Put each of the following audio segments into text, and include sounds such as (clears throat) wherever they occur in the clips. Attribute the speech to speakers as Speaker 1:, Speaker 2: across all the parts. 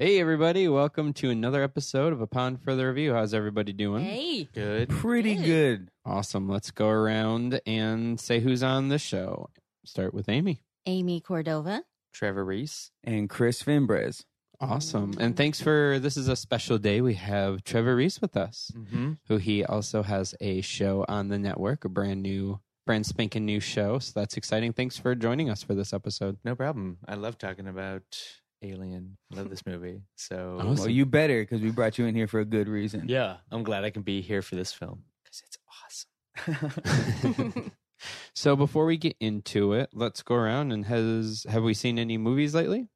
Speaker 1: Hey everybody, welcome to another episode of A Pound Further Review. How's everybody doing?
Speaker 2: Hey.
Speaker 3: Good. Pretty good.
Speaker 1: Awesome. Let's go around and say who's on the show. Start with Amy.
Speaker 2: Amy Cordova.
Speaker 3: Trevor Reese. And Chris Fimbres.
Speaker 1: Awesome. And thanks for this is a special day. We have Trevor Reese with us,
Speaker 3: Mm-hmm.
Speaker 1: who he also has a show on the network, a brand new brand spanking new show. So that's exciting. Thanks for joining us for this episode.
Speaker 4: No problem. I love talking about Alien. Love this movie. So
Speaker 1: Awesome.
Speaker 3: Oh, Well, you better because we brought you in here for a good reason.
Speaker 4: yeah, I'm glad I can be here for this film because it's awesome.
Speaker 1: so before we get into it, let's go around and has have we seen any movies lately?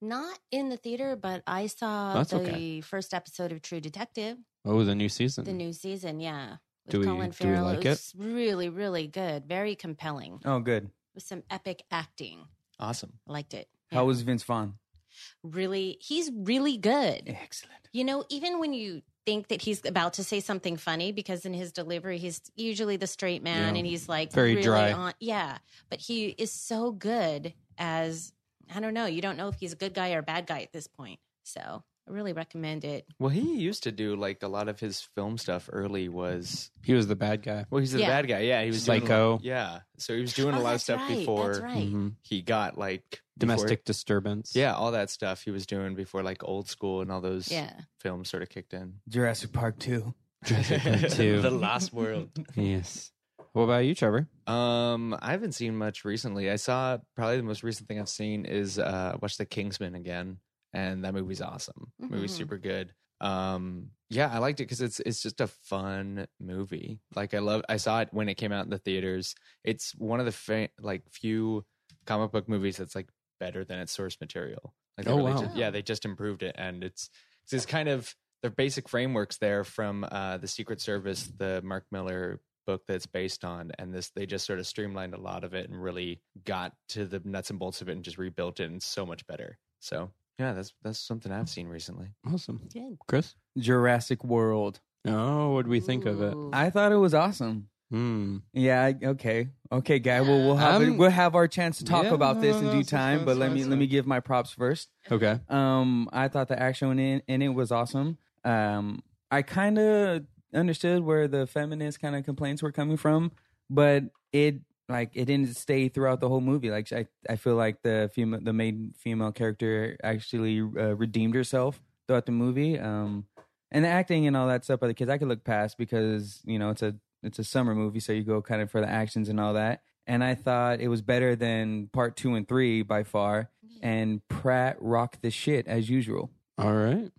Speaker 5: Not in the theater, but I saw
Speaker 1: That's
Speaker 5: the
Speaker 1: okay.
Speaker 5: first episode of True Detective,
Speaker 1: Oh, the new season.
Speaker 5: the new season. Yeah, with
Speaker 1: Do we-
Speaker 5: Colin
Speaker 1: do we
Speaker 5: Farrell.
Speaker 1: like
Speaker 5: it was really, really good. Very compelling
Speaker 3: Oh, good.
Speaker 5: with some epic acting.
Speaker 4: Awesome.
Speaker 5: I liked it. Yeah.
Speaker 3: How was Vince Vaughn?
Speaker 5: really? He's really good.
Speaker 3: Excellent.
Speaker 5: You know, even when you think that he's about to say something funny, because in his delivery he's usually the straight man,
Speaker 1: Yeah.
Speaker 5: and he's like
Speaker 1: Very
Speaker 5: really
Speaker 1: dry.
Speaker 5: On, yeah, but he is so good as I don't know. You don't know if he's a good guy or a bad guy at this point. So I really recommend it.
Speaker 4: Well, he used to do like a lot of his film stuff early was
Speaker 1: He was the bad guy.
Speaker 4: well, he's the
Speaker 5: Yeah.
Speaker 4: bad guy. Yeah, he was doing a lot-
Speaker 1: Psycho.
Speaker 4: yeah, so he was doing
Speaker 5: Oh,
Speaker 4: a lot of
Speaker 5: that's
Speaker 4: stuff
Speaker 5: right,
Speaker 4: before
Speaker 5: That's right.
Speaker 1: Mhm.
Speaker 4: he got like before-
Speaker 1: Domestic disturbance.
Speaker 4: yeah, all that stuff he was doing before like old school and all those
Speaker 5: Yeah.
Speaker 4: films sort of kicked in.
Speaker 3: Jurassic Park 2.
Speaker 1: Jurassic Park
Speaker 4: (laughs)
Speaker 1: 2.
Speaker 4: the Lost World.
Speaker 1: Yes. What about you, Trevor?
Speaker 4: Um, I haven't seen much recently. I saw probably the most recent thing I've seen is uh watch The Kingsman again, and that movie's awesome. Movie's
Speaker 5: Mhm.
Speaker 4: super good. Um, yeah, I liked it because it's it's just a fun movie. Like I love, I saw it when it came out in the theaters. It's one of the fa- like few comic book movies that's like better than its source material. Like they
Speaker 1: Oh,
Speaker 4: really
Speaker 1: wow.
Speaker 4: ju- yeah, they just improved it, and it's it's this kind of the basic frameworks there from uh, the Secret Service, the Mark Miller book that's based on, and this they just sort of streamlined a lot of it and really got to the nuts and bolts of it and just rebuilt it and so much better. So yeah, that's that's something I've seen recently.
Speaker 1: Awesome.
Speaker 5: Good.
Speaker 1: Chris?
Speaker 3: Jurassic World.
Speaker 1: Oh, what do we think of it?
Speaker 5: Ooh.
Speaker 3: I thought it was awesome.
Speaker 1: Hmm.
Speaker 3: Yeah. I- Okay. Okay, guy. Well, we'll have
Speaker 1: I'm-
Speaker 3: we'll have our chance to talk
Speaker 1: Yeah,
Speaker 3: about this
Speaker 1: no,
Speaker 3: in
Speaker 1: no,
Speaker 3: due
Speaker 1: it's fine,
Speaker 3: time.
Speaker 1: it's
Speaker 3: But let
Speaker 1: fine,
Speaker 3: me
Speaker 1: it's
Speaker 3: let me
Speaker 1: fine.
Speaker 3: give my props first.
Speaker 1: Okay.
Speaker 3: Um, I thought the action in in it was awesome. Um, I kind of understood where the feminist kind of complaints were coming from, but it like it didn't stay throughout the whole movie. Like I, I feel like the female, the main female character actually uh, redeemed herself throughout the movie. Um, and the acting and all that stuff by the kids, I could look past because you know it's a it's a summer movie, so you go kind of for the actions and all that. And I thought it was better than part two and three by far. And Pratt rocked the shit as usual.
Speaker 1: All right.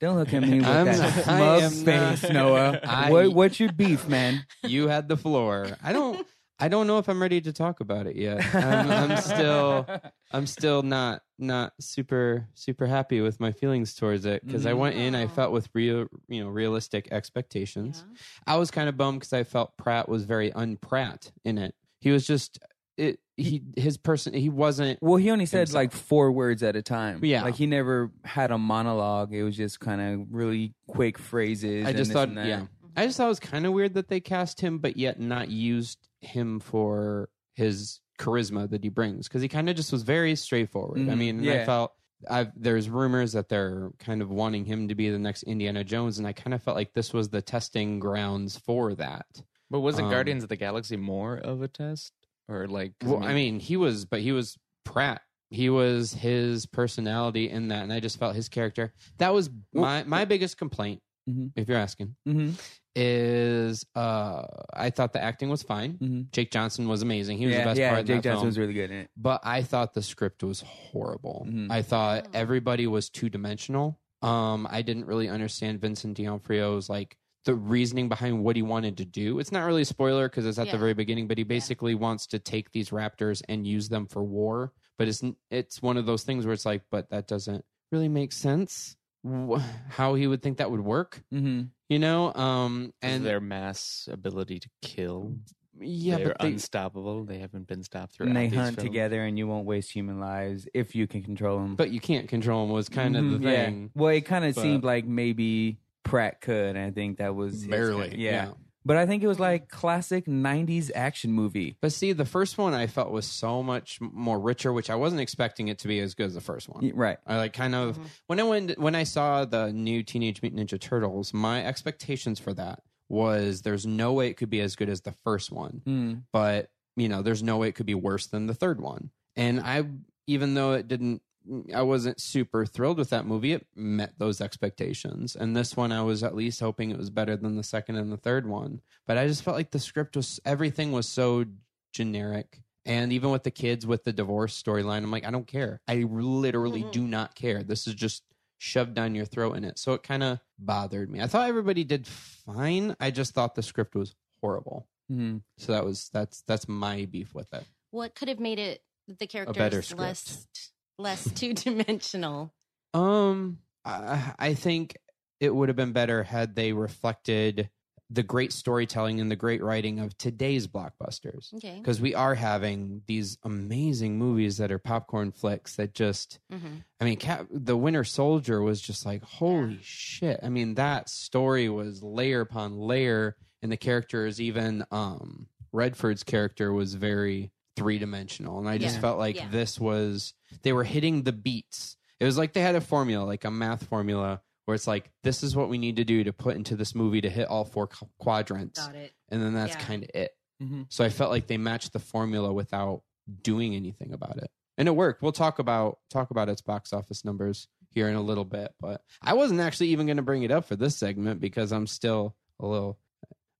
Speaker 3: Don't look
Speaker 1: (laughs)
Speaker 3: at me with
Speaker 1: I'm
Speaker 3: that
Speaker 1: not- I
Speaker 3: smug
Speaker 1: am not- (laughs)
Speaker 3: face, Noah.
Speaker 1: I-
Speaker 3: what, what's your beef, man?
Speaker 1: You had the floor. I don't I don't know if I'm ready to talk about it yet. I'm, I'm still I'm still not not super super happy with my feelings towards it because I went in I felt with real you know realistic expectations. I was kind of bummed because I felt Pratt was very unpratt in it. He was just it. He his person. He wasn't.
Speaker 3: Well, he only said
Speaker 1: Himself.
Speaker 3: like four words at a time.
Speaker 1: Yeah.
Speaker 3: like he never had a monologue. It was just kind of really quick phrases.
Speaker 1: I
Speaker 3: and
Speaker 1: just
Speaker 3: this
Speaker 1: thought.
Speaker 3: and that.
Speaker 1: Yeah. I just thought it was kind of weird that they cast him, but yet not used him for his charisma that he brings because he kind of just was very straightforward. I
Speaker 3: Mhm.
Speaker 1: mean, and I
Speaker 3: Yeah.
Speaker 1: felt. I've, there's rumors that they're kind of wanting him to be the next Indiana Jones, and I kind of felt like this was the testing grounds for that.
Speaker 4: But wasn't
Speaker 1: Um,
Speaker 4: Guardians of the Galaxy more of a test, or like? 'cause
Speaker 1: Well, I mean, he was, but he was Pratt. He was his personality in that, and I just felt his character. That was my my biggest complaint
Speaker 3: Mhm.
Speaker 1: if you're asking,
Speaker 3: hmm
Speaker 1: is uh, I thought the acting was fine.
Speaker 3: Mhm.
Speaker 1: Jake Johnson was amazing. He was
Speaker 3: yeah,
Speaker 1: the best
Speaker 3: yeah,
Speaker 1: part in
Speaker 3: Jake
Speaker 1: that
Speaker 3: Johnson
Speaker 1: film.
Speaker 3: was really good in it.
Speaker 1: but I thought the script was horrible.
Speaker 3: Mhm.
Speaker 1: I
Speaker 5: Oh.
Speaker 1: thought everybody was two dimensional. Um, I didn't really understand Vincent D'Onofrio's like the reasoning behind what he wanted to do. It's not really a spoiler because it's at the
Speaker 5: Yeah.
Speaker 1: very beginning, but he basically wants to take these raptors and use them for war. But it's n- it's one of those things where it's like, but that doesn't really make sense. Wh- how he would think that would work,
Speaker 3: hmm
Speaker 1: you know? Um,
Speaker 4: and
Speaker 1: and
Speaker 4: their mass ability to kill.
Speaker 1: yeah,
Speaker 4: they're
Speaker 1: but they,
Speaker 4: unstoppable. They haven't been stopped throughout.
Speaker 3: And they
Speaker 4: these
Speaker 3: hunt
Speaker 4: films.
Speaker 3: together, and you won't waste human lives if you can control them.
Speaker 1: but you can't control them was kind of the
Speaker 3: Mm-hmm, Yeah.
Speaker 1: thing.
Speaker 3: Well, it kind of
Speaker 1: But-
Speaker 3: seemed like maybe Pratt could, and I think that was his-
Speaker 1: Barely,
Speaker 3: yeah.
Speaker 1: yeah.
Speaker 3: But I think it was like classic '90s action movie.
Speaker 1: But see, the first one I felt was so much m- more richer, which I wasn't expecting it to be as good as the first one.
Speaker 3: Y- Right.
Speaker 1: I like kind of when I went when I saw the new Teenage Mutant Ninja Turtles, my expectations for that was there's no way it could be as good as the first one,
Speaker 3: Mm.
Speaker 1: but you know, there's no way it could be worse than the third one. And I even though it didn't I wasn't super thrilled with that movie, it met those expectations. And this one I was at least hoping it was better than the second and the third one. But I just felt like the script was everything was so generic. And even with the kids with the divorce storyline, I'm like, I don't care. I literally do not care. This is just shoved down your throat in it. So it kind of bothered me. I thought everybody did fine. I just thought the script was horrible. (laughs)
Speaker 3: Mhm.
Speaker 1: So that was that's that's my beef with it.
Speaker 5: What could have made it the
Speaker 1: better
Speaker 5: characters
Speaker 1: script.
Speaker 5: less less (laughs) two dimensional?
Speaker 1: Um, I, I think it would have been better had they reflected the great storytelling and the great writing of today's blockbusters
Speaker 5: Okay.
Speaker 1: because we are having these amazing movies that are popcorn flicks that just
Speaker 5: Mm-hmm.
Speaker 1: I mean, Cap- the Winter Soldier was just like, holy shit. I mean, that story was layer upon layer, and the characters, even um, Redford's character, was very three dimensional. And I just
Speaker 5: Yeah.
Speaker 1: felt like
Speaker 5: Yeah.
Speaker 1: this was, they were hitting the beats. It was like they had a formula, like a math formula, where it's like, this is what we need to do to put into this movie to hit all four qu- quadrants.
Speaker 5: Got it.
Speaker 1: And then that's
Speaker 5: Yeah.
Speaker 1: kind of it.
Speaker 4: Mm-hmm.
Speaker 3: Mhm.
Speaker 1: So I felt like they matched the formula without doing anything about it. And it worked. We'll talk about talk about its box office numbers here in a little bit, but I wasn't actually even going to bring it up for this segment because I'm still a little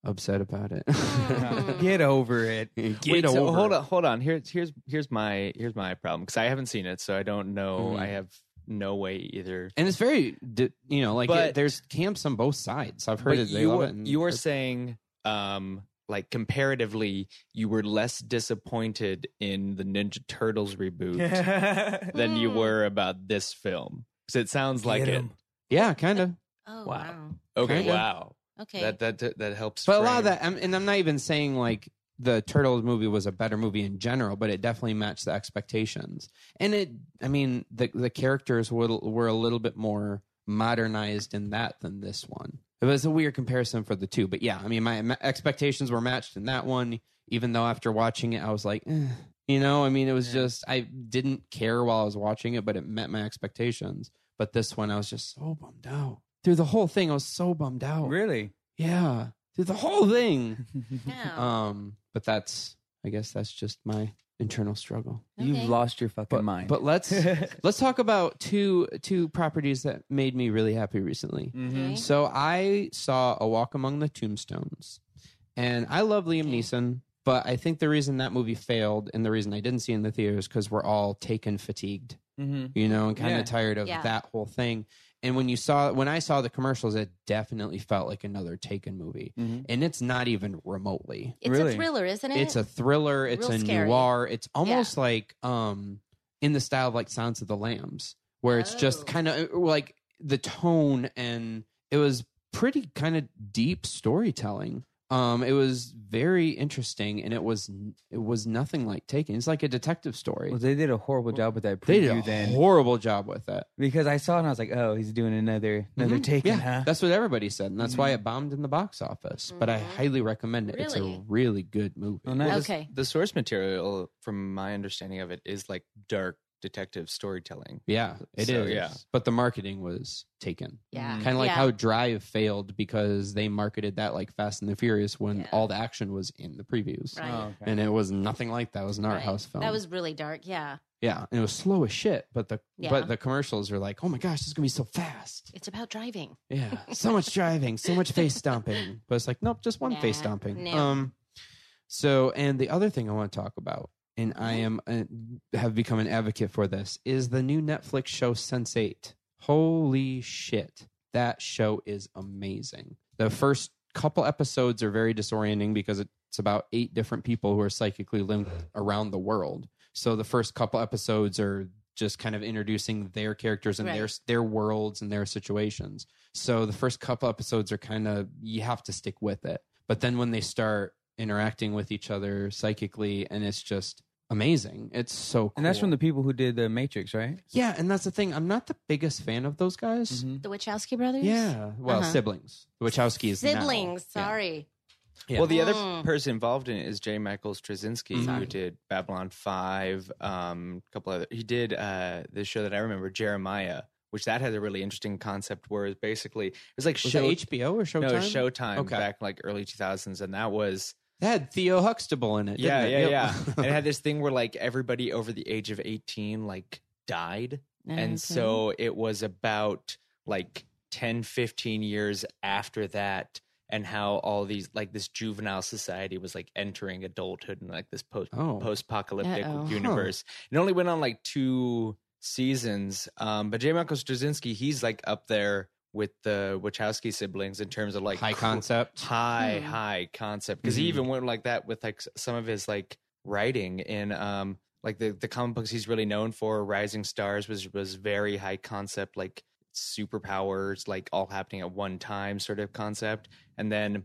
Speaker 1: upset about it.
Speaker 3: (laughs) Get over
Speaker 1: (laughs)
Speaker 3: it.
Speaker 1: Get
Speaker 4: Wait, so
Speaker 1: over
Speaker 4: hold
Speaker 1: it.
Speaker 4: on, hold on. Here's here's here's my here's my problem because I haven't seen it, so I don't know.
Speaker 1: Mhm.
Speaker 4: I have no way either.
Speaker 1: And it's very di- you know, like
Speaker 4: But-
Speaker 1: it- there's camps on both sides. I've heard
Speaker 4: But
Speaker 1: it they
Speaker 4: you
Speaker 1: love
Speaker 4: were-
Speaker 1: it. and-
Speaker 4: you were saying, um, like comparatively, you were less disappointed in the Ninja Turtles reboot
Speaker 1: (laughs)
Speaker 4: than you
Speaker 5: Mm.
Speaker 4: were about this film. Because it sounds like
Speaker 3: Get
Speaker 4: it.
Speaker 3: 'em.
Speaker 1: Yeah, kind of.
Speaker 5: Oh
Speaker 4: Wow.
Speaker 5: wow.
Speaker 4: Okay,
Speaker 1: Kinda.
Speaker 4: wow.
Speaker 5: Okay.
Speaker 4: That that that helps.
Speaker 1: But a lot of
Speaker 4: frame-
Speaker 1: that, I'm, and I'm not even saying like the Turtles movie was a better movie in general, but it definitely matched the expectations. And it, I mean, the the characters were were a little bit more modernized in that than this one. It was a weird comparison for the two, but yeah, I mean, my ma- expectations were matched in that one. Even though after watching it, I was like, eh. you know, I mean, it was just I didn't care while I was watching it, but it met my expectations. But this one, I was just so bummed out through the whole thing. I was so bummed out.
Speaker 3: Really?
Speaker 1: Yeah, through the whole thing.
Speaker 5: No.
Speaker 1: (laughs)
Speaker 3: Oh.
Speaker 1: Um, but that's I guess that's just my internal struggle.
Speaker 3: You've lost your fucking
Speaker 1: But,
Speaker 3: mind.
Speaker 1: but
Speaker 3: (laughs)
Speaker 1: let's let's talk about two two properties that made me really happy recently.
Speaker 3: Mm.
Speaker 5: Okay.
Speaker 1: So I saw A Walk Among the Tombstones, and I love Liam Neeson, but I think the reason that movie failed and the reason I didn't see it in the theater is because we're all taken fatigued
Speaker 3: hmm
Speaker 1: you know, and kind of
Speaker 3: Yeah.
Speaker 1: tired of
Speaker 5: Yeah.
Speaker 1: that whole thing. And when you saw when I saw the commercials, it definitely felt like another Taken movie,
Speaker 3: Mhm.
Speaker 1: and it's not even remotely.
Speaker 5: it's
Speaker 3: really.
Speaker 5: a thriller, isn't it?
Speaker 1: It's a thriller. It's
Speaker 5: Real
Speaker 1: a
Speaker 5: scary.
Speaker 1: noir. It's almost like um in the style of like Sounds of the Lambs, where it's
Speaker 5: Oh.
Speaker 1: just kind of like the tone and it was pretty kind of deep storytelling. Um, it was very interesting, and it was it was nothing like Taken. It's like a detective story.
Speaker 3: Well, they did a horrible job with that preview
Speaker 1: they did a
Speaker 3: then,
Speaker 1: horrible job with it.
Speaker 3: because I saw it and I was like, "Oh, he's doing another another
Speaker 1: Mhm.
Speaker 3: take."
Speaker 1: Yeah,
Speaker 3: huh?
Speaker 1: that's what everybody said, and that's why it bombed in the box office. But I highly recommend it. It's a
Speaker 5: Mm-hmm. Really?
Speaker 1: really good movie.
Speaker 3: Oh, nice.
Speaker 4: Well, this-
Speaker 5: okay.
Speaker 4: The source material, from my understanding of it, is like dark detective storytelling.
Speaker 1: Yeah, it is.
Speaker 4: So, yeah.
Speaker 1: But the marketing was taken.
Speaker 5: Yeah.
Speaker 1: Kind of like
Speaker 5: Yeah.
Speaker 1: how Drive failed because they marketed that like Fast and the Furious when
Speaker 5: Yeah.
Speaker 1: all the action was in the previews.
Speaker 5: Right.
Speaker 3: Oh, okay.
Speaker 1: And it was nothing like that. It was an art
Speaker 5: Right.
Speaker 1: house film.
Speaker 5: That was really dark. Yeah.
Speaker 1: Yeah, and it was slow as shit, but the
Speaker 5: Yeah.
Speaker 1: but the commercials were like, "Oh my gosh, this is gonna be so fast."
Speaker 5: It's about driving.
Speaker 1: Yeah, (laughs) so much driving, so much face stomping. But it's like, nope, just one face
Speaker 5: Nah,
Speaker 1: stomping.
Speaker 5: no.
Speaker 1: Um, so and the other thing I want to talk about, and I am uh, have become an advocate for this, is the new Netflix show Sense Eight. Holy shit, that show is amazing. The first couple episodes are very disorienting because it's about eight different people who are psychically linked around the world. So the first couple episodes are just kind of introducing their characters and their
Speaker 5: Right.
Speaker 1: their worlds and their situations. So the first couple episodes are kind of you have to stick with it. But then when they start interacting with each other psychically and it's just amazing. It's so cool.
Speaker 3: And that's from the people who did the Matrix, right?
Speaker 1: Yeah, and that's the thing. I'm not the biggest fan of those guys.
Speaker 5: The Wachowski
Speaker 4: Mm-hmm.
Speaker 5: brothers?
Speaker 1: Yeah. Well,
Speaker 5: Uh-huh.
Speaker 1: siblings. The Wachowski is now.
Speaker 5: Siblings,
Speaker 1: Yeah.
Speaker 5: sorry.
Speaker 1: Yeah.
Speaker 4: Well, the
Speaker 5: Mm.
Speaker 4: other person involved in it is J. Michael Straczynski,
Speaker 1: Sorry.
Speaker 4: who did Babylon Five, um, a couple other. He did uh, this show that I remember, Jeremiah, which that had a really interesting concept where it's basically it was like
Speaker 1: was
Speaker 4: show
Speaker 1: it HBO or Showtime?
Speaker 4: no it was Showtime
Speaker 1: Okay.
Speaker 4: back in like early two thousands, and that was
Speaker 1: That had Theo Huxtable in it. didn't
Speaker 4: yeah
Speaker 1: it?
Speaker 4: yeah
Speaker 1: Yep.
Speaker 4: yeah,
Speaker 1: (laughs)
Speaker 4: and it had this thing where like everybody over the age of eighteen like died,
Speaker 5: Okay.
Speaker 4: and so it was about like 10 15 years after that and how all these like this juvenile society was like entering adulthood and like this post
Speaker 1: Oh.
Speaker 4: post-apocalyptic
Speaker 5: Uh-oh. Huh.
Speaker 4: universe it only went on like two seasons um but j michael straczynski he's like up there with the wachowski siblings in terms of like
Speaker 1: High
Speaker 4: cr-
Speaker 1: concept. Hmm.
Speaker 4: high high concept because
Speaker 1: Mhm.
Speaker 4: he even went like that with like s- some of his like writing in um like the the comic books he's really known for rising stars was was very high concept like superpowers like all happening at one time sort of concept and then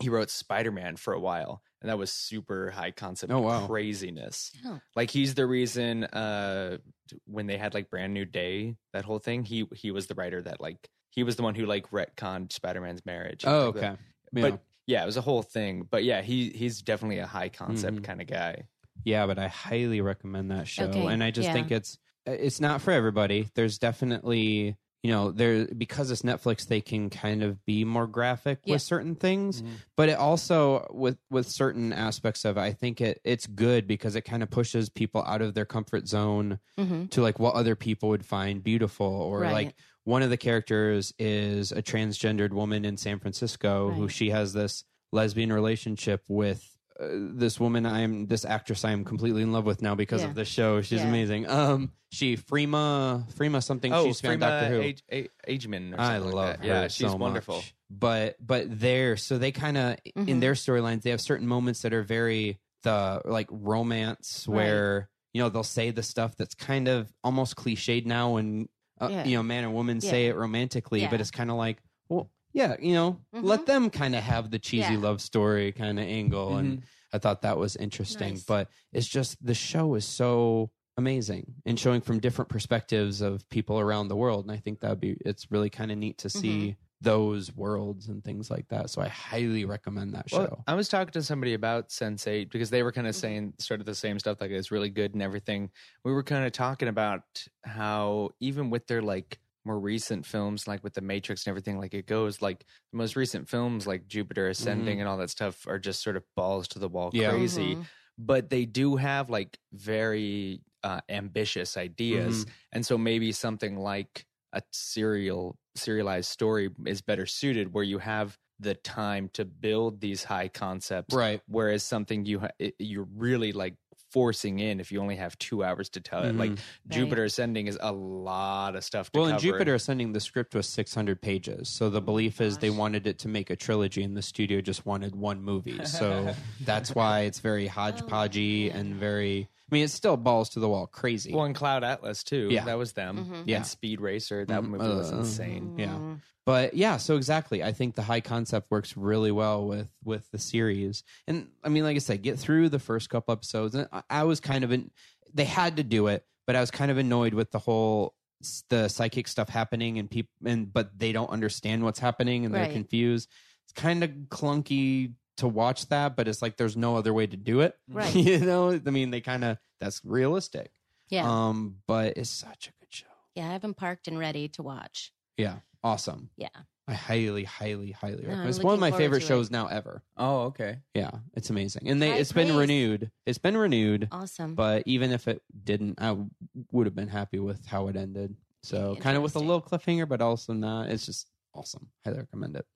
Speaker 4: he wrote spider-man for a while and that was super high concept
Speaker 1: Oh, wow.
Speaker 4: craziness
Speaker 5: Oh.
Speaker 4: like he's the reason uh when they had like brand new day that whole thing he he was the writer that like he was the one who like retconned spider-man's marriage
Speaker 1: Oh,
Speaker 4: Like, the-
Speaker 1: okay. Yeah.
Speaker 4: but yeah, it was a whole thing. But yeah, he he's definitely a high concept
Speaker 1: Mhm.
Speaker 4: kind of guy.
Speaker 1: Yeah, but I highly recommend that show,
Speaker 5: Okay,
Speaker 1: and I just
Speaker 5: yeah.
Speaker 1: think it's it's not for everybody. There's definitely you know there because it's Netflix, they can kind of be more graphic
Speaker 5: Yeah.
Speaker 1: with certain things, but it also with with certain aspects of it, I think it it's good because it kind of pushes people out of their comfort zone
Speaker 5: Mhm.
Speaker 1: to like what other people would find beautiful or
Speaker 5: Right.
Speaker 1: like one of the characters is a transgendered woman in San Francisco who
Speaker 5: Right.
Speaker 1: she has this lesbian relationship with uh, this woman I'm this actress I am completely in love with now because
Speaker 5: Yeah.
Speaker 1: of the show. She's
Speaker 5: Yeah.
Speaker 1: amazing. Um she Freema Freema something she's found Doctor Who.
Speaker 4: Oh, Age, a- Ageman. Or
Speaker 1: I
Speaker 4: something like
Speaker 1: love
Speaker 4: that.
Speaker 1: her.
Speaker 4: Yeah, she's
Speaker 1: so
Speaker 4: wonderful.
Speaker 1: Much. But but there, so they kind of in
Speaker 5: Mhm.
Speaker 1: their storylines, they have certain moments that are very the like romance
Speaker 5: Right.
Speaker 1: where you know they'll say the stuff that's kind of almost cliched now, and uh,
Speaker 5: Yeah.
Speaker 1: you know man and woman say it romantically, but
Speaker 5: Yeah. Mm-hmm.
Speaker 1: it's kind of like well. Yeah, you know, let them kind of have the cheesy
Speaker 5: Yeah.
Speaker 1: love story kind of angle,
Speaker 4: Mm-hmm.
Speaker 1: and I thought that was interesting.
Speaker 5: Nice.
Speaker 1: But it's just the show is so amazing and showing from different perspectives of people around the world. And I think that'd be it's really kind of neat to see those worlds and things like that. So I highly recommend that show.
Speaker 4: Well, I was talking to somebody about Sense8 because they were kind of saying sort of the same stuff, like it's really good and everything. We were kind of talking about how even with their like more recent films, like with The Matrix and everything, like it goes like the most recent films, like Jupiter Ascending and all that stuff, are just sort of balls to the wall
Speaker 1: Mm-hmm. Yeah.
Speaker 4: crazy. But they do have like very uh, ambitious ideas
Speaker 1: Mm-hmm.
Speaker 4: and so maybe something like a serial serialized story is better suited where you have the time to build these high concepts
Speaker 1: Right.
Speaker 4: whereas something you ha- it- you're really like forcing in if you only have two hours to tell it like jupiter ascending is a lot of stuff to
Speaker 1: Mm-hmm. Well, in
Speaker 4: cover.
Speaker 1: Jupiter Ascending, the script was 600 pages. So the belief is they wanted it to make a trilogy, and the studio just wanted one movie. So that's why it's very hodgepodgey and very. I mean, it's still balls to the wall, crazy.
Speaker 4: well in cloud atlas too
Speaker 1: Yeah.
Speaker 4: that was them
Speaker 1: Yeah.
Speaker 4: and speed racer that
Speaker 1: Mhm.
Speaker 4: movie was
Speaker 1: Uh,
Speaker 4: insane
Speaker 1: Yeah.
Speaker 5: Mm-hmm.
Speaker 1: But yeah, so exactly. I think the high concept works really well with with the series. And I mean, like I said, get through the first couple episodes. And I, I was kind of in they had to do it, but I was kind of annoyed with the whole s- the psychic stuff happening and people and but they don't understand what's happening and they're
Speaker 5: Right.
Speaker 1: confused. It's kind of clunky to watch that, but it's like there's no other way to do it.
Speaker 5: Right.
Speaker 1: (laughs) you know, I mean, they kind of that's realistic.
Speaker 5: Yeah.
Speaker 1: Um, but it's such a good show.
Speaker 5: yeah, I have them parked and ready to watch.
Speaker 1: Yeah. Awesome.
Speaker 5: Yeah.
Speaker 1: I highly, highly, highly
Speaker 5: No,
Speaker 1: recommend.
Speaker 5: I'm
Speaker 1: It's one of
Speaker 5: looking
Speaker 1: my
Speaker 5: forward
Speaker 1: favorite
Speaker 5: to it.
Speaker 1: shows now ever.
Speaker 3: Oh, okay.
Speaker 1: Yeah, it's amazing, and they
Speaker 5: High
Speaker 1: it's been
Speaker 5: praise.
Speaker 1: renewed. It's been renewed,
Speaker 5: Awesome.
Speaker 1: but even if it didn't, I w- would have been happy with how it ended. So kind of with a
Speaker 5: Interesting.
Speaker 1: little cliffhanger, but also not. It's just awesome. Highly recommend it.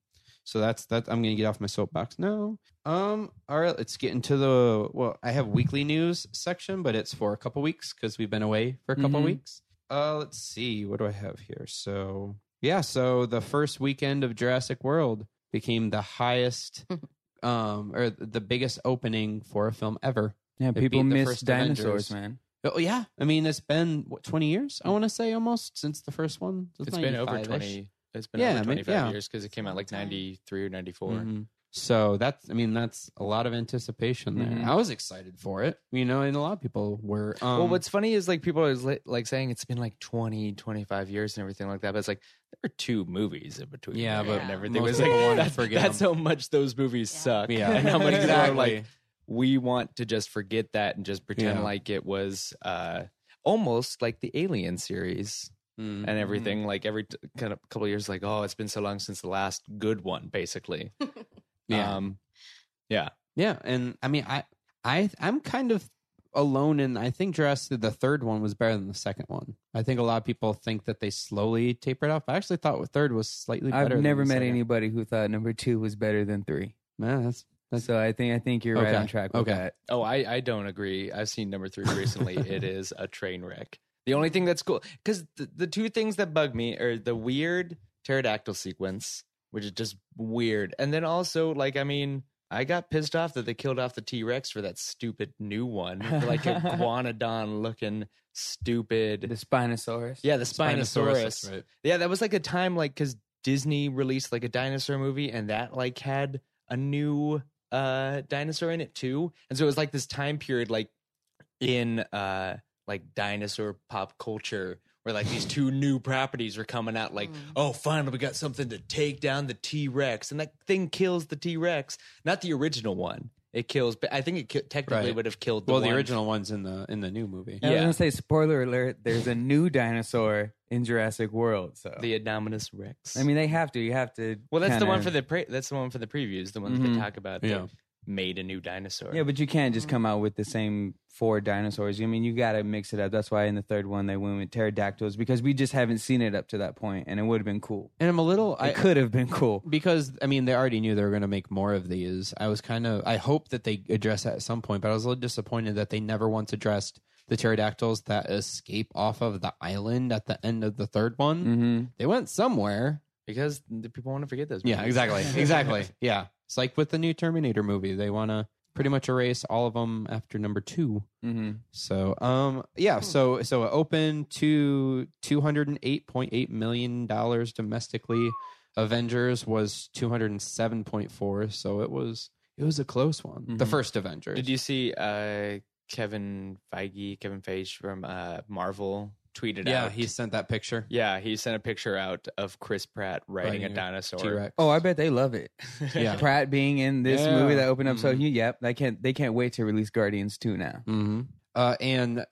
Speaker 1: So that's that. I'm gonna get off my soapbox now. Um. All right. Let's get into the well. I have weekly news section, but it's for a couple weeks because we've been away for a couple
Speaker 3: Mhm.
Speaker 1: weeks. Uh. Let's see. What do I have here? So yeah. So the first weekend of Jurassic World became the highest, um, or the biggest opening for a film ever.
Speaker 3: Yeah,
Speaker 1: It
Speaker 3: people
Speaker 1: beat the
Speaker 3: miss
Speaker 1: first
Speaker 3: dinosaurs,
Speaker 1: Avengers.
Speaker 3: man.
Speaker 1: Oh yeah, I mean it's been what twenty years I want to say almost since the first one. So
Speaker 4: it's been over
Speaker 1: 95 -ish.
Speaker 4: twenty. It's been
Speaker 1: Yeah,
Speaker 4: over
Speaker 1: ma-
Speaker 4: twenty five
Speaker 1: yeah.
Speaker 4: years because it came out like ninety three or ninety
Speaker 1: Mhm. So that's I mean that's a lot of anticipation there.
Speaker 4: Mhm.
Speaker 1: I was excited for it, you know, and a lot of people were. Um,
Speaker 4: well, what's funny is like people are li- like saying it's been like 20, 25 years and everything like that. But it's like there were two movies in between.
Speaker 1: Yeah,
Speaker 4: there
Speaker 1: but
Speaker 4: and everything
Speaker 1: most
Speaker 4: was like
Speaker 1: people
Speaker 4: (laughs)
Speaker 1: wanna
Speaker 4: that's,
Speaker 1: forget
Speaker 4: that's
Speaker 1: 'em.
Speaker 4: how much those movies
Speaker 5: Yeah.
Speaker 1: (laughs)
Speaker 4: suck.
Speaker 1: Yeah.
Speaker 4: (laughs) and how much people are like
Speaker 1: Exactly.
Speaker 4: we want to just forget that and just pretend
Speaker 1: Yeah.
Speaker 4: like it was uh, almost like the Alien series
Speaker 1: Mm.
Speaker 4: and everything. Like every t- kind of couple of years, like oh, it's been so long since the last good one, basically.
Speaker 1: yeah,
Speaker 4: Um,
Speaker 1: yeah, and I mean I I I'm kind of alone in I think Jurassic the third one was better than the second one. I think a lot of people think that they slowly tapered off. I actually thought the third was slightly better.
Speaker 3: I've
Speaker 1: than
Speaker 3: never
Speaker 1: the
Speaker 3: met
Speaker 1: second.
Speaker 3: anybody who thought number two was better than three.
Speaker 1: Man, that's that's
Speaker 3: So I think I think you're right
Speaker 1: Okay.
Speaker 3: on track with
Speaker 1: Okay.
Speaker 3: that.
Speaker 4: Oh, I, I don't agree. I've seen number three recently. it is a train wreck. The only thing that's cool, because the, the two things that bug me are the weird pterodactyl sequence, which is just weird. And then also, like, I mean, I got pissed off that they killed off the T Rex for that stupid new one, like a guanodon looking
Speaker 3: The
Speaker 4: stupid.
Speaker 3: Spinosaurus.
Speaker 4: Yeah, the Spinosaurus.
Speaker 1: that's right.
Speaker 4: Yeah, that was like a time like because Disney released like a dinosaur movie, and that like had a new uh dinosaur in it too, and so it was like this time period like in uh like dinosaur pop culture where like these two new properties are coming out like oh finally we got something to take down the t-rex and that thing kills the t-rex not the original one it kills but i think it ki- technically
Speaker 1: Right.
Speaker 4: would have killed the
Speaker 1: well the
Speaker 4: one-
Speaker 1: original one's in the in the new movie.
Speaker 3: I was
Speaker 4: yeah.
Speaker 3: gonna say spoiler alert. There's a new dinosaur in Jurassic World. So
Speaker 4: the Indominus rex
Speaker 3: I mean, they have to. You have to.
Speaker 4: Well, that's the one
Speaker 3: kinda-
Speaker 4: for the pre- that's the one for the previews, the one that
Speaker 3: Mhm.
Speaker 4: they talk about.
Speaker 1: Yeah.
Speaker 4: that made a new dinosaur.
Speaker 3: Yeah, but you can't just come out with the same four dinosaurs. I mean, you got to mix it up. That's why in the third one they went with pterodactyls because we just haven't seen it up to that point, and it would have been cool.
Speaker 1: And I'm a little
Speaker 3: It could have been cool.
Speaker 1: because I mean they already knew they were going to make more of these. I was kind of I hope that they address that at some point, but I was a little disappointed that they never once addressed the pterodactyls that escape off of the island at the end of the third one.
Speaker 3: Mm-hmm.
Speaker 1: They went somewhere.
Speaker 4: because the people want to forget those.
Speaker 1: Yeah, (laughs)
Speaker 4: movies.
Speaker 1: exactly, exactly. yeah, it's like with the new Terminator movie, they want to pretty much erase all of them after number two.
Speaker 3: Mm-hmm.
Speaker 1: So, um, yeah, so so it opened to two hundred and eight point eight million dollars domestically. Avengers was two hundred and seven point four, so it was it was a close one. The
Speaker 3: Mhm.
Speaker 1: first Avengers.
Speaker 4: Did you see uh, Kevin Feige, Kevin Feige from uh, Marvel tweeted
Speaker 1: Yeah,
Speaker 4: out?
Speaker 1: he sent that picture.
Speaker 4: yeah, he sent a picture out of Chris Pratt riding,
Speaker 1: Riding
Speaker 4: a
Speaker 1: a
Speaker 4: dinosaur.
Speaker 1: T Rex.
Speaker 3: Oh, I bet they love it. (laughs)
Speaker 1: Yeah.
Speaker 3: Pratt being in this
Speaker 1: Yeah.
Speaker 3: movie that opened up so
Speaker 1: Mhm.
Speaker 3: huge. Yep, they can't. They can't wait to release Guardians two now.
Speaker 1: hmm Uh, and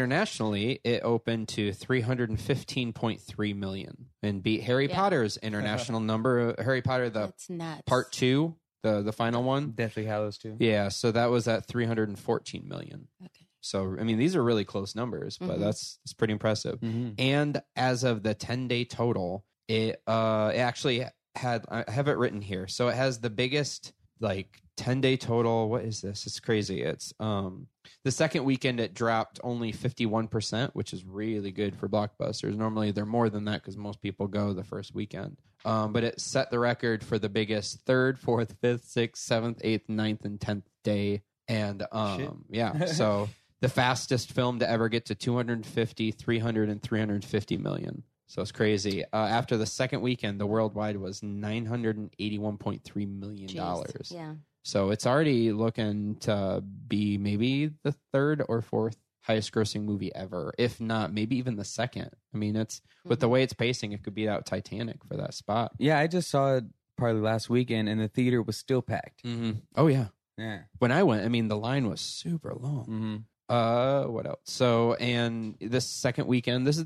Speaker 1: internationally, it opened to three hundred and fifteen point three million and beat Harry
Speaker 5: Yeah.
Speaker 1: Potter's international number. Harry Potter the
Speaker 5: That's nuts.
Speaker 1: uh, part two, the the final one.
Speaker 3: Deathly Hallows two.
Speaker 1: Yeah, so that was at 314 million.
Speaker 5: Okay.
Speaker 1: So I mean, these are really close numbers, but
Speaker 5: Mhm.
Speaker 1: that's it's pretty impressive.
Speaker 3: Mm-hmm.
Speaker 1: And as of the 10 day total, it uh it actually had I have it written here. So it has the biggest like 10 day total. What is this? It's crazy. It's um the second weekend it dropped only 51%, which is really good for blockbusters. Normally they're more than that cuz most people go the first weekend. Um, but it set the record for the biggest third, fourth, fifth, sixth, seventh, eighth, ninth, and tenth day. And um, yeah, so the fastest film to ever get to 250, 300, and 350 million. So it's crazy. Uh, after the second weekend, the worldwide was $981.3 million.
Speaker 5: Jeez. Yeah.
Speaker 1: So it's already looking to be maybe the third or fourth highest grossing movie ever, if not maybe even the second. I mean, it's with the way it's pacing, it could beat out Titanic for that spot.
Speaker 3: Yeah, I just saw it probably last weekend, and the theater was still packed.
Speaker 1: Mm-hmm. Oh, yeah.
Speaker 3: Yeah.
Speaker 1: When I went, I mean, the line was super long.
Speaker 3: Mm-hmm.
Speaker 1: Uh, what else? So, and this second weekend, this is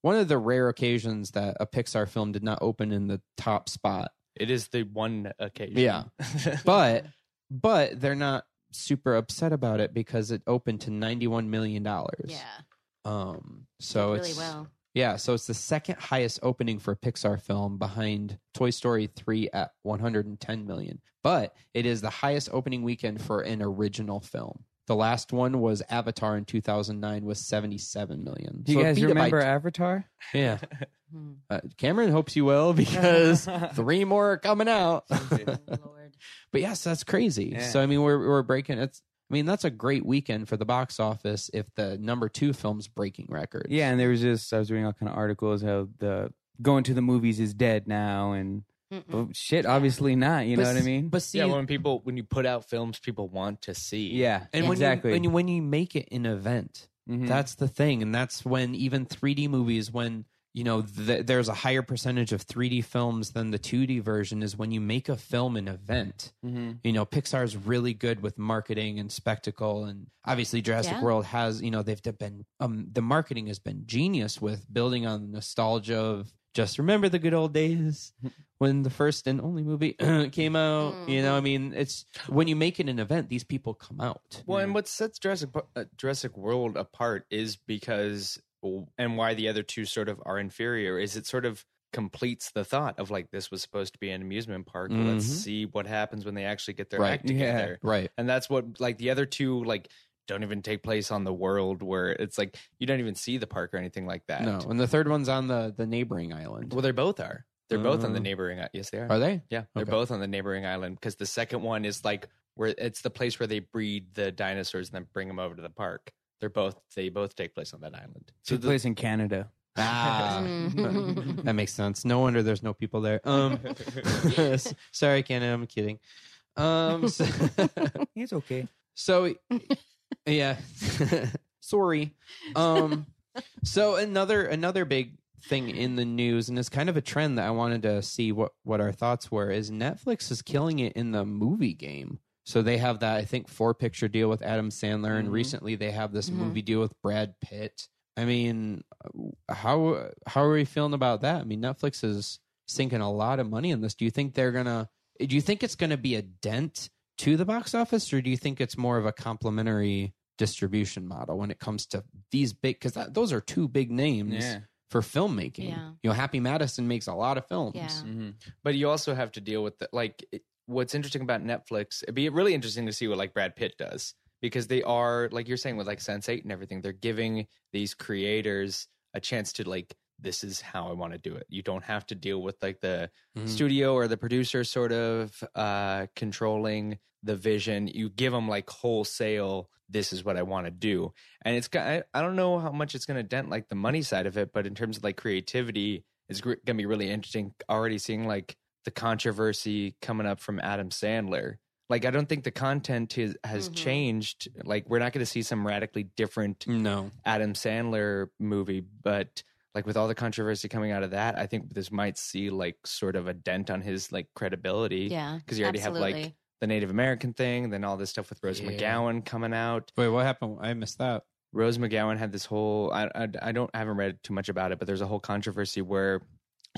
Speaker 1: one of the rare occasions that a Pixar film did not open in the top spot.
Speaker 4: It is the one occasion.
Speaker 1: Yeah. But but they're not super upset about it because it opened to ninety one million dollars.
Speaker 5: Yeah.
Speaker 1: Um. So
Speaker 5: Did really
Speaker 1: it's (laughs)
Speaker 5: well.
Speaker 1: yeah. So it's the second highest opening for a Pixar film behind Toy Story three at one hundred and ten million. But it is the highest opening weekend for an original film. The last one was Avatar in two thousand nine with seventy seven million.
Speaker 3: Do you
Speaker 1: So it
Speaker 3: guys
Speaker 1: beat it by
Speaker 3: remember
Speaker 1: t-
Speaker 3: (laughs) Avatar?
Speaker 5: (laughs)
Speaker 1: yeah.
Speaker 5: Hmm.
Speaker 1: Uh, Cameron hopes you will because three more are coming out. (laughs)
Speaker 5: (laughs) Lord.
Speaker 1: But yes, that's crazy. So I mean, we're we're breaking. It's I mean, that's a great weekend for the box office if the number two film's breaking records.
Speaker 3: (laughs) Yeah, and there was just I was reading all kind of articles how the going to the movies is dead now, and
Speaker 5: Mm-mm.
Speaker 3: well, shit, obviously not. You
Speaker 1: But
Speaker 3: know what I
Speaker 1: s-
Speaker 3: mean?
Speaker 1: But see,
Speaker 4: yeah, (laughs) when people when you put out films, people want to see.
Speaker 3: yeah,
Speaker 1: and when
Speaker 3: exactly.
Speaker 1: you, when you when you make it an event,
Speaker 3: Mhm.
Speaker 1: that's the thing, and that's when even 3D movies when. You know, th- there's a higher percentage of 3D films than the 2D version. Is when you make a film an event,
Speaker 3: Mhm.
Speaker 1: you know pixar's really good with marketing and spectacle and obviously jurassic
Speaker 5: Yeah.
Speaker 1: world has you know they've d- been um, the marketing has been genius with building on the nostalgia of just remember the good old
Speaker 4: (laughs)
Speaker 1: days when the first and only movie (clears throat) came out you know i mean it's when you make it an event these people come out
Speaker 4: Well, and what sets Jurassic Pa- uh, Jurassic World apart is because, and why the other two sort of are inferior is it sort of completes the thought of like this was supposed to be an amusement park. Let's
Speaker 1: Mhm.
Speaker 4: see what happens when they actually get their
Speaker 1: Right.
Speaker 4: act
Speaker 3: Yeah.
Speaker 4: together.
Speaker 1: right
Speaker 4: And that's what like the other two like don't even take place on the world where it's like you don't even see the park or anything like that.
Speaker 1: no and the third one's on the the neighboring island
Speaker 4: Well, they both are. They're both on the
Speaker 1: Oh.
Speaker 4: neighboring. i- Yes, they are.
Speaker 1: are
Speaker 4: (laughs)
Speaker 1: they
Speaker 4: Yeah, they're
Speaker 1: Okay.
Speaker 4: both on the neighboring island because the second one is like where it's the place where they breed the dinosaurs and then bring them over to the park. They're both they both take place on that island.
Speaker 3: Took place in
Speaker 1: (laughs)
Speaker 3: Canada.
Speaker 1: ah (laughs)
Speaker 5: Mm-hmm.
Speaker 1: that makes sense no wonder there's no people there um (laughs) sorry Canada, i'm kidding um (laughs) so-
Speaker 3: It's okay.
Speaker 1: So yeah. (laughs) Sorry. Um so another another big thing in the news and it's kind of a trend that I wanted to see what what our thoughts were is Netflix is killing it in the movie game. So they have that I think four picture deal with Adam Sandler and
Speaker 3: Mhm.
Speaker 1: recently they have this
Speaker 5: Mhm.
Speaker 1: movie deal with Brad Pitt. I mean, uh, how how are we feeling about that? I mean, Netflix is sinking a lot of money in this. Do you think they're going to do you think it's going to be a dent to the box office or do you think it's more of a complementary distribution model when it comes to these big cuz those are two big names
Speaker 3: Yeah.
Speaker 1: for filmmaking.
Speaker 5: Yeah.
Speaker 1: You know, Happy Madison makes a lot of films.
Speaker 5: Yeah.
Speaker 3: hmm
Speaker 4: But you also have to deal with the, like it- what's interesting about Netflix. It'd be really interesting to see what like Brad Pitt does because they are like you're saying with like Sense Eight and everything. They're giving these creators a chance to like this is how I want to do it. You don't have to deal with like the
Speaker 1: Mhm.
Speaker 4: studio or the producer sort of uh controlling the vision. You give them like wholesale. This is what I want to do, and it's. go- I, I don't know how much it's going to dent like the money side of it, but in terms of like creativity, it's gr- going to be really interesting. Already seeing like the controversy coming up from Adam Sandler. Like, I don't think the content is, has
Speaker 5: Mhm.
Speaker 4: changed. Like, we're not going to see some radically different
Speaker 1: No.
Speaker 4: Adam Sandler movie, but like with all the controversy coming out of that, I think this might see like sort of a dent on his like
Speaker 1: (laughs)
Speaker 4: credibility.
Speaker 5: Yeah.
Speaker 4: Because you already have like
Speaker 5: absolutely.
Speaker 4: the Native American thing, then all this stuff with Rose
Speaker 1: Yeah.
Speaker 4: McGowan coming out.
Speaker 1: Wait, what happened? I missed that.
Speaker 4: Rose McGowan had this whole I, I I don't I haven't read too much about it, but there's a whole controversy where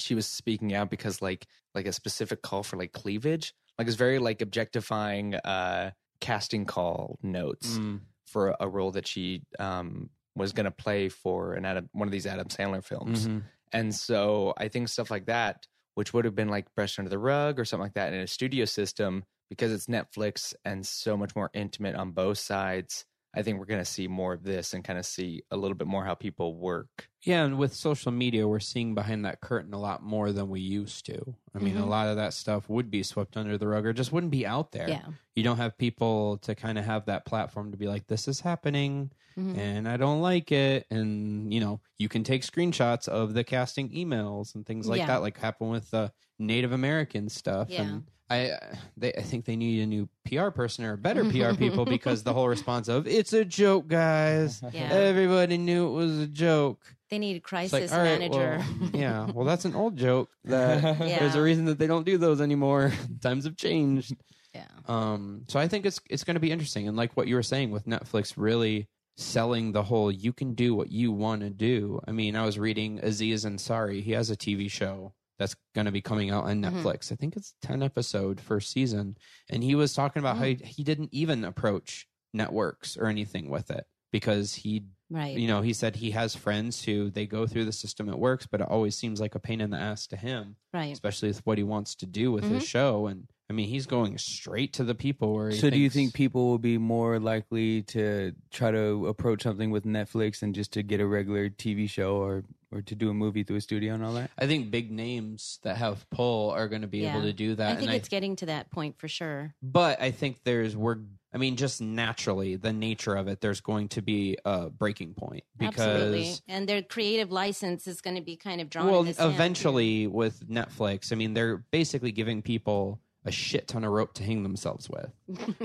Speaker 4: she was speaking out because like like a specific call for like cleavage, like it's very like objectifying uh casting call notes
Speaker 1: Mm.
Speaker 4: for a role that she um was going to play for an Adam one of these Adam Sandler films.
Speaker 1: Mhm.
Speaker 4: And so I think stuff like that, which would have been like brushed under the rug or something like that in a studio system, because it's Netflix and so much more intimate on both sides, I think we're going to see more of this and kind of see a little bit more how people work.
Speaker 1: Yeah, and with social media, we're seeing behind that curtain a lot more than we used to. I mean, a
Speaker 5: Mm-hmm.
Speaker 1: lot of that stuff would be swept under the rug or just wouldn't be out there.
Speaker 5: Yeah.
Speaker 1: You don't have people to kind of have that platform to be like, this is happening
Speaker 5: Mhm.
Speaker 1: and I don't like it. And, you know, you can take screenshots of the casting emails and things like
Speaker 5: Yeah.
Speaker 1: that, like happened with the Native American stuff.
Speaker 5: Yeah.
Speaker 1: And I, they, I think they need a new PR person or better
Speaker 5: (laughs)
Speaker 1: PR people because the whole response of, it's a joke, guys. (laughs)
Speaker 5: Yeah.
Speaker 1: Everybody knew it was a joke.
Speaker 5: They need a
Speaker 1: It's
Speaker 5: crisis
Speaker 1: all right,
Speaker 5: manager. (laughs)
Speaker 1: well, yeah. Well, that's an old joke. That there's a
Speaker 5: Yeah.
Speaker 1: reason that they don't do those anymore. (laughs) Times have changed.
Speaker 5: yeah.
Speaker 1: Um, so I think it's it's going to be interesting. And like what you were saying with Netflix, really selling the whole you can do what you want to do. I mean, I was reading Aziz Ansari, he has a TV show that's going to be coming out on
Speaker 5: Mm-hmm.
Speaker 1: Netflix. I think it's 10 episode first season and he was talking about how
Speaker 5: Mm.
Speaker 1: he, he didn't even approach networks or anything with it because he
Speaker 5: Right.
Speaker 1: you know, he said he has friends who they go through the system it works, but it always seems like a pain in the ass to him,
Speaker 5: right.
Speaker 1: especially with what he wants to do with
Speaker 5: Mm-hmm.
Speaker 1: his show. And I mean, he's going straight to the people where. He
Speaker 3: So, do you think
Speaker 1: thinks-
Speaker 3: people will be more likely to try to approach something with Netflix and just to get a regular TV show or or to do a movie through a studio and all that?
Speaker 1: I think big names that have pull are going to be able
Speaker 5: Yeah.
Speaker 1: to do that.
Speaker 5: I think
Speaker 1: and
Speaker 5: it's getting to that point for sure.
Speaker 1: but I think there's we're. I mean, just naturally, the nature of it, there's going to be a breaking point because
Speaker 5: Absolutely. And their creative license is going to be kind of drawn. in
Speaker 1: well
Speaker 5: the sand.
Speaker 1: eventually with netflix i mean they're basically giving people a shit ton of rope to hang themselves
Speaker 5: (laughs)
Speaker 1: with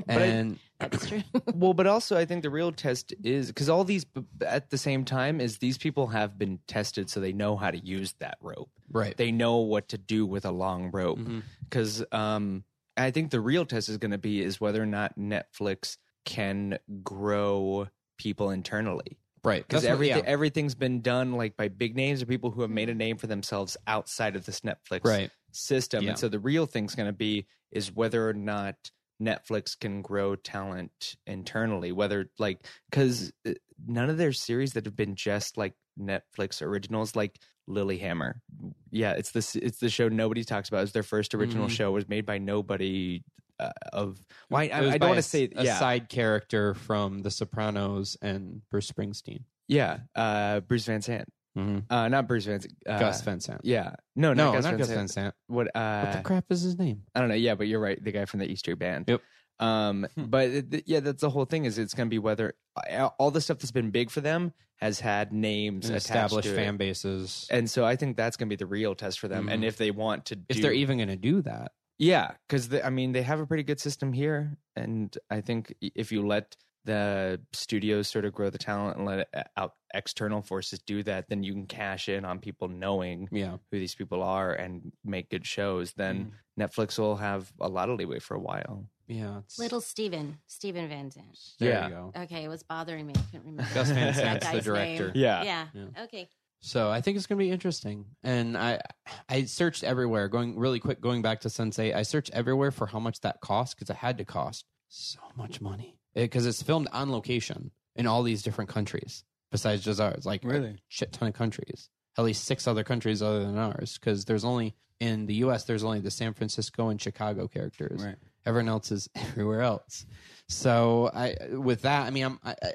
Speaker 1: and
Speaker 5: That's true.
Speaker 4: well, but also I think the real test is because all these b- at the same time is these people have been tested, so they know how to use that rope.
Speaker 1: Right.
Speaker 4: They know what to do with a long rope. Because um, I think the real test is going to be is whether or not Netflix can grow people internally.
Speaker 1: right
Speaker 4: Because
Speaker 1: that's what-
Speaker 4: everything
Speaker 1: yeah.
Speaker 4: everything's been done like by big names or people who have made a name for themselves outside of this Netflix
Speaker 1: Right.
Speaker 4: system.
Speaker 1: Yeah.
Speaker 4: And so the real thing's going to be is whether or not Netflix can grow talent internally, whether like because none of their series that have been just like Netflix originals, like Lilyhammer, yeah, it's this it's the show nobody talks about. It's their first original
Speaker 1: Mhm.
Speaker 4: show was made by nobody uh, of why
Speaker 1: It was
Speaker 4: I, I
Speaker 1: by
Speaker 4: don't want
Speaker 1: a
Speaker 4: to
Speaker 1: s-
Speaker 4: say
Speaker 1: a
Speaker 4: yeah.
Speaker 1: side character from the sopranos and bruce springsteen
Speaker 4: yeah uh Bruce Van Sant uh not Bruce Van Sant, uh,
Speaker 1: Mm-hmm. gus van sant
Speaker 4: yeah no
Speaker 1: no
Speaker 4: Oh, not Gus
Speaker 1: not
Speaker 4: Van
Speaker 1: gus
Speaker 4: Sant.
Speaker 1: van sant
Speaker 4: what uh
Speaker 1: what the crap is his name
Speaker 4: I don't know. Yeah, but you're right. The guy from the Easter band.
Speaker 1: Yep. Hmm.
Speaker 4: Um, but it- th- yeah, that's the whole thing. Is it's going to be whether uh, all the stuff that's been big for them has had names attached
Speaker 1: established
Speaker 4: to it.
Speaker 1: fan bases
Speaker 4: and so I think that's going to be the real test for them. And
Speaker 1: Mhm.
Speaker 4: if they want to,
Speaker 1: if
Speaker 4: do-
Speaker 1: they're even going to do that
Speaker 4: yeah, because I mean they have a pretty good system here, and I think i- if you let the studios sort of grow the talent and let uh, out external forces do that, then you can cash in on people knowing
Speaker 1: yeah
Speaker 4: who these people are and make good shows. Then
Speaker 1: Hmm.
Speaker 4: Netflix will have a lot of leeway for a while.
Speaker 1: yeah it's,
Speaker 5: Little Steven, Steven Van Zandt.
Speaker 1: there
Speaker 4: Yeah.
Speaker 1: you go
Speaker 5: Okay, it was bothering me. I couldn't remember.
Speaker 1: gus van
Speaker 4: (laughs) That
Speaker 1: sant's
Speaker 5: guy's
Speaker 1: the
Speaker 5: name.
Speaker 1: director
Speaker 4: Yeah.
Speaker 5: Yeah.
Speaker 1: Yeah.
Speaker 5: Okay.
Speaker 1: So I think it's going to be interesting. And I I searched everywhere, going really quick, going back to Sensei. I searched everywhere for how much that cost because it had to cost so much money because it's filmed on location in all these different countries besides just ours, like a
Speaker 3: Really?
Speaker 1: shit ton of countries, at least six other countries other than ours. Because there's only in the U.S. there's only the San Francisco and Chicago characters.
Speaker 3: Right.
Speaker 1: Everyone else is (laughs) everywhere else. So I with that, I mean, I'm, I, I,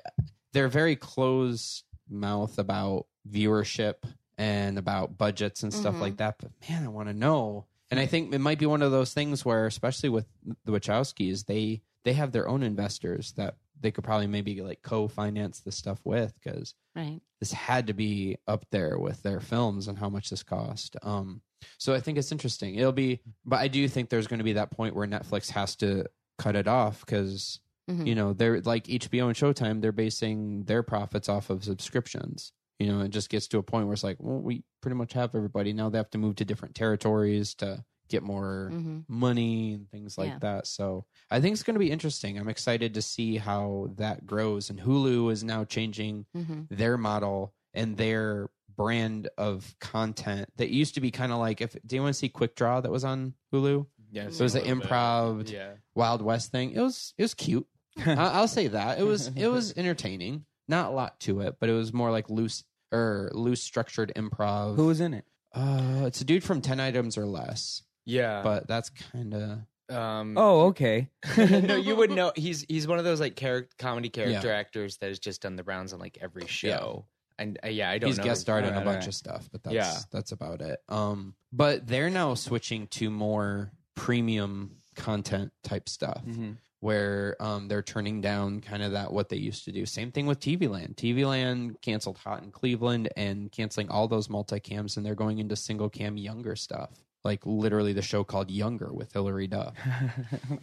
Speaker 1: they're very close mouth about viewership and about budgets and stuff like that. But man, I want to know. And I think it might be one of those things where, especially with the Wachowskis, they they have their own investors that they could probably maybe like co-finance this stuff with because
Speaker 5: Right.
Speaker 1: this had to be up there with their films and how much this cost. Um, so I think it's interesting. It'll be, but I do think there's going to be that point where Netflix has to cut it off because
Speaker 5: Mhm.
Speaker 1: you know they're like HBO and Showtime. They're basing their profits off of subscriptions. You know, it just gets to a point where it's like, well, we pretty much have everybody now. They have to move to different territories to get more
Speaker 5: Mhm.
Speaker 1: money and things like
Speaker 5: Yeah.
Speaker 1: that. So I think it's going to be interesting. I'm excited to see how that grows. And Hulu is now changing
Speaker 5: hmm
Speaker 1: their model and their brand of content that used to be kind of like if do you want to see quick draw that was on hulu
Speaker 4: Yeah.
Speaker 1: so it was an improv
Speaker 4: Yeah.
Speaker 1: wild west thing it was it was cute I, i'll say that it was it was entertaining not a lot to it but it was more like loose or loose structured improv
Speaker 3: Who was in it?
Speaker 1: uh it's a dude from 10 items or less
Speaker 4: Yeah.
Speaker 1: but that's kind of
Speaker 4: um,
Speaker 3: Oh,
Speaker 4: (laughs)
Speaker 3: okay. (laughs)
Speaker 4: no, you would know. He's he's one of those like character comedy character
Speaker 1: Yeah.
Speaker 4: actors that has just done the rounds on like every show. And uh, yeah, I don't.
Speaker 1: he's
Speaker 4: know.
Speaker 1: guest starred on a
Speaker 3: Alright,
Speaker 1: bunch
Speaker 3: alright.
Speaker 1: of stuff, but that's
Speaker 4: Yeah.
Speaker 1: that's about it. Um, but they're now switching to more premium content type stuff
Speaker 4: Mm-hmm.
Speaker 3: Mm-hmm.
Speaker 1: where um, they're turning down kind of that what they used to do. Same thing with TV Land. TV Land canceled Hot in Cleveland and canceling all those multicams, and they're going into single cam younger stuff. Like literally the show called Younger with Hilary Duff.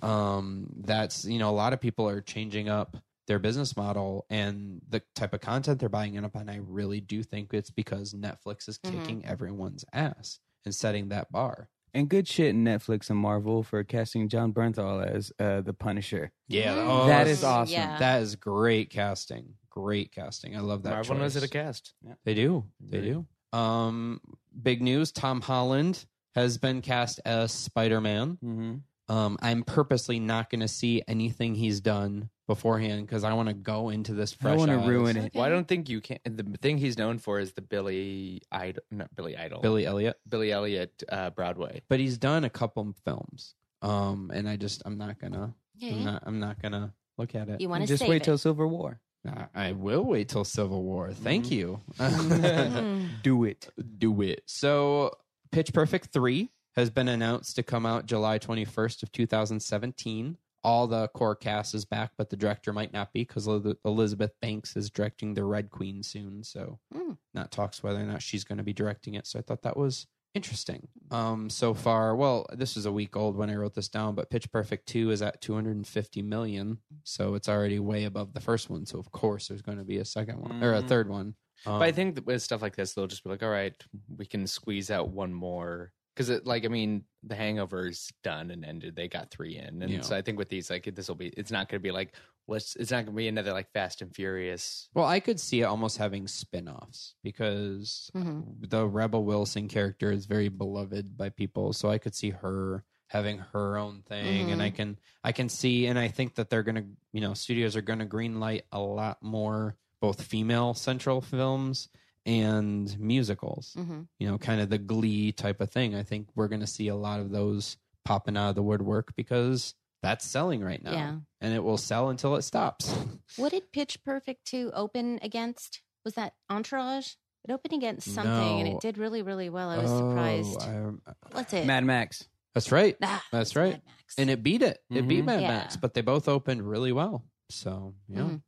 Speaker 1: um, that's you know a lot of people are changing up their business model and the type of content they're buying in up and I really do think it's because Netflix is kicking everyone's ass and setting that bar.
Speaker 3: (laughs) And good shit Netflix and Marvel for casting John Bernthal as uh, the Punisher.
Speaker 1: Yeah,
Speaker 3: That is awesome.
Speaker 5: Yeah.
Speaker 1: That is great casting. great casting. I love that.
Speaker 4: Marvel knows how
Speaker 1: choice.
Speaker 4: to cast.
Speaker 1: They do. They do. Um, big news: Tom Holland has been cast as Spider Man.
Speaker 3: Mm-hmm.
Speaker 1: Um, I'm purposely not going to see anything he's done beforehand because I want to go into this fresh.
Speaker 3: I want to
Speaker 1: eyes.
Speaker 3: ruin it.
Speaker 4: Well, I don't think you can. The thing he's known for is the Billy Idol, not Billy Idol,
Speaker 1: Billy Elliot,
Speaker 4: Billy Elliot uh, Broadway.
Speaker 1: but he's done a couple films. Um, and I just I'm not gonna I'm not I'm not gonna look at it.
Speaker 5: Mm-hmm. You want to
Speaker 3: Just
Speaker 5: save
Speaker 3: wait
Speaker 5: it.
Speaker 3: till Silver War.
Speaker 1: I- I will wait till Civil War. Thank
Speaker 5: (laughs)
Speaker 1: you. (laughs)
Speaker 3: Do it.
Speaker 1: do it. So, Pitch Perfect 3 has been announced to come out July 21st of 2017. All the core cast is back, but the director might not be because Elizabeth Banks is directing The Red Queen soon. So,
Speaker 5: Mm.
Speaker 1: not talks whether or not she's going to be directing it. So, I thought that was interesting. Um, so far, well, this is a week old when I wrote this down, but Pitch Perfect 2 is at 250 million. So, it's already way above the first one. So, of course, there's going to be a second one or a
Speaker 4: Mhm.
Speaker 1: third one. Um,
Speaker 4: But I think that with stuff like this, they'll just be like, "All right, we can squeeze out one more." Because it, like, I mean, The Hangover's done and ended. They got three in, and
Speaker 1: Yeah.
Speaker 4: so I think with these, like, this will be. It's not going to be like let's. It's not going to be another like Fast and Furious.
Speaker 1: Well, I could see it almost having spin-offs because
Speaker 5: Mm-hmm.
Speaker 1: the Rebel Wilson character is very beloved by people, so I could see her having her own thing and I
Speaker 5: Mm-hmm.
Speaker 1: can I can see and I think that they're going to, you know, studios are going to greenlight a lot more both female central films and musicals.
Speaker 5: hmm
Speaker 1: You know, kind of the glee type of thing. I think we're going to see a lot of those popping out of the woodwork because that's selling right now.
Speaker 5: Yeah.
Speaker 1: And it will sell until it stops.
Speaker 5: What did Pitch Perfect 2 open against? Was that Entourage? It opened against something and
Speaker 1: No.
Speaker 5: it did really, really well. I was
Speaker 1: Oh,
Speaker 5: surprised.
Speaker 1: I-
Speaker 5: What's it?
Speaker 3: Mad Max.
Speaker 1: That's right.
Speaker 5: Ah,
Speaker 1: That's
Speaker 5: it's
Speaker 1: right.
Speaker 5: Mad Max.
Speaker 1: And it beat it. It beat
Speaker 3: Mhm.
Speaker 1: Mad
Speaker 5: Yeah.
Speaker 1: Max, but they both opened really well. So yeah,
Speaker 5: Mhm.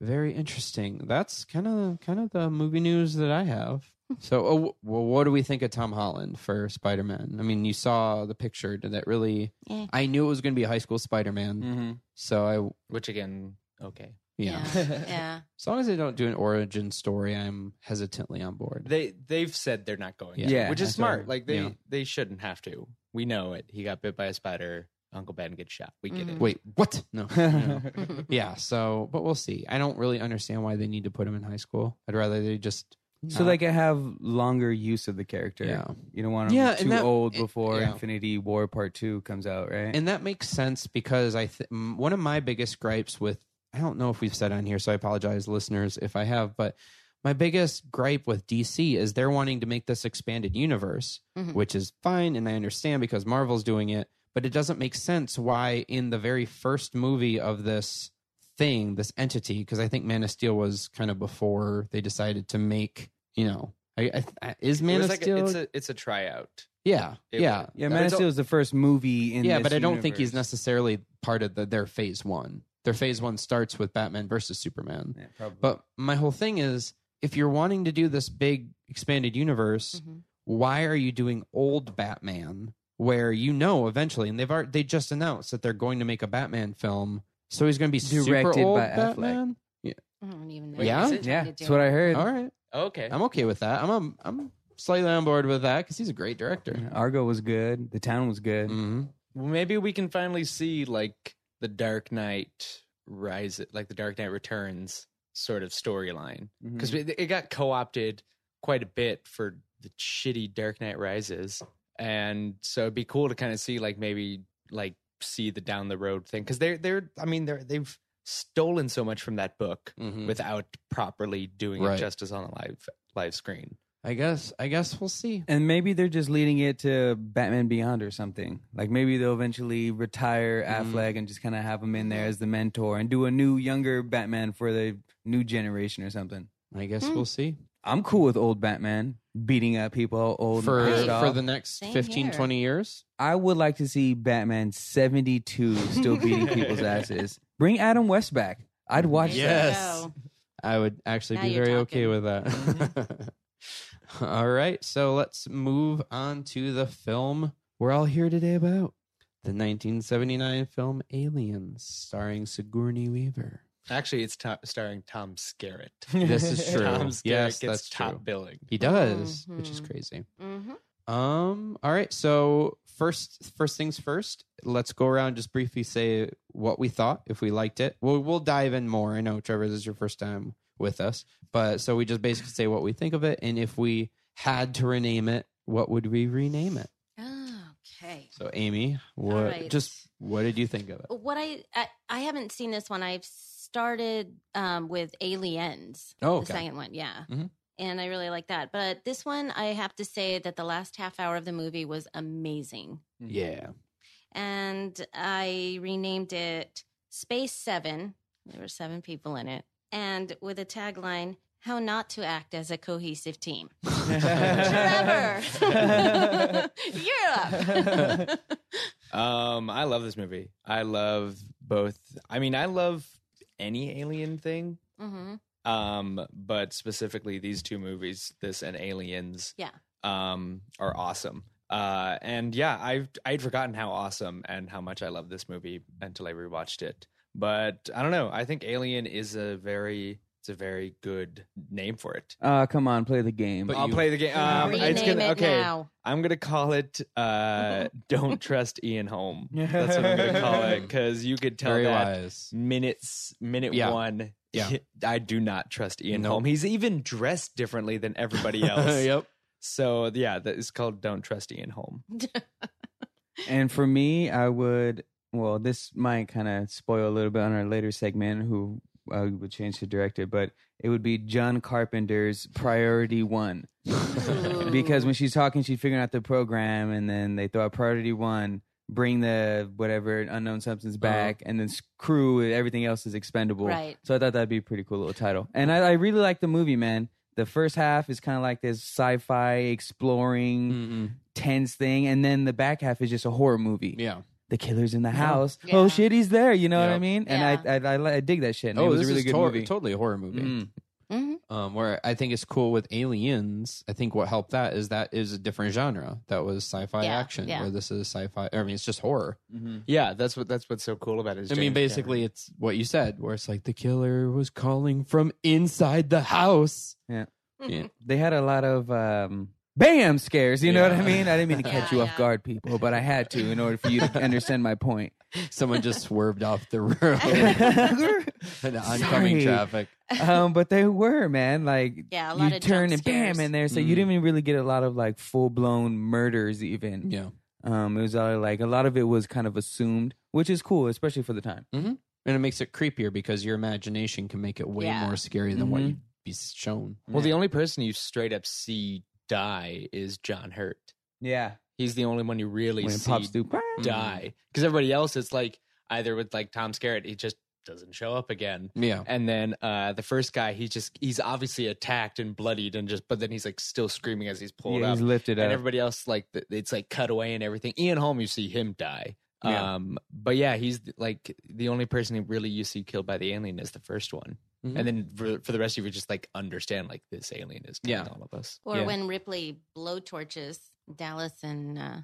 Speaker 1: very interesting. That's kind of kind of the movie news that I have. So, oh, wh- well, what do we think of Tom Holland for Spider Man? I mean, you saw the picture. Did that really?
Speaker 5: Eh.
Speaker 1: I knew it was going to be high school Spider Man.
Speaker 3: Mm.
Speaker 4: Mm-hmm.
Speaker 1: So I,
Speaker 4: Which again, okay.
Speaker 1: yeah.
Speaker 5: Yeah.
Speaker 1: (laughs)
Speaker 5: yeah.
Speaker 1: As long as they don't do an origin story, I'm hesitantly on board.
Speaker 4: They they've said they're not going.
Speaker 1: Yeah.
Speaker 4: to,
Speaker 3: Yeah,
Speaker 4: which is
Speaker 3: that's
Speaker 4: smart.
Speaker 3: right.
Speaker 4: Like they
Speaker 1: Yeah.
Speaker 4: they shouldn't have to. We know it. He got bit by a spider. Uncle Ben gets shot. We get it.
Speaker 1: Mm. Wait, what? No. no. yeah. So, but we'll see. I don't really understand why they need to put him in high school. I'd rather they just
Speaker 3: So
Speaker 1: not-
Speaker 3: they can have longer use of the character.
Speaker 1: Yeah.
Speaker 3: You don't want him
Speaker 1: Yeah, and
Speaker 3: too
Speaker 1: that-
Speaker 3: old
Speaker 1: it-
Speaker 3: before
Speaker 1: yeah.
Speaker 3: Infinity War Part 2 comes out, right?
Speaker 1: And that makes sense because I th- m- one of my biggest gripes with I don't know if we've said on here, so I apologize, listeners, if I have, but my biggest gripe with DC is they're wanting to make this expanded universe,
Speaker 4: Mm-hmm.
Speaker 5: Mhm.
Speaker 1: which is fine, and I understand because Marvel's doing it, but it doesn't make sense why in the very first movie of this thing, this entity, because I think Man of Steel was kind of before they decided to make, you know, I, I, is
Speaker 4: It
Speaker 1: Man
Speaker 4: was
Speaker 1: of
Speaker 4: like
Speaker 1: Steel?
Speaker 4: a, it's a it's a tryout.
Speaker 1: yeah,
Speaker 4: It
Speaker 1: yeah,
Speaker 4: was- uh,
Speaker 3: yeah,
Speaker 4: that
Speaker 3: Man of
Speaker 4: was
Speaker 3: Steel is the first movie in
Speaker 1: yeah,
Speaker 3: this
Speaker 1: but I don't think he's
Speaker 3: universe.
Speaker 1: necessarily part of the, their phase one. Their phase one starts with Batman versus Superman.
Speaker 3: Yeah, probably.
Speaker 1: But my whole thing is if you're wanting to do this big expanded universe,
Speaker 5: Mhm.
Speaker 1: why are you doing old Batman where you know eventually and they've already, they just announced that they're going to make a Batman film. So he's going to be
Speaker 3: Directed
Speaker 1: super old
Speaker 3: by Affleck.
Speaker 1: Batman.
Speaker 5: I don't even know.
Speaker 1: Wait, Yeah? is
Speaker 5: what they're
Speaker 3: yeah,
Speaker 5: trying to
Speaker 3: that's
Speaker 5: do.
Speaker 3: what I heard.
Speaker 1: All right.
Speaker 4: Okay.
Speaker 1: I'm okay with that. I'm I'm, I'm slightly on board with that cuz he's a great director.
Speaker 3: Argo was good. The town was good.
Speaker 1: hmm
Speaker 4: Well, maybe we can finally see like the Dark Knight rise, like the Dark Knight Returns sort of storyline,
Speaker 1: Mm-hmm. Hmm.
Speaker 4: because it got co-opted quite a bit for the shitty Dark Knight Rises, and so it'd be cool to kind of see like maybe like see the down the road thing because they're they're I mean they're they've stolen so much from that book
Speaker 1: Mhm.
Speaker 4: without properly doing
Speaker 1: Right.
Speaker 4: it justice on the live live screen.
Speaker 1: I guess I guess we'll see.
Speaker 3: And maybe they're just leading it to Batman Beyond or something. Like maybe they'll eventually retire
Speaker 1: Mm-hmm.
Speaker 3: Affleck and just kind of have him in there as the mentor and do a new, younger Batman for the new generation or something.
Speaker 1: I guess we'll see.
Speaker 3: I'm cool with old Batman beating up people old and
Speaker 1: for
Speaker 3: pissed
Speaker 1: for
Speaker 3: off.
Speaker 1: the next
Speaker 5: Same
Speaker 1: 15
Speaker 5: here.
Speaker 1: 20 years
Speaker 3: I would like to see Batman 72 still beating
Speaker 1: (laughs)
Speaker 3: people's asses. Bring Adam West back. I'd watch
Speaker 5: There you
Speaker 3: that.
Speaker 1: Yes.
Speaker 5: go.
Speaker 1: i would actually
Speaker 5: Now
Speaker 1: be
Speaker 5: you're
Speaker 1: very okay
Speaker 5: talking. Mm-hmm.
Speaker 1: with that (laughs) all right so let's move on to the film we're all here today about the 1979 film aliens starring sigourney weaver
Speaker 4: Actually, it's to- starring Tom Skerritt.
Speaker 1: This
Speaker 4: (laughs)
Speaker 1: is true.
Speaker 4: Tom Skerritt
Speaker 1: Yes,
Speaker 4: gets
Speaker 1: that's
Speaker 4: top
Speaker 1: true.
Speaker 4: billing.
Speaker 1: he does which is
Speaker 5: Mhm.
Speaker 1: crazy
Speaker 5: Mhm.
Speaker 1: um all right so first first things first let's go around and just briefly say what we thought if we liked it well we'll dive in more i know trevor this is your first time with us. But so we just basically say what we think of it, and if we had to rename it, what would we rename it?
Speaker 5: Mm-hmm. Okay.
Speaker 1: So Amy, what
Speaker 5: right.
Speaker 1: just what did you think of it?
Speaker 5: What I, I I haven't seen this one. I've started um, with Aliens.
Speaker 1: Oh,
Speaker 5: the second one, yeah.
Speaker 4: Mm-hmm.
Speaker 1: Mhm.
Speaker 5: And I really like that. But this one, I have to say that the last half hour of the movie was amazing.
Speaker 4: Mm-hmm.
Speaker 1: yeah,
Speaker 5: and I renamed it Space Seven. There were seven people in it, and with a tagline How Not to Act as a Cohesive
Speaker 4: (laughs)
Speaker 5: Team. Trevor, (laughs) you're up.
Speaker 4: Um, I love this movie. I love both. I mean, I love any alien thing,
Speaker 5: hmm
Speaker 4: um, but specifically these two movies, this and Aliens,
Speaker 5: Yeah.
Speaker 4: um, are awesome. Uh, and yeah, I've I'd forgotten how awesome and how much I love this movie until I rewatched it. But I don't know. I think Alien is a very it's a very good name for it.
Speaker 3: Uh, come on, play the game.
Speaker 4: I'll play the game. Um, it's
Speaker 5: Rename
Speaker 4: gonna,
Speaker 5: it
Speaker 4: okay,
Speaker 5: now.
Speaker 4: I'm gonna call it (laughs) uh, "Don't Trust Ian Holm." That's what I'm (laughs) gonna call it because you could tell
Speaker 1: very
Speaker 4: that
Speaker 1: wise.
Speaker 4: minutes minute
Speaker 1: Yeah.
Speaker 4: one.
Speaker 1: Yeah.
Speaker 4: I do not trust Ian
Speaker 1: Nope.
Speaker 4: Holm. He's even dressed differently
Speaker 1: (laughs)
Speaker 4: than everybody else.
Speaker 1: yep.
Speaker 4: So yeah, that is called "Don't Trust Ian Holm."
Speaker 3: And for me, I would. Well, this might kind of spoil a little bit on our later segment, who uh, would change the director, but it would be John Carpenter's Priority One. because when she's talking, she's figuring out the program, and then they throw out Priority One, bring the whatever unknown substance back, and then screw everything else is expendable.
Speaker 5: Right.
Speaker 3: So I thought that'd be a pretty cool little title. And I, I really like the movie, man. The first half is kind of like this sci fi exploring tense thing, and then the back half is just a horror movie.
Speaker 1: Yeah.
Speaker 3: The killer's in the house.
Speaker 5: Yeah.
Speaker 3: Oh shit, he's there. You know what I
Speaker 1: Yep.
Speaker 3: mean? And I, I, I, li- I dig that shit. And
Speaker 1: Oh,
Speaker 3: it was
Speaker 1: this
Speaker 3: a really
Speaker 1: is
Speaker 3: good
Speaker 1: to-
Speaker 3: movie.
Speaker 1: totally a horror movie.
Speaker 4: Mm-hmm.
Speaker 3: Mm.
Speaker 5: Mhm.
Speaker 1: Um, where I think it's cool with aliens. I think what helped that is that is a different genre that was sci-fi
Speaker 5: Yeah,
Speaker 1: action.
Speaker 5: yeah.
Speaker 1: Where this is sci-fi. I mean, it's just horror.
Speaker 4: Yeah, that's what that's what's so cool about it. is
Speaker 1: I mean,
Speaker 4: James Cameron.
Speaker 1: basically, it's what you said, where it's like the killer was calling from inside the house.
Speaker 3: Yeah.
Speaker 5: (laughs)
Speaker 1: Yeah.
Speaker 3: They had a lot of um, bam scares. You know what I
Speaker 1: Yeah.
Speaker 3: mean? I didn't mean to
Speaker 5: Yeah,
Speaker 3: catch you
Speaker 5: yeah.
Speaker 3: off guard, people, but I had to in order for
Speaker 1: (laughs)
Speaker 3: you to understand my point. (laughs)
Speaker 1: Someone just swerved off the road.
Speaker 5: (laughs)
Speaker 1: in oncoming
Speaker 3: Sorry.
Speaker 1: traffic.
Speaker 3: um, but they were man, like
Speaker 5: (laughs) Yeah, a lot
Speaker 3: you
Speaker 5: of jump
Speaker 3: turn and bam
Speaker 5: scares.
Speaker 3: in there, so you
Speaker 1: Mm.
Speaker 3: didn't even really get a lot of like full blown murders. Even
Speaker 1: Yeah.
Speaker 3: um, it was all like a lot of it was kind of assumed, which is cool, especially for the time.
Speaker 1: And it makes it creepier because your imagination can make it way
Speaker 5: Yeah.
Speaker 1: more scary than what
Speaker 4: Mm-hmm.
Speaker 3: Mhm.
Speaker 1: you'd be shown.
Speaker 4: well, the only person you straight up see die is John Hurt.
Speaker 3: Yeah,
Speaker 4: He's the only one you really
Speaker 3: when it
Speaker 4: see
Speaker 3: pops through,
Speaker 4: die because everybody else it's like either with like Tom Skerritt he just doesn't show up again
Speaker 1: Yeah.
Speaker 4: and then uh the first guy he just he's obviously attacked and bloodied and just but then he's like still screaming as he's pulled
Speaker 3: yeah,
Speaker 4: up
Speaker 3: he's lifted
Speaker 4: and
Speaker 3: up.
Speaker 4: everybody else like th- it's like cut away and everything Ian Holm you see him die
Speaker 3: Yeah.
Speaker 4: um but yeah he's like the only person who really you see killed by the alien is the first one
Speaker 1: Mhm.
Speaker 4: and then for, for the rest of you just like understand like this alien is killing
Speaker 1: Yeah.
Speaker 4: all of us
Speaker 5: Or
Speaker 1: Yeah.
Speaker 5: when Ripley blowtorches Dallas and uh,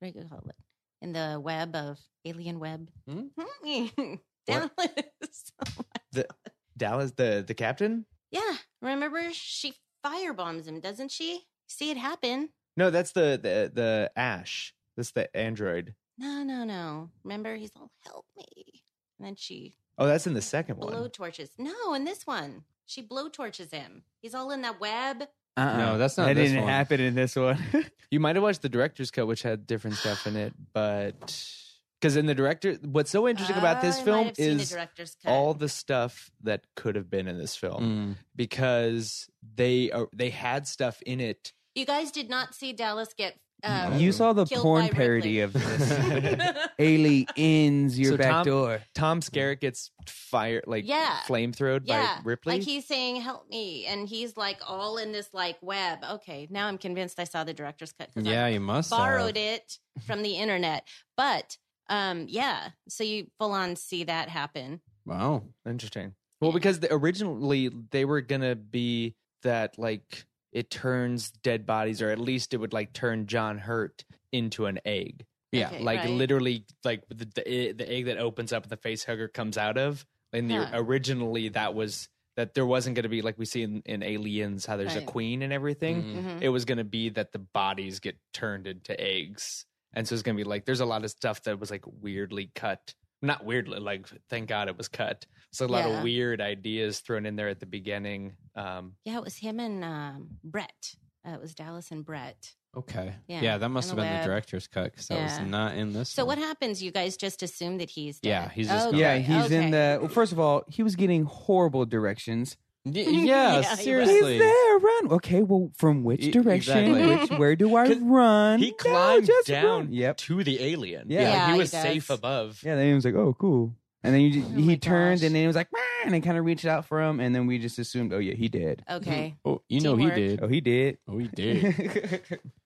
Speaker 5: what do you call it? In the web of alien web. (laughs)
Speaker 1: Hmm?
Speaker 5: Dallas. (laughs)
Speaker 4: Dallas the the captain
Speaker 5: yeah, remember she firebombs him, doesn't she? See it happen.
Speaker 4: no that's the the the Ash that's the android
Speaker 5: No, no, no. Remember, he's all help me. And then she
Speaker 4: Oh, that's in the second one.
Speaker 5: blowtorches. No, in this one, she blowtorches him. He's all in that web.
Speaker 3: Uh-uh.
Speaker 1: No, that's not
Speaker 3: That
Speaker 1: this
Speaker 3: didn't
Speaker 1: one.
Speaker 3: happen in
Speaker 5: (laughs)
Speaker 3: this one.
Speaker 4: You might have watched the director's cut, which had different stuff in it, but because in the director, what's so interesting about this
Speaker 5: Oh, I might
Speaker 4: film
Speaker 5: have seen the
Speaker 4: is
Speaker 5: director's cut.
Speaker 4: all the stuff that could have been in this film (laughs)
Speaker 1: Mm.
Speaker 4: because they are, they had stuff in it.
Speaker 5: You guys did not see Dallas get. Uh,
Speaker 3: (laughs) you saw the
Speaker 5: killed
Speaker 3: porn
Speaker 5: by
Speaker 3: parody
Speaker 5: Ripley. (laughs)
Speaker 3: of
Speaker 1: (laughs)
Speaker 3: this. Aliens, your
Speaker 4: So
Speaker 3: back
Speaker 4: Tom-
Speaker 3: door.
Speaker 4: Tom Skerritt gets fired, like
Speaker 5: Yeah.
Speaker 4: flamethrowed
Speaker 5: yeah,
Speaker 4: by Ripley.
Speaker 5: Like he's saying, "Help me," and he's like all in this like web. Okay, now I'm convinced I saw the director's cut. 'cause I
Speaker 1: Yeah, you must have. (laughs)
Speaker 5: borrowed it from the internet, but um, yeah. So you full on see that happen.
Speaker 1: Wow.
Speaker 4: Interesting. Well, because the, originally they were gonna be that like it turns dead bodies, or at least it would like turn John Hurt into an egg.
Speaker 1: Yeah.
Speaker 5: Okay.
Speaker 4: like
Speaker 5: right.
Speaker 4: literally like the, e, the the egg that opens up and the face hugger comes out of and the,
Speaker 5: Huh.
Speaker 4: originally that was that there wasn't going to be like we see in, in aliens how there's
Speaker 5: Right.
Speaker 4: a queen and everything
Speaker 1: Mm.
Speaker 5: Mhm.
Speaker 4: it was going to be that the bodies get turned into eggs and so it's going to be like there's a lot of stuff that was like weirdly cut not weirdly like thank god it was cut so a lot
Speaker 5: Yeah.
Speaker 4: of weird ideas thrown in there at the beginning um
Speaker 5: Yeah, it was him and um, Brett. Uh, it was Dallas and Brett.
Speaker 1: Okay.
Speaker 5: Yeah,
Speaker 1: Yeah, that must have
Speaker 5: and
Speaker 1: been
Speaker 5: the
Speaker 1: the
Speaker 5: web.
Speaker 1: director's cut because that
Speaker 5: Yeah.
Speaker 1: was not in this.
Speaker 5: So
Speaker 1: one.
Speaker 5: what happens? You guys just assume that he's dead.
Speaker 1: Hmm. Yeah, he's just
Speaker 5: Okay,
Speaker 1: gone.
Speaker 3: Yeah, he's
Speaker 5: okay.
Speaker 3: in the. Well, first of all, he was getting horrible directions.
Speaker 1: Y-
Speaker 5: (laughs)
Speaker 1: yeah,
Speaker 5: Yeah, he was.
Speaker 1: seriously.
Speaker 3: He's there, run. Okay, well, from which
Speaker 1: E-
Speaker 3: direction?
Speaker 1: exactly.
Speaker 3: Which where do
Speaker 4: (laughs)
Speaker 3: I
Speaker 4: 'Cause
Speaker 3: run?
Speaker 4: he
Speaker 3: No,
Speaker 4: climbed
Speaker 3: just
Speaker 4: down
Speaker 3: run. Yep.
Speaker 4: to the alien
Speaker 3: Yeah.
Speaker 4: Like,
Speaker 5: Yeah,
Speaker 4: he
Speaker 5: he
Speaker 4: was
Speaker 5: does.
Speaker 4: safe above
Speaker 3: Yeah. Then he was like, "Oh, cool." And then you, ju-
Speaker 5: Oh my
Speaker 3: he turned,
Speaker 5: gosh.
Speaker 3: and then he was like, "Meh," and it kind of reached out for him, and then we just assumed, "Oh yeah, he did.
Speaker 1: (laughs)
Speaker 5: Okay.
Speaker 1: Oh, you know
Speaker 5: Teamwork.
Speaker 1: he did.
Speaker 3: Oh, he did." (laughs)
Speaker 1: Oh, he did.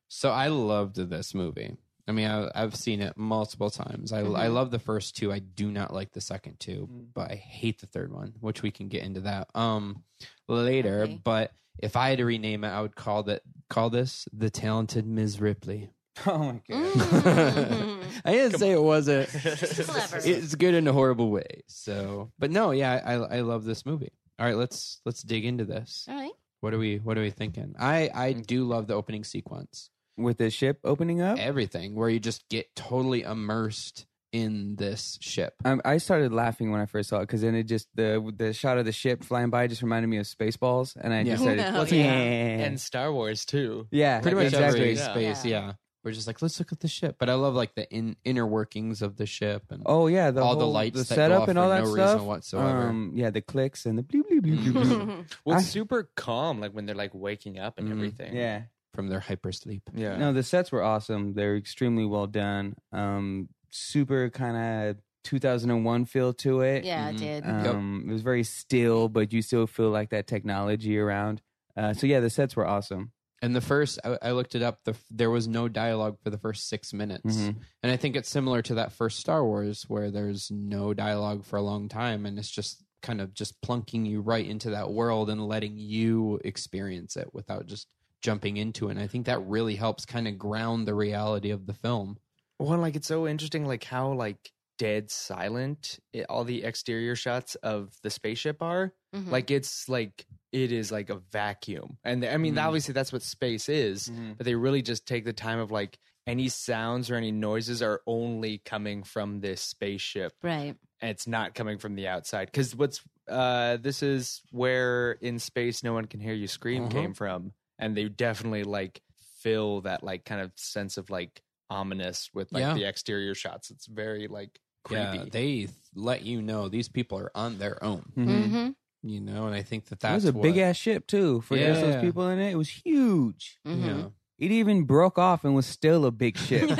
Speaker 1: so I loved this movie. I mean, I, I've seen it multiple times. I, I love the first two. I do not like the second two, but I hate the third one, which we can get into that um later.
Speaker 5: Okay.
Speaker 1: But if I had to rename it, I would call that call this the Talented Ms.
Speaker 5: (laughs)
Speaker 1: Ripley. (laughs)
Speaker 3: oh my god.
Speaker 5: Mm.
Speaker 1: I didn't say it wasn't.
Speaker 5: Clever.
Speaker 1: it's good in a horrible way. So, but no, yeah, I I love this movie. All right, let's let's dig into this.
Speaker 5: All
Speaker 1: (laughs)
Speaker 5: right.
Speaker 1: What are we What are we thinking? I I do love the opening sequence.
Speaker 3: With the ship opening up,
Speaker 1: Everything where you just get totally immersed in this ship.
Speaker 3: um, I started laughing when I first saw it because then it just the the shot of the ship flying by just reminded me of Spaceballs, and I just
Speaker 1: Yeah.
Speaker 5: (laughs)
Speaker 3: started,
Speaker 5: Oh,
Speaker 3: yeah,
Speaker 5: yeah.
Speaker 4: and star wars too
Speaker 3: yeah,
Speaker 1: Pretty much
Speaker 3: exactly.
Speaker 1: every
Speaker 4: Yeah.
Speaker 1: space, yeah. We're just like, let's look at the ship. But I love like the in, inner workings of the ship and
Speaker 3: Oh yeah, the
Speaker 1: all
Speaker 3: whole,
Speaker 1: the lights
Speaker 3: the
Speaker 1: that go
Speaker 3: setup,
Speaker 1: off
Speaker 3: and
Speaker 1: for
Speaker 3: all that
Speaker 1: no
Speaker 3: stuff.
Speaker 1: reason whatsoever.
Speaker 3: Um, yeah, the clicks and the bleep bleep bleep bleep. bleep.
Speaker 5: (laughs)
Speaker 1: Mm-hmm.
Speaker 4: well it's
Speaker 3: I- Mm-hmm.
Speaker 4: super calm like when they're like waking up and
Speaker 1: Mhm.
Speaker 4: everything
Speaker 3: yeah,
Speaker 1: from their hypersleep.
Speaker 4: yeah
Speaker 3: no, the sets were awesome. They're extremely well done. Um, super kind of 2001 feel to it.
Speaker 5: Yeah,
Speaker 1: Mhm.
Speaker 5: it did.
Speaker 1: Yep.
Speaker 3: Um, it was very still, but you still feel like that technology around. Uh, so yeah, the sets were awesome.
Speaker 1: And the first, I, I looked it up. The, f- there was no dialogue for the first six minutes,
Speaker 4: Mm-hmm.
Speaker 3: Mhm.
Speaker 1: and I think it's similar to that first Star Wars, where there's no dialogue for a long time, and it's just kind of just plunking you right into that world and letting you experience it without just jumping into it. And I think that really helps kind of ground the reality of the film.
Speaker 4: Well, like it's so interesting, like how like dead silent it, all the exterior shots of the spaceship are.
Speaker 5: Mhm.
Speaker 4: Like it's like it is like a vacuum, and I mean
Speaker 1: Mhm.
Speaker 4: obviously that's what space is,
Speaker 1: Mm-hmm.
Speaker 3: Mhm.
Speaker 4: but they really just take the time of like any sounds or any noises are only coming from this spaceship
Speaker 5: right.
Speaker 4: and it's not coming from the outside because what's uh this is where in space no one can hear you scream
Speaker 1: Uh-huh.
Speaker 4: came from and they definitely like fill that like kind of sense of like ominous with like
Speaker 1: Yeah.
Speaker 4: the exterior shots it's very like creepy
Speaker 1: Yeah,
Speaker 4: (laughs)
Speaker 1: they (laughs) th- let you know these people are on their own,
Speaker 3: Mhm.
Speaker 5: Mm-hmm.
Speaker 1: you know. And I think that
Speaker 3: It
Speaker 1: that's
Speaker 3: was a
Speaker 1: what-
Speaker 3: big ass ship too. For just
Speaker 1: Yeah.
Speaker 3: those people in it, it was huge.
Speaker 5: Mm-hmm.
Speaker 1: Yeah,
Speaker 3: It even broke off and was still a big
Speaker 5: (laughs)
Speaker 3: ship.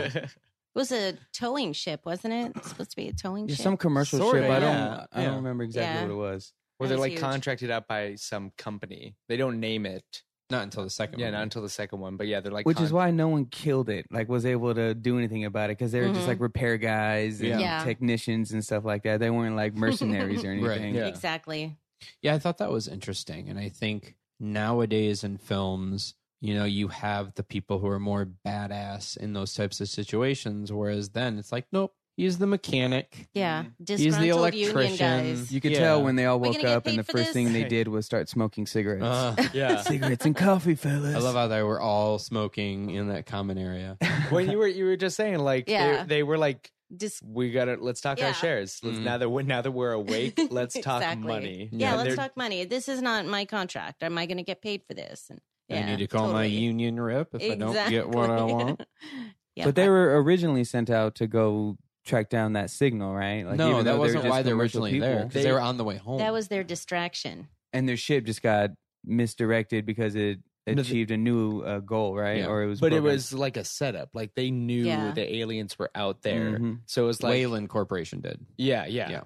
Speaker 5: It was a towing ship, wasn't it? It's supposed to be a towing
Speaker 3: Yeah,
Speaker 5: ship.
Speaker 3: some commercial
Speaker 4: Sorta,
Speaker 3: ship. I don't.
Speaker 4: yeah,
Speaker 3: I don't
Speaker 4: yeah.
Speaker 3: remember exactly
Speaker 5: Yeah.
Speaker 3: what it was.
Speaker 4: or
Speaker 5: That
Speaker 4: they're
Speaker 5: was
Speaker 4: like
Speaker 5: huge.
Speaker 4: contracted out by some company they don't name it
Speaker 1: not until the second.
Speaker 4: yeah
Speaker 1: one.
Speaker 4: not until the second one but yeah they're like
Speaker 3: Which is
Speaker 4: con-
Speaker 3: why no one killed it. Like, was able to do anything about it because they were just
Speaker 5: Mhm.
Speaker 3: like repair guys and
Speaker 1: Yeah.
Speaker 5: Yeah.
Speaker 3: technicians and stuff like that. They weren't like
Speaker 1: (laughs)
Speaker 3: mercenaries or
Speaker 1: Right.
Speaker 3: anything.
Speaker 4: Yeah.
Speaker 1: Mm-hmm.
Speaker 5: Exactly.
Speaker 1: Yeah, I thought that was interesting. And I think nowadays in films, you know, you have the people who are more badass in those types of situations, whereas then it's like, nope, he's the mechanic.
Speaker 5: Yeah.
Speaker 1: He's the
Speaker 5: Disgruntled union
Speaker 1: electrician.
Speaker 5: guys.
Speaker 3: You could
Speaker 1: Yeah.
Speaker 3: tell when they all
Speaker 5: We
Speaker 3: woke
Speaker 5: gonna get
Speaker 3: up and
Speaker 5: paid
Speaker 3: the
Speaker 5: for
Speaker 3: first
Speaker 5: this?
Speaker 3: thing they did was start smoking cigarettes.
Speaker 1: Uh,
Speaker 4: yeah
Speaker 3: (laughs) cigarettes and coffee, fellas.
Speaker 1: I love how they were all smoking in that common
Speaker 5: (laughs)
Speaker 1: area.
Speaker 4: (laughs) when you were you were just saying like they-
Speaker 5: Yeah.
Speaker 4: they were like
Speaker 5: Dis-
Speaker 4: we gotta let's talk
Speaker 5: Yeah.
Speaker 4: our shares let's
Speaker 1: Mhm.
Speaker 4: now that we're now that we're
Speaker 5: (laughs)
Speaker 4: awake let's talk
Speaker 5: Exactly.
Speaker 4: money
Speaker 5: yeah,
Speaker 4: And
Speaker 5: let's
Speaker 4: they're-
Speaker 5: talk money. This is not my contract. Am I going to get paid for this? And yeah,
Speaker 1: I need to call my
Speaker 5: totally.
Speaker 1: union rep if I don't get what I
Speaker 5: Exactly. (laughs)
Speaker 1: want.
Speaker 5: yeah.
Speaker 3: But they were originally sent out to go track down that signal, right?
Speaker 1: no,
Speaker 3: even though
Speaker 1: that
Speaker 3: they were
Speaker 1: wasn't
Speaker 3: just
Speaker 1: why they're
Speaker 3: commercial
Speaker 1: originally there
Speaker 3: people.
Speaker 1: because they were on the way home.
Speaker 5: that was their distraction.
Speaker 3: and their ship just got misdirected because it
Speaker 4: the-
Speaker 3: achieved a new uh, goal, right?
Speaker 1: Yeah.
Speaker 3: Or it was,
Speaker 4: but it
Speaker 3: broken.
Speaker 4: was like a setup like they knew
Speaker 5: Yeah.
Speaker 4: the aliens were out there
Speaker 3: Mhm.
Speaker 4: so it was like
Speaker 1: Wayland Corporation did.
Speaker 4: yeah, yeah
Speaker 1: Yeah.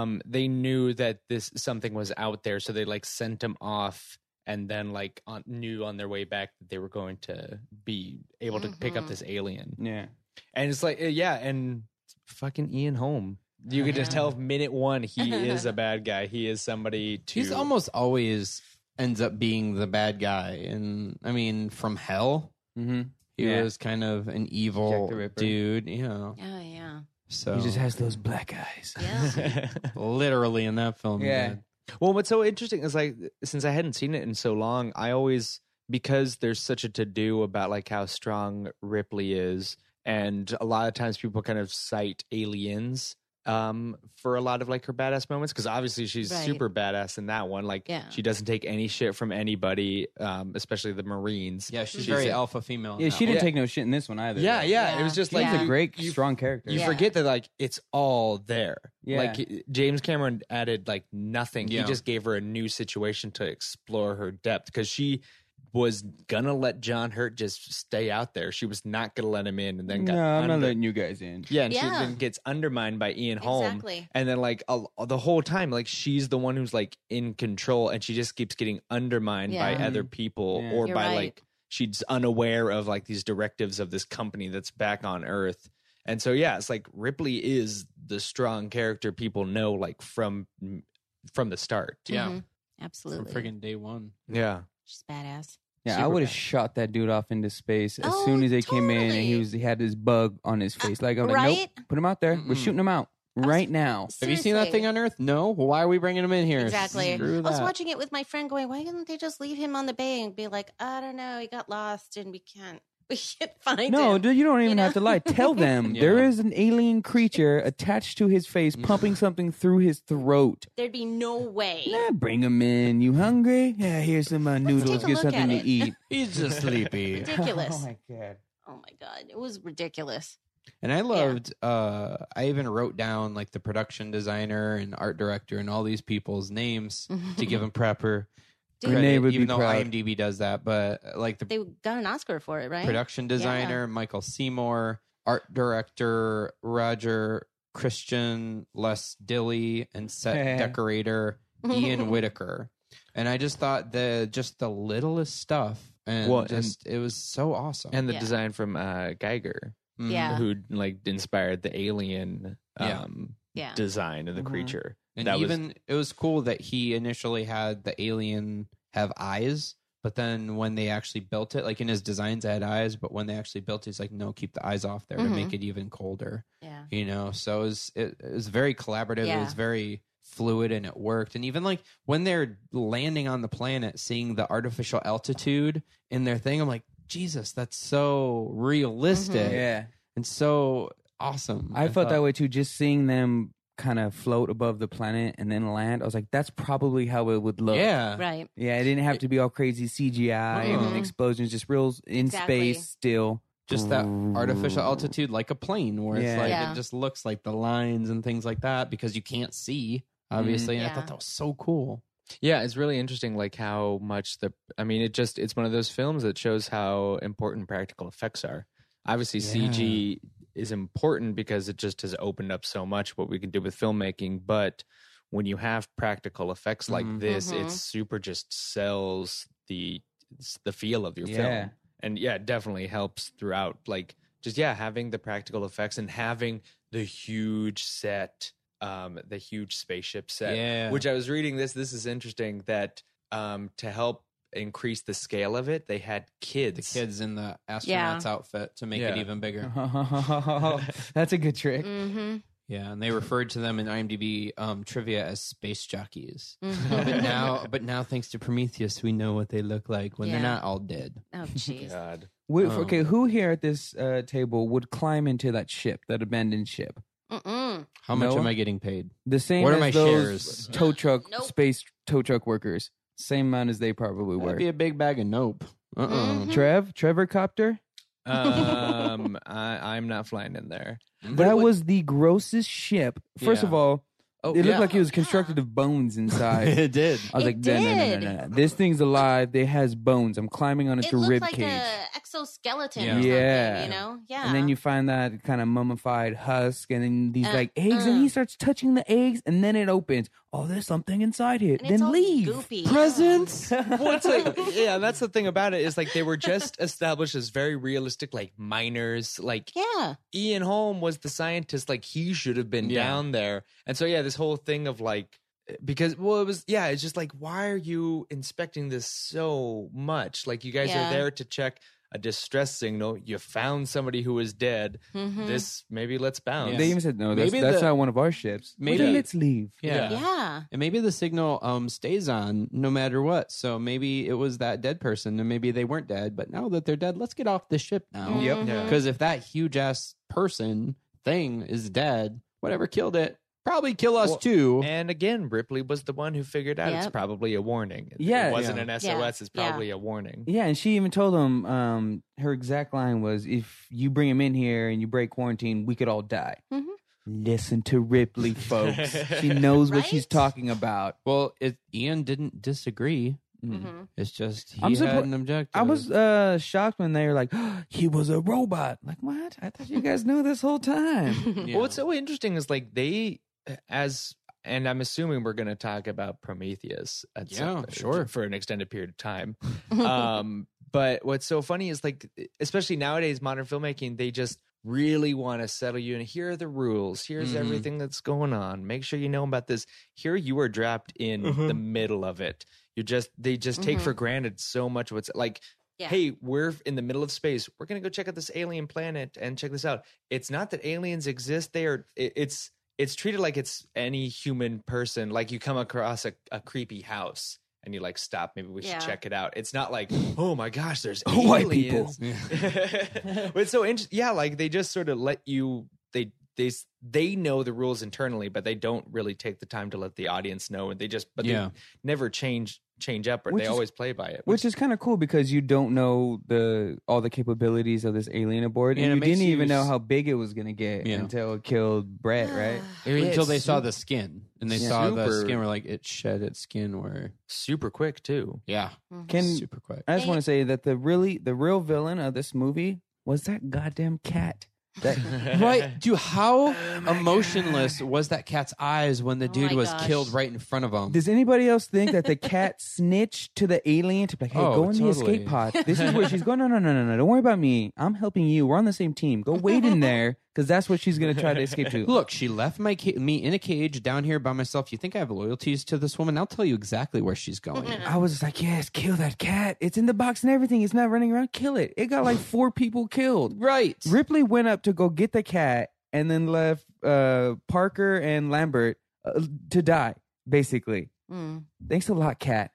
Speaker 4: um they knew that this something was out there so they like sent them off and then like on, knew on their way back that they were going to be able to pick up
Speaker 5: Mhm.
Speaker 4: this alien
Speaker 3: yeah.
Speaker 4: and it's like uh, yeah and fucking Ian Holm you could just
Speaker 5: Yeah.
Speaker 4: tell minute one he is
Speaker 5: (laughs)
Speaker 4: a bad guy he is somebody to
Speaker 1: He's
Speaker 4: (laughs)
Speaker 1: almost always ends up being the bad guy. And I mean, from hell,
Speaker 3: Mm-hmm.
Speaker 1: he
Speaker 3: Yeah.
Speaker 1: was kind of an evil
Speaker 3: Jack the Ripper.
Speaker 1: dude. Yeah.
Speaker 5: Oh yeah,
Speaker 1: So
Speaker 3: He just has those black eyes.
Speaker 1: (laughs)
Speaker 5: yeah.
Speaker 1: literally in that film.
Speaker 3: Yeah.
Speaker 1: man.
Speaker 4: Well, what's so interesting is like since I hadn't seen it in so long, I always because there's such a to do about like how strong Ripley is, and a lot of times people kind of cite aliens um, for a lot of like her badass moments because obviously she's
Speaker 5: Right.
Speaker 4: super badass in that one. Like
Speaker 5: Yeah.
Speaker 4: she doesn't take any shit from anybody, um, especially the Marines.
Speaker 1: Yeah, she's very
Speaker 4: a-
Speaker 1: alpha female. in
Speaker 3: Yeah,
Speaker 1: that
Speaker 3: she didn't
Speaker 1: one.
Speaker 3: take no shit in this one either.
Speaker 4: Yeah, yeah, It
Speaker 5: Yeah.
Speaker 4: was just like
Speaker 3: Like
Speaker 5: Yeah.
Speaker 3: a
Speaker 4: you-
Speaker 3: great,
Speaker 4: you-
Speaker 3: strong character.
Speaker 4: You
Speaker 5: Yeah.
Speaker 4: forget that like it's all there.
Speaker 3: Yeah.
Speaker 4: Like James Cameron added like nothing.
Speaker 1: Yeah.
Speaker 4: He just gave her a new situation to explore her depth because she was gonna let John Hurt just stay out there. She was not gonna let him in, and then got
Speaker 3: no, I'm not
Speaker 4: under-
Speaker 3: letting you guys in.
Speaker 4: yeah, and she
Speaker 5: Yeah.
Speaker 4: then gets undermined by Ian Holm.
Speaker 5: Exactly.
Speaker 4: And then like a, the whole time, like she's the one who's like in control, and she just keeps getting undermined by
Speaker 5: Yeah.
Speaker 4: other people
Speaker 3: Yeah.
Speaker 4: or
Speaker 5: You're
Speaker 4: by
Speaker 5: right.
Speaker 4: like she's unaware of like these directives of this company that's back on Earth. And so yeah, it's like Ripley is the strong character people know like from from the start.
Speaker 1: Yeah.
Speaker 5: Mhm.
Speaker 1: From
Speaker 5: Absolutely.
Speaker 1: friggin' day one.
Speaker 4: Yeah.
Speaker 5: She's badass.
Speaker 3: Yeah, I
Speaker 1: Super
Speaker 3: would have
Speaker 1: bad.
Speaker 3: shot that dude off into space as
Speaker 5: Oh,
Speaker 3: soon as they came in and he
Speaker 5: totally.
Speaker 3: was he had this bug on his face. Like I'm like,
Speaker 5: right?
Speaker 3: nope, put him out there. We're
Speaker 1: Mm-mm.
Speaker 3: shooting him out right now.
Speaker 1: Have you seen that thing
Speaker 5: Seriously.
Speaker 1: on Earth? No. Well, why are we bringing him in here?
Speaker 5: Exactly. I
Speaker 1: Screw
Speaker 5: was
Speaker 1: that.
Speaker 5: watching it with my friend going, why couldn't they just leave him on the bay and be like, I don't know, he got lost and we can't (laughs) we can't find
Speaker 3: No,
Speaker 5: him.
Speaker 3: dude, you don't even
Speaker 5: know?
Speaker 3: have to lie. Tell them
Speaker 1: Yeah.
Speaker 3: there is an alien creature attached to his face, pumping something through his throat.
Speaker 5: There'd be no way.
Speaker 3: Nah, bring him in. You hungry? Yeah, here's some uh,
Speaker 5: take
Speaker 3: noodles.
Speaker 5: a
Speaker 3: Get
Speaker 5: look
Speaker 3: something
Speaker 5: at it.
Speaker 3: to eat.
Speaker 1: He's
Speaker 5: (laughs)
Speaker 1: just sleepy. (laughs)
Speaker 5: Ridiculous.
Speaker 3: my god.
Speaker 5: oh my god. It was ridiculous.
Speaker 1: And I loved. uh I even wrote down like the production designer and art director and all these people's
Speaker 5: (laughs)
Speaker 1: names to give them proper
Speaker 5: Dude.
Speaker 1: credit.
Speaker 3: Renee would be
Speaker 1: even though
Speaker 3: proud.
Speaker 1: IMDb does that, but uh, like the
Speaker 5: They got an Oscar for it, right?
Speaker 1: production designer Michael Seymour, art director Roger Christian Les Dilly, and
Speaker 3: (laughs)
Speaker 1: set decorator
Speaker 5: (laughs)
Speaker 1: Ian Whitaker. And I just thought the just the littlest stuff, and
Speaker 4: Well, and-
Speaker 1: just it was so awesome.
Speaker 4: And the
Speaker 5: Yeah.
Speaker 4: design from uh Geiger
Speaker 1: Mm.
Speaker 5: Yeah.
Speaker 4: who like inspired the alien
Speaker 1: Yeah.
Speaker 4: um
Speaker 5: Yeah.
Speaker 4: design of the
Speaker 3: Mhm.
Speaker 4: creature.
Speaker 1: And
Speaker 4: That was-
Speaker 1: even it was cool that he initially had the alien have eyes, but then when they actually built it, like in his designs, it had eyes, but when they actually built it, it's like no, keep the eyes off there to
Speaker 5: Mhm.
Speaker 1: make it even colder.
Speaker 5: Yeah.
Speaker 1: You know, so it was, it, it was very collaborative. It
Speaker 5: Yeah.
Speaker 1: was very fluid, and it worked. And even like when they're landing on the planet, seeing the artificial altitude in their thing, I'm like, Jesus, that's so realistic
Speaker 3: Yeah.
Speaker 1: and so awesome.
Speaker 3: I felt that way too. Just seeing them kind of float above the planet and then land, I was like, that's probably how it would look.
Speaker 1: Yeah, Mm-hmm.
Speaker 5: Right.
Speaker 3: Yeah, it didn't have to be all crazy CGI and
Speaker 5: Mhm.
Speaker 3: explosions, just real s- in
Speaker 5: Exactly.
Speaker 3: space still.
Speaker 1: just that artificial altitude (laughs) like a plane where it's
Speaker 3: Yeah.
Speaker 1: like
Speaker 5: Yeah.
Speaker 1: it just looks like the lines and things like that because you can't see obviously and i
Speaker 5: Yeah.
Speaker 1: thought that was so cool
Speaker 4: Yeah, it's really interesting, like how much the. I mean, it just it's one of those films that shows how important practical effects are. Obviously, CG is important because it just has opened up so much what we can do with filmmaking. But when you have practical effects like
Speaker 1: Mhm.
Speaker 4: this,
Speaker 5: Mhm.
Speaker 4: it super just sells the s- the feel of your
Speaker 3: Yeah.
Speaker 4: film, and yeah, it definitely helps throughout. Like just yeah, having the practical effects and having the huge set, um, the huge spaceship set
Speaker 1: Yeah.
Speaker 4: which I was reading this. This is interesting that um, to help increase the scale of it, they had
Speaker 1: the
Speaker 4: kids.
Speaker 1: kids in the astronauts
Speaker 5: Yeah.
Speaker 1: outfit to make it
Speaker 4: Yeah.
Speaker 1: even bigger
Speaker 3: That's a good trick.
Speaker 5: Mm-hmm.
Speaker 1: yeah and they referred to them in imdb um, trivia as space jockeys
Speaker 5: Mm-hmm.
Speaker 1: but now but now thanks to prometheus we know what they look like when they're
Speaker 5: Yeah.
Speaker 1: not all dead
Speaker 3: (laughs)
Speaker 5: Oh jeez.
Speaker 4: God.
Speaker 3: Wh-
Speaker 1: Oh.
Speaker 3: okay, who here at this uh, table would climb into that ship, that abandoned ship? Uh-uh,
Speaker 5: Mm-mm.
Speaker 1: how much
Speaker 3: Noah?
Speaker 1: am i getting paid
Speaker 3: The same
Speaker 1: What are
Speaker 3: as
Speaker 1: my
Speaker 3: those
Speaker 1: shares?
Speaker 3: tow truck
Speaker 5: Nope.
Speaker 3: space tow truck workers. Same amount as they probably
Speaker 1: would
Speaker 3: were.
Speaker 1: be a big bag of nope uh-uh
Speaker 5: Mhm.
Speaker 3: Trev, Trevor Copter.
Speaker 4: Um, I, I'm not flying in there.
Speaker 3: That was the grossest ship. First
Speaker 1: Yeah.
Speaker 3: of all,
Speaker 1: Oh,
Speaker 3: it looked
Speaker 1: yeah.
Speaker 3: like it was constructed of bones inside.
Speaker 1: (laughs) it did
Speaker 3: I
Speaker 5: It
Speaker 3: was like, no, no, no,
Speaker 5: did.
Speaker 3: no, no, no. This thing's alive. It has bones. I'm climbing on its
Speaker 5: It looked
Speaker 3: rib
Speaker 5: like
Speaker 3: cage.
Speaker 5: a exoskeleton
Speaker 1: Yeah.
Speaker 5: or something,
Speaker 3: Yeah.
Speaker 5: you know? Yeah.
Speaker 3: And then you find that kind of mummified husk, and then these
Speaker 5: Uh,
Speaker 3: like eggs, and
Speaker 5: uh.
Speaker 3: he starts touching the eggs, and then it opens. Oh, there's something inside here.
Speaker 5: and it's
Speaker 3: then
Speaker 5: all
Speaker 3: leave.
Speaker 5: goopy.
Speaker 1: presents
Speaker 4: Well, it's like, yeah, and that's the thing about it is like they were just established as very realistic, like miners. Like
Speaker 5: Yeah.
Speaker 4: Ian Holm was the scientist, like he should have been
Speaker 1: Yeah.
Speaker 4: down there. And so, yeah, this whole thing of like, eh, because, well, it was, yeah, it's just like, why are you inspecting this so much? Like, you guys
Speaker 5: Yeah.
Speaker 4: are there to check a distress signal. You found somebody who is dead.
Speaker 5: Mhm.
Speaker 4: This, maybe let's bounce.
Speaker 1: Yeah.
Speaker 3: They even said no. That's,
Speaker 1: Maybe
Speaker 3: that's
Speaker 1: the-
Speaker 3: not one of our ships. Maybe
Speaker 1: maybe-
Speaker 3: let's leave.
Speaker 1: yeah.
Speaker 5: yeah.
Speaker 1: And maybe the signal um, stays on no matter what. So maybe it was that dead person, and maybe they weren't dead. But now that they're dead, let's get off the ship now.
Speaker 3: Yep.
Speaker 4: Yeah.
Speaker 1: Because if that huge ass person thing is dead, whatever killed it probably kill us
Speaker 4: Well,
Speaker 1: too.
Speaker 4: And again, Ripley was the one who figured out it's
Speaker 5: Yep.
Speaker 4: probably a warning. It-
Speaker 3: Yeah.
Speaker 4: It wasn't
Speaker 1: Yeah.
Speaker 4: an SOS, it's
Speaker 5: Yeah.
Speaker 4: probably a warning.
Speaker 3: Yeah, and she even told him um, her exact line was, "If you bring him in here and you break quarantine, we could all die."
Speaker 5: Mhm.
Speaker 3: Listen to Ripley, folks. she knows what she's
Speaker 5: Right?
Speaker 3: talking about.
Speaker 1: well, it, Ian didn't disagree. mm,
Speaker 5: hmm
Speaker 1: It's just he
Speaker 3: I'm
Speaker 1: had
Speaker 3: surpri-
Speaker 1: an objective.
Speaker 3: I was uh, shocked when they were like, (gasps) "He was a robot." Like, what? I thought you guys knew this
Speaker 1: (laughs)
Speaker 3: whole time.
Speaker 1: Yeah.
Speaker 4: Well, what's so interesting is like they, uh, as, and I'm assuming we're going to talk about Prometheus. At
Speaker 1: Yeah,
Speaker 4: point
Speaker 1: sure.
Speaker 4: For an extended period
Speaker 1: (laughs)
Speaker 4: of time. um, but what's so funny is like, e, especially nowadays, modern filmmaking, they just really want to settle you. And here are the rules. Here's
Speaker 1: Mhm.
Speaker 4: everything that's going on. Make sure you know about this. Here you are trapped in
Speaker 1: Mm-hmm.
Speaker 4: the middle of it. You're just, they just take
Speaker 5: Mhm.
Speaker 4: for granted so much what's like,
Speaker 5: Yeah.
Speaker 4: hey, we're in the middle of space. We're gonna go check out this alien planet and check this out. It's not that aliens exist. They are. it- it's it's treated like it's any human person. Like you come across a, a creepy house and you like stop. Maybe we should
Speaker 5: Yeah.
Speaker 4: check it out. It's not like oh my gosh, there's
Speaker 3: White people.
Speaker 4: aliens. (laughs) but it's so int- yeah, like they just sort of let you. They they s- they know the rules internally, but they don't really take the time to let the audience know. And they just but
Speaker 1: Yeah.
Speaker 4: they never change change up or
Speaker 3: Which
Speaker 4: they
Speaker 3: is-
Speaker 4: always play by it.
Speaker 3: Which is kind of cool because you don't know the all the capabilities of this alien aboard, and,
Speaker 1: And it
Speaker 3: you
Speaker 1: makes
Speaker 3: didn't
Speaker 1: you
Speaker 3: even know
Speaker 1: s-
Speaker 3: how big it was gonna get
Speaker 1: Yeah.
Speaker 3: until it killed Brett, right?
Speaker 1: until
Speaker 4: it's
Speaker 1: they saw
Speaker 4: super-
Speaker 1: the skin and they
Speaker 4: Yeah.
Speaker 1: saw the
Speaker 4: super-
Speaker 1: skin where like it shed its skin where
Speaker 4: super quick too.
Speaker 1: yeah
Speaker 3: Can
Speaker 1: super quick
Speaker 3: I just
Speaker 5: Hey.
Speaker 3: want to say that the really the real villain of this movie was that goddamn cat.
Speaker 1: (laughs)
Speaker 3: That
Speaker 1: right dude how emotionless was that cat's eyes when the
Speaker 5: Oh
Speaker 1: dude
Speaker 5: my
Speaker 1: was
Speaker 5: gosh.
Speaker 1: killed right in front of him
Speaker 3: does anybody else think that the cat snitched to the alien to be like, hey,
Speaker 1: Oh,
Speaker 3: go in the
Speaker 1: totally.
Speaker 3: escape pod. This is where she's going. No, no, no, no, no. Don't worry about me. I'm helping you. We're on the same team. Go wait in there because that's what she's gonna try to escape to.
Speaker 1: look she left my ca- me in a cage down here by myself you think i have loyalties to this woman i'll tell you exactly where she's
Speaker 5: (laughs)
Speaker 1: going
Speaker 3: I was just like, yes, kill that cat. It's in the box and everything. It's not running around. Kill it. It got like four people killed.
Speaker 1: right
Speaker 3: Ripley went up to go get the cat and then left uh, Parker and Lambert uh, to die, basically.
Speaker 5: Mm.
Speaker 3: Thanks a lot, cat.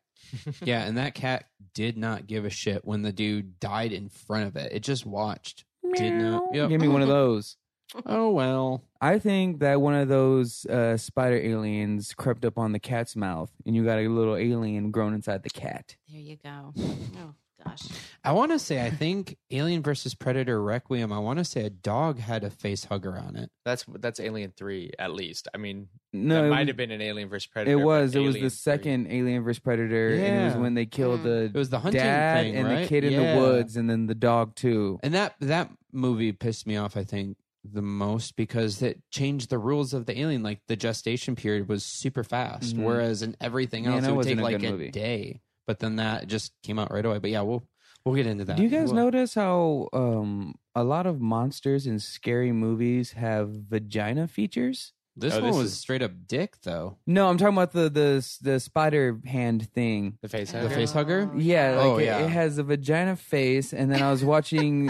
Speaker 1: yeah and that cat did not give a shit when the dude died in front of it it just watched did not yep.
Speaker 3: Give me one of those.
Speaker 1: oh well
Speaker 3: I think that one of those uh, spider aliens crept up on the cat's mouth, and you got a little alien grown inside the cat.
Speaker 5: There you
Speaker 3: (laughs)
Speaker 5: go. Oh gosh.
Speaker 1: I want to say, I think Alien versus Predator Requiem, I want to say a dog had a face hugger on it.
Speaker 4: That's that's Alien Three at least. I mean,
Speaker 3: No,
Speaker 4: that
Speaker 3: it
Speaker 4: might
Speaker 3: was-
Speaker 4: have been an Alien versus Predator.
Speaker 3: It
Speaker 4: but
Speaker 3: was. It was
Speaker 4: Alien 3.
Speaker 3: the second Alien vs Predator, and it was
Speaker 1: Yeah.
Speaker 3: when they killed the
Speaker 1: It was the hunting
Speaker 3: dad
Speaker 1: thing,
Speaker 3: and the
Speaker 1: right?
Speaker 3: kid in
Speaker 1: Yeah.
Speaker 3: the woods, and then the dog too.
Speaker 1: And that that movie pissed me off, I think, the most because it changed the rules of the alien. Like the gestation period was super fast,
Speaker 3: Mhm.
Speaker 1: whereas in everything
Speaker 3: Yeah,
Speaker 1: else
Speaker 3: that
Speaker 1: it would
Speaker 3: wasn't
Speaker 1: take
Speaker 3: a
Speaker 1: like
Speaker 3: good
Speaker 1: a
Speaker 3: movie.
Speaker 1: day. But then that just came out right away. But yeah, we'll we'll get into that.
Speaker 3: Do you guys
Speaker 1: We'll-
Speaker 3: notice how um, a lot of monsters in scary movies have vagina features?
Speaker 1: this
Speaker 4: Oh,
Speaker 1: one
Speaker 4: this
Speaker 1: was
Speaker 4: is-
Speaker 1: straight up dick though?
Speaker 3: No, I'm talking about the the the spider hand thing.
Speaker 4: The face.
Speaker 1: The face hugger?
Speaker 3: Yeah, like
Speaker 1: Oh,
Speaker 3: it,
Speaker 1: yeah.
Speaker 3: it has a vagina face. And then I was watching,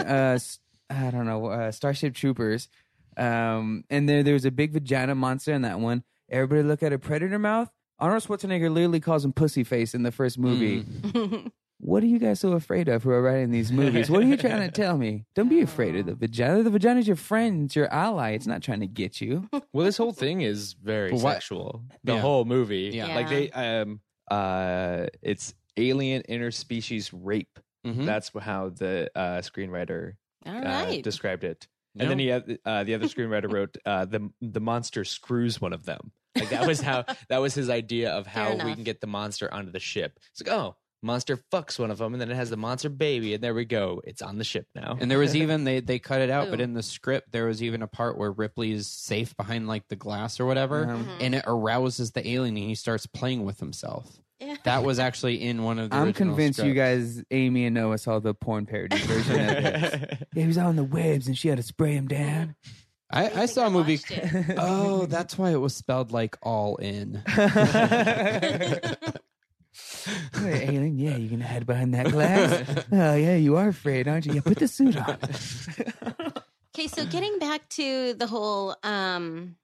Speaker 1: (laughs)
Speaker 3: uh, s- I don't know, uh, Starship Troopers, um, and there there was a big vagina monster in that one. Everybody look at a predator mouth. Arnold Schwarzenegger literally calls him pussy face in the first movie.
Speaker 1: Mm.
Speaker 3: What are you guys so afraid of who are writing these movies? What are you trying
Speaker 1: (laughs)
Speaker 3: to tell me? Don't be afraid of the vagina. The vagina's your friend, it's your ally. It's not trying to get you.
Speaker 4: Well, this whole thing is very
Speaker 1: But what-
Speaker 4: sexual. The
Speaker 1: Yeah.
Speaker 4: whole movie.
Speaker 1: Yeah.
Speaker 4: Like
Speaker 5: Yeah.
Speaker 4: they um uh it's alien interspecies rape.
Speaker 3: Oh. Mm-hmm.
Speaker 1: Mhm.
Speaker 4: That's how the uh screenwriter
Speaker 5: All
Speaker 4: uh,
Speaker 5: right.
Speaker 4: described it. And then he had, uh, the other screenwriter wrote uh, the the monster screws one of them. Like that was (laughs) how that was his idea of
Speaker 5: Fair
Speaker 4: how we
Speaker 5: enough.
Speaker 4: can get the monster onto the ship. It's like oh, monster fucks one of them, and then it has the monster baby, and there we go. It's on the ship now.
Speaker 1: And there was even they they cut it out, but
Speaker 5: Ooh.
Speaker 1: in the script there was even a part where Ripley's safe behind like the glass or whatever,
Speaker 3: Uh-huh.
Speaker 4: Mm-hmm.
Speaker 1: and it arouses the alien and he starts playing with himself.
Speaker 5: Yeah.
Speaker 1: That was actually in one of the.
Speaker 3: I'm
Speaker 1: original
Speaker 3: convinced you
Speaker 1: scripts.
Speaker 3: guys, Amy and Noah, saw the porn parody version of this.
Speaker 1: (laughs)
Speaker 3: Yeah, he was on the webs and she had to spray him down.
Speaker 1: I, I saw a
Speaker 5: think I
Speaker 1: movie.
Speaker 5: watched
Speaker 1: (laughs)
Speaker 5: it.
Speaker 1: oh, that's why it was spelled like all in. (laughs)
Speaker 3: (laughs) Hey, Aileen, yeah, you can hide behind that glass. (laughs) oh, yeah, you are afraid, aren't you? Yeah, put the suit on.
Speaker 5: Okay, so getting back to the whole um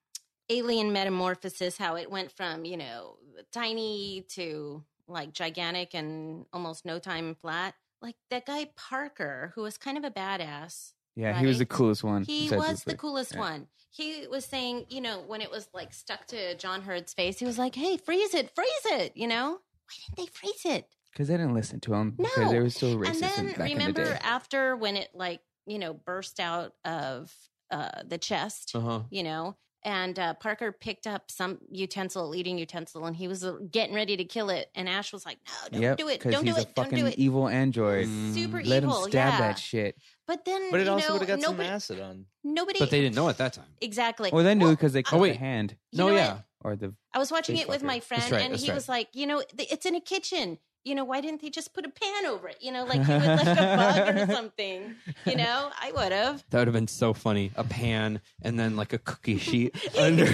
Speaker 5: alien metamorphosis, how it went from, you know, tiny to like gigantic and almost no time flat. Like that guy Parker, who was kind of a badass,
Speaker 3: (laughs) Yeah, he was the
Speaker 5: Right.
Speaker 3: coolest one.
Speaker 5: He
Speaker 3: besides
Speaker 5: was the
Speaker 3: Rupert.
Speaker 5: coolest
Speaker 3: Yeah.
Speaker 5: one. He was saying, you know, when it was like stuck to John Hurd's face, he was like, "Hey, freeze it, freeze it!" You know, why didn't they freeze it?
Speaker 3: Because they didn't listen to him.
Speaker 5: No,
Speaker 3: Because they were still racist
Speaker 5: and then
Speaker 3: in, back
Speaker 5: remember uh,
Speaker 3: in the day.
Speaker 5: after when it like you know burst out of uh, the
Speaker 3: Uh-huh.
Speaker 5: chest,
Speaker 1: Uh huh.
Speaker 5: you know, and uh, Parker picked up some utensil, eating utensil, and he was uh, getting ready to kill it, and Ash was like, "No, don't
Speaker 3: yep,
Speaker 5: do it,
Speaker 3: because
Speaker 5: don't
Speaker 3: he's
Speaker 5: do
Speaker 3: a
Speaker 5: it, don't
Speaker 3: fucking e-,
Speaker 5: do it."
Speaker 3: evil android.
Speaker 5: Super
Speaker 3: Let
Speaker 5: evil,
Speaker 3: him stab
Speaker 5: yeah.
Speaker 3: that shit.
Speaker 5: But then,
Speaker 4: But it
Speaker 5: you
Speaker 4: also
Speaker 5: know,
Speaker 4: would have got
Speaker 5: nobody,
Speaker 4: some acid on.
Speaker 5: nobody,
Speaker 1: But they didn't know at that time.
Speaker 5: exactly.
Speaker 3: Well, they knew
Speaker 5: Well,
Speaker 3: because they cut
Speaker 1: Oh,
Speaker 3: the
Speaker 1: wait.
Speaker 3: hand
Speaker 5: you
Speaker 1: no,
Speaker 5: know
Speaker 1: yeah.
Speaker 5: what? (laughs)
Speaker 3: or the.
Speaker 5: I was watching
Speaker 3: Face
Speaker 5: it with
Speaker 3: fucker.
Speaker 5: my friend,
Speaker 1: right,
Speaker 5: and
Speaker 1: that's
Speaker 5: he
Speaker 1: right.
Speaker 5: was like, "You know, th- it's in a kitchen. You know, why didn't they just put a pan over it? You know, like he would lift a bug or something. You know, I would have."
Speaker 1: That would have been so funny. A pan and then like a
Speaker 5: (laughs)
Speaker 1: cookie sheet under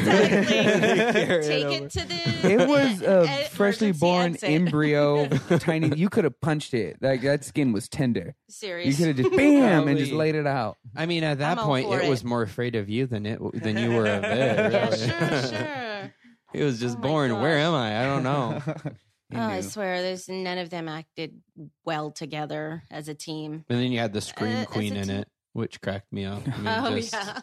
Speaker 5: Exactly. Take it to the. e-,
Speaker 3: It was a
Speaker 5: emergency
Speaker 3: freshly born
Speaker 5: exit. (laughs)
Speaker 3: embryo, tiny. You could have punched it. Like that skin was tender. You
Speaker 5: Serious.
Speaker 3: could have just bam and just
Speaker 1: Probably.
Speaker 3: laid it out.
Speaker 1: I mean, at that
Speaker 5: I'm all
Speaker 1: point,
Speaker 5: for
Speaker 1: it,
Speaker 5: it.
Speaker 1: was more afraid of you than it than you
Speaker 5: (laughs)
Speaker 1: were of it.
Speaker 5: Yeah,
Speaker 1: really.
Speaker 5: sure, sure.
Speaker 1: It was just
Speaker 5: Oh my
Speaker 1: born. Where
Speaker 5: gosh.
Speaker 1: am I? I don't
Speaker 5: (laughs)
Speaker 1: know.
Speaker 3: He
Speaker 5: oh, I
Speaker 3: knew.
Speaker 5: swear, there's none of them acted well together as a team.
Speaker 1: And then you had the Scream
Speaker 5: Uh, as
Speaker 1: Queen
Speaker 5: a
Speaker 1: in
Speaker 5: teen-
Speaker 1: it, which cracked me up. I mean,
Speaker 5: Oh
Speaker 1: just
Speaker 5: yeah.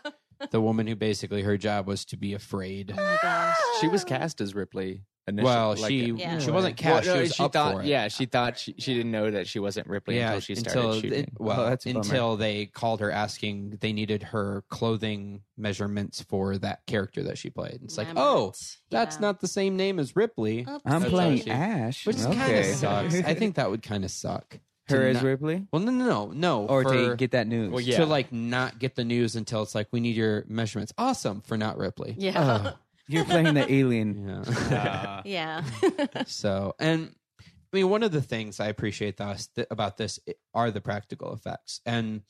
Speaker 1: The woman who basically her job was to be afraid.
Speaker 5: (gasps) Oh my gosh.
Speaker 4: She was cast as Ripley. Initially.
Speaker 1: Well,
Speaker 4: like-
Speaker 1: she
Speaker 5: Yeah.
Speaker 1: she wasn't
Speaker 4: Well,
Speaker 1: cast.
Speaker 4: no,
Speaker 1: she was up
Speaker 4: thought,
Speaker 1: for it.
Speaker 4: Yeah, she thought she, she didn't know that she wasn't Ripley
Speaker 1: Yeah,
Speaker 4: until she started shooting.
Speaker 1: it- well,
Speaker 3: Oh, that's a bummer.
Speaker 1: until they called her asking they needed her clothing measurements for that character that she played. It's like, oh, that's not the same name as Ripley,
Speaker 4: Oh,
Speaker 3: I'm
Speaker 1: That's
Speaker 3: playing
Speaker 1: how she-
Speaker 3: Ash,
Speaker 1: which kind of
Speaker 3: okay.
Speaker 1: sucks. I think that would kind of suck. to
Speaker 3: her as
Speaker 1: not-
Speaker 3: Ripley,
Speaker 1: Well, no, no, no, no.
Speaker 3: or
Speaker 1: for-
Speaker 3: to get that news.
Speaker 4: Well, yeah.
Speaker 1: to like not get the news until it's like we need your measurements. Awesome for not Ripley.
Speaker 3: Uh.
Speaker 5: Yeah.
Speaker 3: You're
Speaker 1: (laughs)
Speaker 3: playing the alien.
Speaker 4: (laughs)
Speaker 1: Yeah.
Speaker 5: (laughs)
Speaker 1: (laughs)
Speaker 5: yeah.
Speaker 1: so, and I mean, one of the things I appreciate thus th- about this are the practical effects, and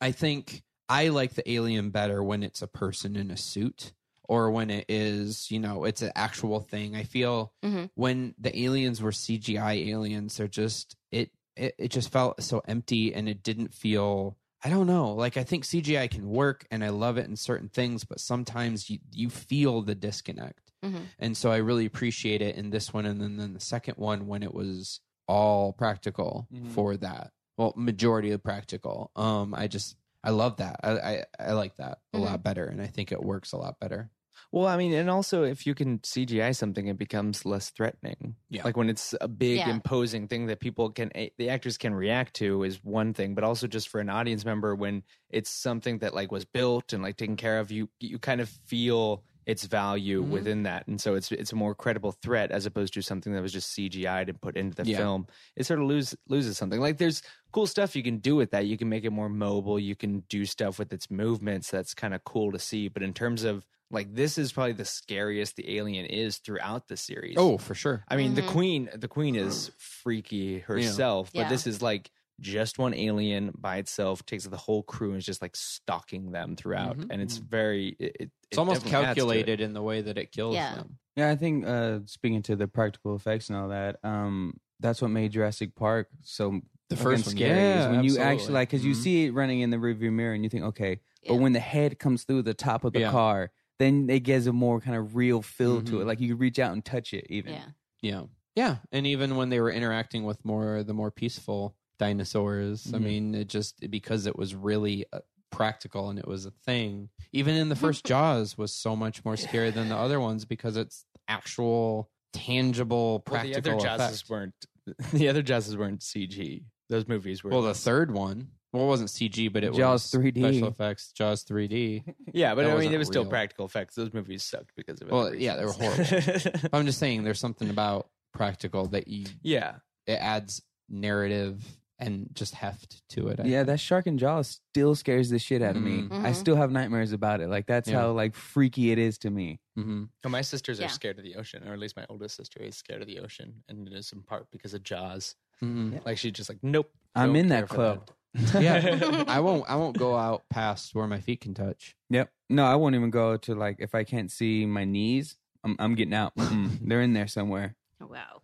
Speaker 1: I think I like the alien better when it's a person in a suit or when it is, you know, it's an actual thing. I feel
Speaker 5: Mhm.
Speaker 1: when the aliens were CGI aliens, they're just it, it it just felt so empty and it didn't feel I don't know. Like I think CGI can work and I love it in certain things, but sometimes you you feel the disconnect.
Speaker 5: Mhm.
Speaker 1: And so I really appreciate it in this one and then, then the second one when it was all practical
Speaker 3: Mhm.
Speaker 1: for that. Well, majority of practical. Um I just I love that. I I, I like that a lot better, and I think it works a lot better.
Speaker 4: Well, I mean, and also if you can CGI something, it becomes less threatening.
Speaker 1: Yeah.
Speaker 4: Like when it's a big,
Speaker 5: Yeah.
Speaker 4: imposing thing that people can, eh, the actors can react to is one thing, but also just for an audience member, when it's something that like was built and like taken care of, you you kind of feel its value
Speaker 1: Mhm.
Speaker 4: within that, and so it's it's a more credible threat as opposed to something that was just CGI'd and put into the
Speaker 1: Yeah.
Speaker 4: film. It sort of lose, loses something. Like there's cool stuff you can do with that. You can make it more mobile. You can do stuff with its movements. That's kind of cool to see. But in terms of like, this is probably the scariest the alien is throughout the series.
Speaker 1: Oh, for sure.
Speaker 4: I mean, the queen, the queen is freaky herself, but
Speaker 5: Yeah.
Speaker 4: this is like just one alien by itself takes the whole crew and is just like stalking them throughout.
Speaker 1: Mhm.
Speaker 4: And it's very, it, it-
Speaker 1: It's
Speaker 4: it
Speaker 1: almost
Speaker 4: definitely adds to it.
Speaker 1: calculated in the way that it kills
Speaker 5: Yeah.
Speaker 1: them.
Speaker 3: Yeah, I think uh, speaking to the practical effects and all that, um, that's what made Jurassic Park so
Speaker 1: The
Speaker 3: fucking
Speaker 1: first one,
Speaker 3: scary. is
Speaker 1: yeah,
Speaker 3: when you
Speaker 1: absolutely.
Speaker 3: actually like because you
Speaker 1: Mhm.
Speaker 3: see it running in the rearview mirror and you think okay, but
Speaker 5: Yeah.
Speaker 3: when the head comes through the top of the
Speaker 1: Yeah.
Speaker 3: car, then it gives a more kind of real feel to
Speaker 1: Mhm.
Speaker 3: it. Like you reach out and touch it even.
Speaker 5: Yeah.
Speaker 1: Yeah, yeah. And even when they were interacting with more the more peaceful dinosaurs, I
Speaker 4: Mm-hmm.
Speaker 3: Mhm.
Speaker 1: mean, it just because it was really uh, practical and it was a thing. Even in the
Speaker 4: Mm-hmm.
Speaker 1: first Jaws was so much more scary than the other ones because it's actual tangible
Speaker 4: Well, the
Speaker 1: practical
Speaker 4: other jazzes
Speaker 1: effect.
Speaker 4: weren't, (laughs) the other jazzes weren't CG. Those movies were
Speaker 1: Well, the third one, well, it wasn't CG, but it
Speaker 3: Jaws
Speaker 1: was
Speaker 3: 3D.
Speaker 1: special effects. Jaws 3D.
Speaker 4: Yeah, (laughs) but
Speaker 1: That
Speaker 4: I mean,
Speaker 1: wasn't
Speaker 4: it was still
Speaker 1: real.
Speaker 4: practical effects. Those movies sucked because of.
Speaker 1: Well,
Speaker 4: other
Speaker 1: yeah, they were
Speaker 4: reasons. (laughs)
Speaker 1: I'm just saying, there's something about practical that you
Speaker 4: yeah,
Speaker 1: it adds narrative and just heft to it. I
Speaker 3: Yeah,
Speaker 1: think.
Speaker 3: that shark and jaw still scares the shit out of me.
Speaker 1: Mhm.
Speaker 3: I still have nightmares about it. Like that's
Speaker 1: Yeah.
Speaker 3: how like freaky it is to me.
Speaker 1: Mhm.
Speaker 4: No, my sisters
Speaker 5: Yeah.
Speaker 4: are scared of the ocean, or at least my oldest sister is scared of the ocean, and it is in part because of Jaws.
Speaker 1: Mhm.
Speaker 4: Like she's just like, nope.
Speaker 3: I'm
Speaker 4: don't
Speaker 3: in
Speaker 4: care
Speaker 3: that
Speaker 4: for
Speaker 3: club.
Speaker 1: yeah, (laughs) I won't. I won't go out past where my feet can touch.
Speaker 3: Yep. No, I won't even go to like if I can't see my knees, I'm I'm getting
Speaker 4: (laughs)
Speaker 3: out. Mm-mm. They're in there somewhere.
Speaker 5: Oh, Wow.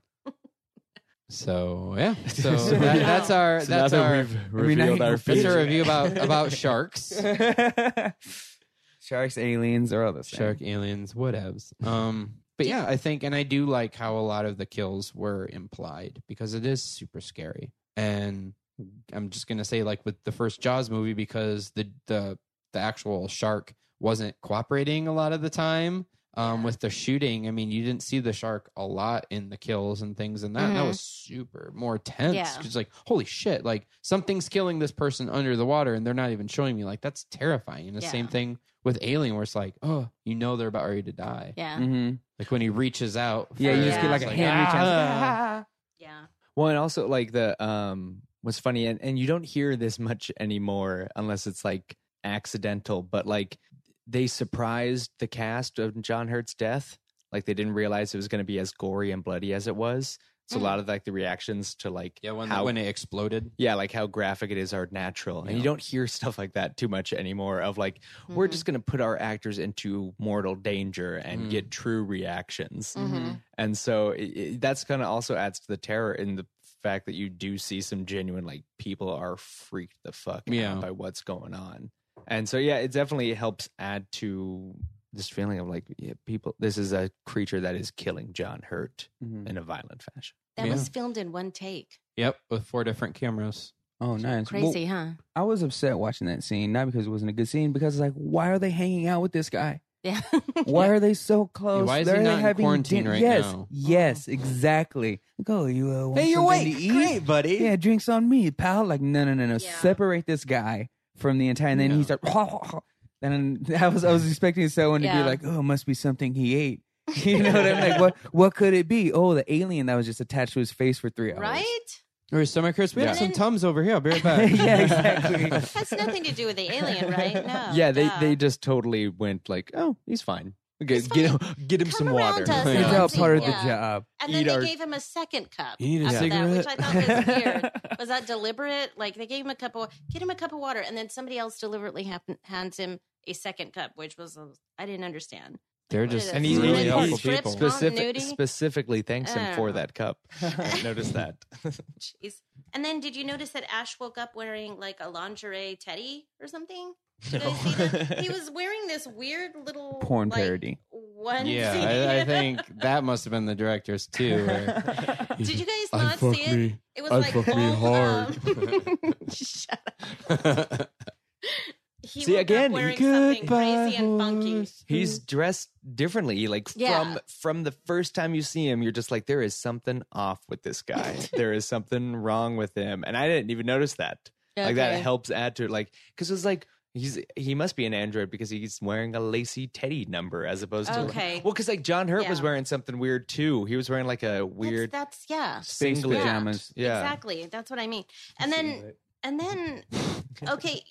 Speaker 1: So yeah, so
Speaker 4: (laughs) So-
Speaker 1: that, that's our
Speaker 4: So
Speaker 1: that's
Speaker 4: now that
Speaker 1: our
Speaker 4: we've
Speaker 3: mean, I-
Speaker 4: revealed our
Speaker 3: That's our
Speaker 1: that's
Speaker 4: fears-
Speaker 1: our review about
Speaker 4: (laughs)
Speaker 1: about sharks,
Speaker 3: Sharks, aliens, or other
Speaker 1: shark aliens, whatevs. Um, but yeah, I think, and I do like how a lot of the kills were implied because it is super scary, and I'm just gonna say like with the first Jaws movie because the the the actual shark wasn't cooperating a lot of the time um, with the shooting. I mean, you didn't see the shark a lot in the kills and things, and that that
Speaker 5: Mhm.
Speaker 1: was super more tense.
Speaker 5: Yeah.
Speaker 1: It's like holy shit, like something's killing this person under the water, and they're not even showing me. Like that's terrifying. And the
Speaker 5: Yeah.
Speaker 1: same thing with Alien, where it's like, oh, you know they're about ready to die.
Speaker 5: Yeah.
Speaker 3: Mm-hmm.
Speaker 1: Like when he reaches out.
Speaker 3: Yeah,
Speaker 1: for
Speaker 3: you just
Speaker 1: it,
Speaker 3: get like
Speaker 1: it's "Ah."
Speaker 3: a hand reach out.
Speaker 5: Yeah.
Speaker 4: Well, and also like the um what's funny and, and you don't hear this much anymore unless it's like accidental, but like they surprised the cast of John Hurt's death. Like they didn't realize it was gonna be as gory and bloody as it was. So a lot of like the reactions to like
Speaker 1: Yeah, when,
Speaker 4: how
Speaker 1: when it exploded.
Speaker 4: yeah, like how graphic it is are natural. And you
Speaker 1: Yeah.
Speaker 4: don't hear stuff like that too much anymore of like, we're just going to put our actors into mortal danger and
Speaker 1: Mm.
Speaker 4: get true reactions.
Speaker 5: Mhm.
Speaker 4: And so it, it- that's kind of also adds to the terror in the fact that you do see some genuine, like, people are freaked the fuck
Speaker 1: Yeah.
Speaker 4: out by what's going on. And so, yeah, it definitely helps add to this feeling of like, yeah, people, this is a creature that is killing John Hurt
Speaker 3: Mhm.
Speaker 4: in a violent fashion.
Speaker 5: That
Speaker 1: Yeah.
Speaker 5: was filmed in one take.
Speaker 1: Yep, with four different cameras.
Speaker 3: Oh, nice. Well,
Speaker 5: Crazy, huh?
Speaker 3: I was upset watching that scene, not because it wasn't a good scene, because it's like, why are they hanging out with this guy?
Speaker 5: Yeah.
Speaker 3: (laughs) Why are they so close?
Speaker 1: why is
Speaker 3: They're
Speaker 1: he not in
Speaker 3: having
Speaker 1: quarantine
Speaker 3: din-
Speaker 1: right
Speaker 3: yes,
Speaker 1: now?
Speaker 5: Oh.
Speaker 3: Yes, exactly. Go, you uh, want something to eat?
Speaker 4: buddy.
Speaker 3: Yeah, drinks on me, pal. Like, no, no, no, no.
Speaker 5: Yeah.
Speaker 3: Separate this guy from the entire. And then
Speaker 1: Yeah.
Speaker 3: he starts. (laughs) And (laughs) I was, I was expecting someone to
Speaker 5: Yeah.
Speaker 3: be like, oh, it must be something he ate. (laughs)
Speaker 5: (laughs)
Speaker 3: You know what I mean? Like, what, what could it be? Oh, the alien that was just attached to his face for three hours.
Speaker 5: Right? (laughs)
Speaker 1: Or his stomach hurts. We have
Speaker 5: Yeah.
Speaker 1: some Tums over here. I'll be right
Speaker 4: (laughs)
Speaker 1: back.
Speaker 3: (laughs) yeah, exactly.
Speaker 5: That's nothing to do with the alien, (laughs) right? No.
Speaker 4: yeah, they,
Speaker 5: duh.
Speaker 4: they just totally went like, oh, he's fine. Okay,
Speaker 5: He's
Speaker 4: get
Speaker 5: fine.
Speaker 4: him, (laughs) get him
Speaker 5: Come
Speaker 4: some
Speaker 5: around
Speaker 4: water.
Speaker 5: (laughs) us
Speaker 1: Yeah.
Speaker 3: It's
Speaker 5: and
Speaker 3: all
Speaker 5: see-
Speaker 3: part of
Speaker 5: yeah.
Speaker 3: the job.
Speaker 5: And then
Speaker 4: Eat
Speaker 5: they
Speaker 4: our-
Speaker 5: gave him a second cup.
Speaker 1: You need a
Speaker 5: after That, which I
Speaker 1: cigarette.
Speaker 5: thought was weird.
Speaker 1: (laughs)
Speaker 5: was that deliberate? Like they gave him a cup of get him a cup of water, and then somebody else deliberately happen, hands him a second cup, which was uh, I didn't understand. (laughs)
Speaker 1: They're
Speaker 5: What is
Speaker 1: just
Speaker 5: it,
Speaker 4: And he's
Speaker 5: Cinnamon
Speaker 1: really
Speaker 4: really
Speaker 5: corn
Speaker 1: helpful
Speaker 5: strips,
Speaker 1: people.
Speaker 5: continuity?
Speaker 4: Specific, specifically thanks him
Speaker 5: Oh.
Speaker 4: for
Speaker 5: (laughs)
Speaker 4: that cup. I noticed that.
Speaker 5: Jeez. And then did you notice that Ash woke up wearing like a lingerie teddy or something? Did I see that? He was wearing this weird little
Speaker 3: Porn
Speaker 5: like,
Speaker 3: parody.
Speaker 5: One. (laughs)
Speaker 1: yeah, I, I think that must have been the directors too. where-
Speaker 5: Did you guys not see it? It was like fuck me (laughs) Shut up. He
Speaker 4: See,
Speaker 5: woke up
Speaker 4: again,
Speaker 5: wearing something
Speaker 1: Goodbye,
Speaker 5: crazy and funky.
Speaker 1: horse.
Speaker 4: He's dressed differently. Like
Speaker 5: Mm-hmm. Yeah.
Speaker 4: from from the first time you see him, you're just like, there is something off with
Speaker 5: (laughs)
Speaker 4: this guy. there is something wrong with him, and I didn't even notice that. Like that
Speaker 5: Okay.
Speaker 4: helps add to it. Like because it's like he's he must be an android because he's wearing a lacy teddy number as opposed to
Speaker 5: Okay.
Speaker 4: Like, well, because like John Hurt was
Speaker 5: Yeah.
Speaker 4: wearing something weird too. He was wearing like a weird
Speaker 5: That's, that's yeah.
Speaker 3: Space
Speaker 4: singlet.
Speaker 3: pajamas.
Speaker 4: Yeah.
Speaker 5: Exactly. That's what I mean. And then and then
Speaker 4: (laughs)
Speaker 5: okay,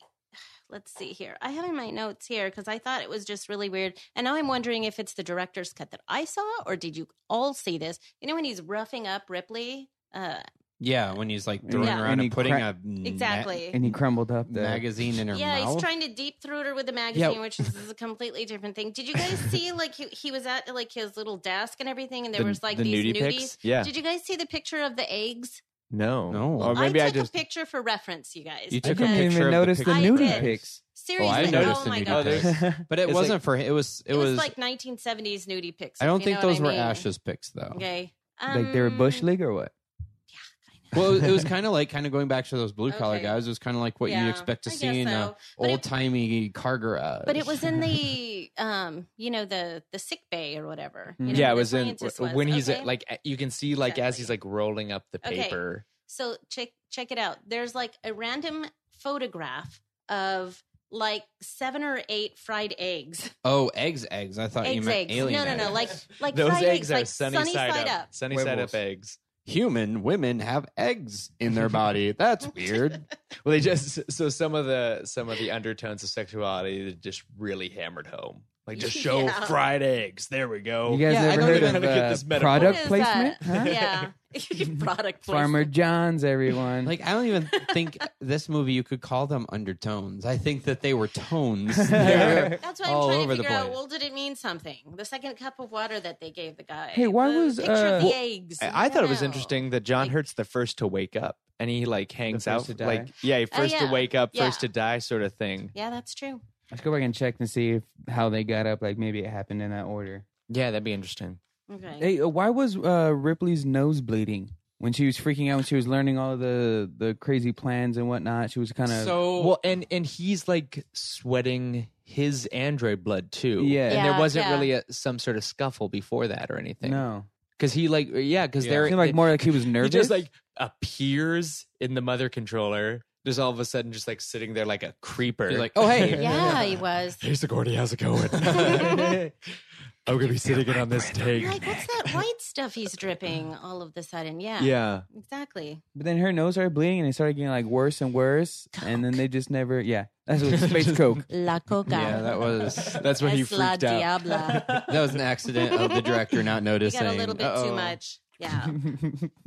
Speaker 5: let's see here. I have in my notes here because I thought it was just really weird. And now I'm wondering if it's the director's cut that I saw, or did you all see this? You know when he's roughing up Ripley? Uh
Speaker 1: yeah, when he's like throwing
Speaker 5: Yeah.
Speaker 1: around
Speaker 3: And
Speaker 1: and
Speaker 3: he
Speaker 1: putting
Speaker 3: cra-
Speaker 1: a net-
Speaker 5: exactly.
Speaker 3: And he crumbled up the
Speaker 1: magazine in her
Speaker 5: yeah,
Speaker 1: mouth.
Speaker 5: he's trying to deep throat her with a magazine, which is, is a completely different thing. Did you guys see like he, he was at like his little desk and everything, and there
Speaker 4: The-
Speaker 5: was like
Speaker 4: the
Speaker 5: these
Speaker 4: nudie
Speaker 5: nudies?
Speaker 4: pics? Yeah.
Speaker 5: Did you guys see the picture of the eggs?
Speaker 4: No,
Speaker 1: No.
Speaker 4: Or maybe I,
Speaker 5: took
Speaker 4: just
Speaker 5: a picture for reference, you guys.
Speaker 1: You
Speaker 3: I
Speaker 1: took a
Speaker 5: because-
Speaker 3: didn't
Speaker 1: picture
Speaker 3: even
Speaker 1: of the
Speaker 3: notice the,
Speaker 5: picture. I
Speaker 3: nudie
Speaker 5: did.
Speaker 3: pics.
Speaker 5: Seriously,
Speaker 1: I
Speaker 5: oh,
Speaker 1: noticed the
Speaker 5: my
Speaker 1: nudie
Speaker 4: (laughs)
Speaker 5: god.
Speaker 1: pics. but it
Speaker 4: It's
Speaker 1: wasn't
Speaker 4: like-
Speaker 1: for him. It was. It,
Speaker 5: It was,
Speaker 1: was.
Speaker 5: like 1970s nudie pics.
Speaker 1: I
Speaker 5: if
Speaker 1: don't
Speaker 5: you
Speaker 1: think
Speaker 5: know what
Speaker 1: those
Speaker 5: I
Speaker 1: were
Speaker 5: mean.
Speaker 1: Ash's picks though.
Speaker 5: Okay.
Speaker 3: like they were bush
Speaker 5: Um,
Speaker 3: league or what?
Speaker 1: (laughs) well, it was kind of like kind of going back to those blue collar
Speaker 5: Okay.
Speaker 1: guys. It was kind of like what
Speaker 5: Yeah,
Speaker 1: you'd expect to
Speaker 5: I
Speaker 1: see
Speaker 5: guess
Speaker 1: in
Speaker 5: so.
Speaker 1: a
Speaker 5: But it-
Speaker 1: old timey car garage.
Speaker 5: But it was in the, um, you know, the the sick bay or whatever. you know,
Speaker 4: yeah,
Speaker 5: where
Speaker 4: it
Speaker 5: the
Speaker 4: was in
Speaker 5: scientist was.
Speaker 4: when he's
Speaker 5: Okay.
Speaker 4: like you can see like as he's like
Speaker 5: Exactly.
Speaker 4: rolling up the
Speaker 5: Okay.
Speaker 4: paper.
Speaker 5: So check check it out. There's like a random photograph of like seven or eight fried
Speaker 4: (laughs)
Speaker 5: eggs.
Speaker 1: oh eggs, eggs. I thought you
Speaker 5: eggs,
Speaker 1: meant
Speaker 5: eggs.
Speaker 1: alien.
Speaker 5: No, no, no.
Speaker 1: eggs.
Speaker 5: Like like
Speaker 4: Those
Speaker 5: fried
Speaker 4: eggs, are
Speaker 5: like
Speaker 4: sunny, side, up. Sunny side up
Speaker 1: Huevos.
Speaker 4: eggs.
Speaker 1: human women have eggs in their body.
Speaker 5: (laughs)
Speaker 1: That's weird.
Speaker 4: Well, they just so some of the some of the undertones of sexuality that just really hammered home.
Speaker 5: (laughs)
Speaker 4: Like just show
Speaker 5: Yeah.
Speaker 4: fried eggs. There we go.
Speaker 3: You guys
Speaker 1: Yeah, I
Speaker 3: ever
Speaker 1: don't
Speaker 3: heard
Speaker 1: even
Speaker 3: of
Speaker 4: get
Speaker 3: uh,
Speaker 4: this metaphor.
Speaker 5: What
Speaker 3: product
Speaker 5: is
Speaker 3: placement?
Speaker 5: that?
Speaker 3: Huh? (laughs)
Speaker 5: Yeah. (laughs) Product placement.
Speaker 3: Farmer John's, everyone.
Speaker 1: Like I don't even think this movie you could call them undertones. I think that they were (laughs) tones. They were
Speaker 5: That's why I'm
Speaker 1: all
Speaker 5: trying
Speaker 1: over
Speaker 5: to
Speaker 1: the
Speaker 5: figure out.
Speaker 1: place.
Speaker 5: Well, did it mean something? The second cup of water that they gave the guy.
Speaker 3: Hey, why
Speaker 5: the
Speaker 3: was,
Speaker 5: picture
Speaker 3: uh,
Speaker 5: of the
Speaker 3: Well,
Speaker 5: eggs?
Speaker 4: I, I thought it was
Speaker 5: No.
Speaker 4: interesting that John Hurt's the first to wake up and he like hangs out
Speaker 3: first to die.
Speaker 4: like yeah, he
Speaker 5: Oh,
Speaker 4: first
Speaker 5: yeah.
Speaker 4: to wake up,
Speaker 5: Yeah.
Speaker 4: first to die sort of thing.
Speaker 5: Yeah, that's true.
Speaker 3: Let's go back and check and see if how they got up. Like maybe it happened in that order.
Speaker 4: Yeah, that'd be interesting.
Speaker 5: Okay.
Speaker 3: Hey, uh, why was uh, Ripley's nose bleeding when she was freaking out when she was learning all of the the crazy plans and whatnot. She was kind of
Speaker 1: So
Speaker 4: well, and and he's like sweating his android blood too.
Speaker 3: Yeah.
Speaker 4: and there
Speaker 5: Yeah,
Speaker 4: wasn't
Speaker 5: yeah.
Speaker 4: really a, some sort of scuffle before that or anything.
Speaker 3: no,
Speaker 4: because he like yeah, because
Speaker 1: Yeah.
Speaker 4: they're
Speaker 3: it seemed like more like he was
Speaker 4: he
Speaker 3: nervous.
Speaker 4: just like appears in the mother controller, just all of a sudden, just like sitting there like a
Speaker 1: (laughs)
Speaker 4: creeper,
Speaker 1: You're like,
Speaker 4: (laughs)
Speaker 1: oh hey,
Speaker 5: Yeah, he was.
Speaker 4: Hey, Sigourney, how's it going? (laughs) I'm gonna be sitting in on this tank.
Speaker 5: Like, what's that white stuff he's dripping all of the sudden? Yeah.
Speaker 4: Yeah,
Speaker 5: Exactly.
Speaker 3: but then her nose started bleeding and it started getting like worse and worse. And then they just never, yeah, that's what space coke.
Speaker 5: La coca.
Speaker 1: yeah, that
Speaker 5: (laughs)
Speaker 1: was
Speaker 4: that's when he
Speaker 5: Es la
Speaker 4: freaked out.
Speaker 1: (laughs)
Speaker 5: diabla.
Speaker 1: that was an accident of the director not
Speaker 5: He
Speaker 1: noticing.
Speaker 5: got a little bit too
Speaker 1: Uh-oh.
Speaker 5: much. Yeah.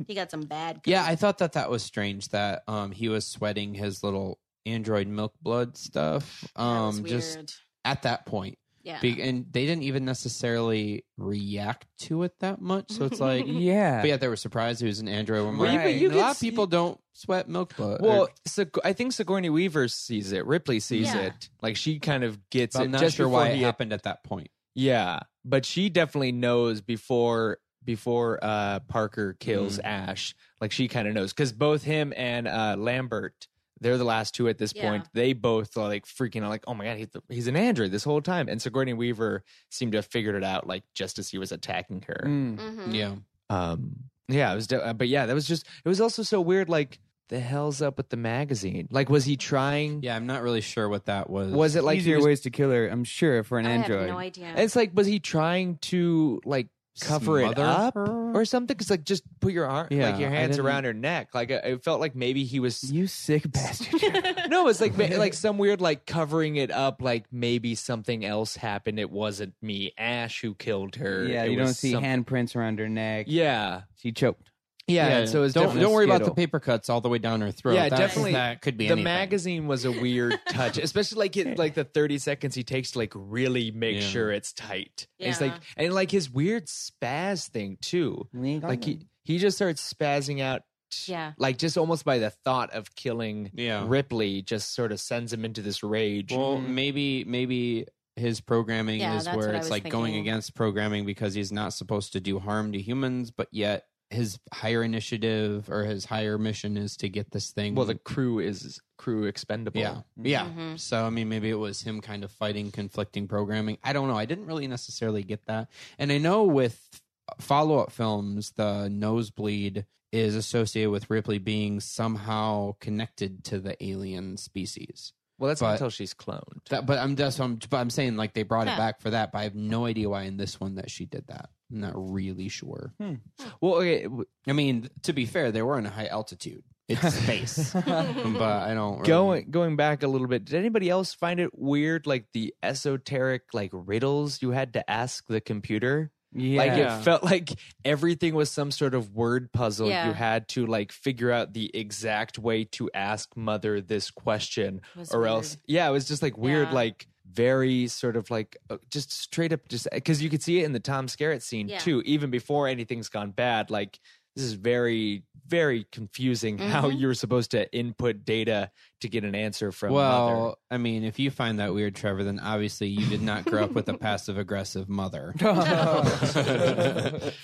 Speaker 5: he got some bad.
Speaker 1: Yeah, I
Speaker 5: coke.
Speaker 1: thought that that was strange that um he was sweating his little android milk blood stuff
Speaker 5: That was
Speaker 1: um just
Speaker 5: weird.
Speaker 1: at that point.
Speaker 5: yeah.
Speaker 1: Be- and they didn't even necessarily react to it that much. So it's
Speaker 3: (laughs)
Speaker 1: like
Speaker 3: (laughs) Yeah,
Speaker 1: But yeah, they were surprised he was an android. Woman.
Speaker 3: Well, you-
Speaker 1: Right.
Speaker 3: but you
Speaker 1: a
Speaker 3: could
Speaker 1: lot of
Speaker 3: see-
Speaker 1: people don't sweat milk blood. or-
Speaker 4: Well, Sig- I think Sigourney Weaver sees it. Ripley sees
Speaker 5: Yeah.
Speaker 4: it. Like she kind of gets
Speaker 1: but
Speaker 4: it.
Speaker 1: I'm not
Speaker 4: just
Speaker 1: sure
Speaker 4: before
Speaker 1: why it
Speaker 4: he-
Speaker 1: happened at that point.
Speaker 4: Yeah, but she definitely knows before before uh, Parker kills Ash. Like she kind of knows because both him and uh, Lambert, they're the last two at this
Speaker 5: Yeah.
Speaker 4: point. They both are like freaking out, like, "Oh my god, he's, the, he's an android this whole time." And Sigourney Weaver seemed to have figured it out, like just as he was attacking her.
Speaker 3: Mm.
Speaker 5: Mhm.
Speaker 1: Yeah.
Speaker 4: Um, yeah, it was, de- uh, but yeah, that was just. It was also so weird. Like, the hell's up with the magazine? Like, was he trying?
Speaker 1: Yeah, I'm not really sure what that was.
Speaker 4: Was it like he
Speaker 3: easier
Speaker 4: was
Speaker 3: ways to kill her, I'm sure, for an
Speaker 5: I
Speaker 3: android.
Speaker 5: have no idea.
Speaker 4: And It's like, was he trying to like cover it
Speaker 1: Smother
Speaker 4: up
Speaker 1: her?
Speaker 4: or something? Because like, just put your arm,
Speaker 3: Yeah,
Speaker 4: like your
Speaker 3: I
Speaker 4: hands
Speaker 3: didn't-
Speaker 4: around her neck. Like, uh, it felt like maybe he was.
Speaker 3: You sick bastard.
Speaker 4: No, it's
Speaker 3: (laughs)
Speaker 4: like ma- like some weird like covering it up. Like maybe something else happened. It wasn't me, Ash, who killed her.
Speaker 3: yeah,
Speaker 4: It
Speaker 3: you
Speaker 4: was
Speaker 3: don't see
Speaker 4: some-
Speaker 3: handprints around her neck.
Speaker 4: Yeah,
Speaker 3: she choked.
Speaker 4: yeah. and so it's
Speaker 1: don't
Speaker 4: definitely
Speaker 1: don't worry about the
Speaker 3: Skittle.
Speaker 1: paper cuts all the way down her throat.
Speaker 4: Yeah,
Speaker 1: That's-
Speaker 4: definitely.
Speaker 1: that could be
Speaker 4: the
Speaker 1: anything.
Speaker 4: magazine was
Speaker 1: (laughs)
Speaker 4: a weird touch, especially like it, like the thirty seconds he takes to like really make
Speaker 1: Yeah.
Speaker 4: sure it's tight. And It's
Speaker 5: Yeah.
Speaker 4: like and like his weird spaz thing too. Like he he just starts spazzing out.
Speaker 5: Yeah.
Speaker 4: Like just almost by the thought of killing
Speaker 1: Yeah.
Speaker 4: Ripley, just sort of sends him into this rage.
Speaker 1: Well, maybe maybe his programming
Speaker 5: Yeah,
Speaker 1: is
Speaker 5: that's
Speaker 1: where
Speaker 5: what I
Speaker 1: it's
Speaker 5: was
Speaker 1: like going
Speaker 5: thinking.
Speaker 1: against programming because he's not supposed to do harm to humans, but yet his higher initiative or his higher mission is to get this thing.
Speaker 4: well, the Mm-hmm. crew is crew expendable.
Speaker 1: yeah, yeah.
Speaker 5: Mhm.
Speaker 1: So I mean, maybe it was him kind of fighting conflicting programming. I don't know. I didn't really necessarily get that, and I know with follow up films, the nosebleed is associated with Ripley being somehow connected to the alien species.
Speaker 4: Well, that's
Speaker 1: But-
Speaker 4: until she's cloned.
Speaker 1: That, but I'm that's what I'm, but I'm saying like they brought it
Speaker 5: Yeah.
Speaker 1: back for that, but I have no idea why in this one that she did that. I'm not really sure.
Speaker 4: Hmm. Well, okay, w-
Speaker 1: I mean, to be fair, they were in a high altitude.
Speaker 4: (laughs)
Speaker 1: It's space, but I don't really,
Speaker 4: going going back a little bit did anybody else find it weird like the esoteric like riddles you had to ask the computer
Speaker 3: Yeah.
Speaker 4: like it felt like everything was some sort of word puzzle
Speaker 5: Yeah.
Speaker 4: you had to like figure out the exact way to ask mother this question
Speaker 5: Was
Speaker 4: or
Speaker 5: weird.
Speaker 4: else yeah it was just like weird
Speaker 5: Yeah.
Speaker 4: like very sort of like uh, just straight up just because you could see it in the tom skerritt scene
Speaker 5: Yeah.
Speaker 4: too even before anything's gone bad like this is very very confusing how
Speaker 5: Mm-hmm.
Speaker 4: you're supposed to input data to get an answer from
Speaker 1: well,
Speaker 4: mother.
Speaker 1: I mean, if you find that weird, Trevor, then obviously you did not grow up with a passive aggressive
Speaker 4: (laughs)
Speaker 1: mother.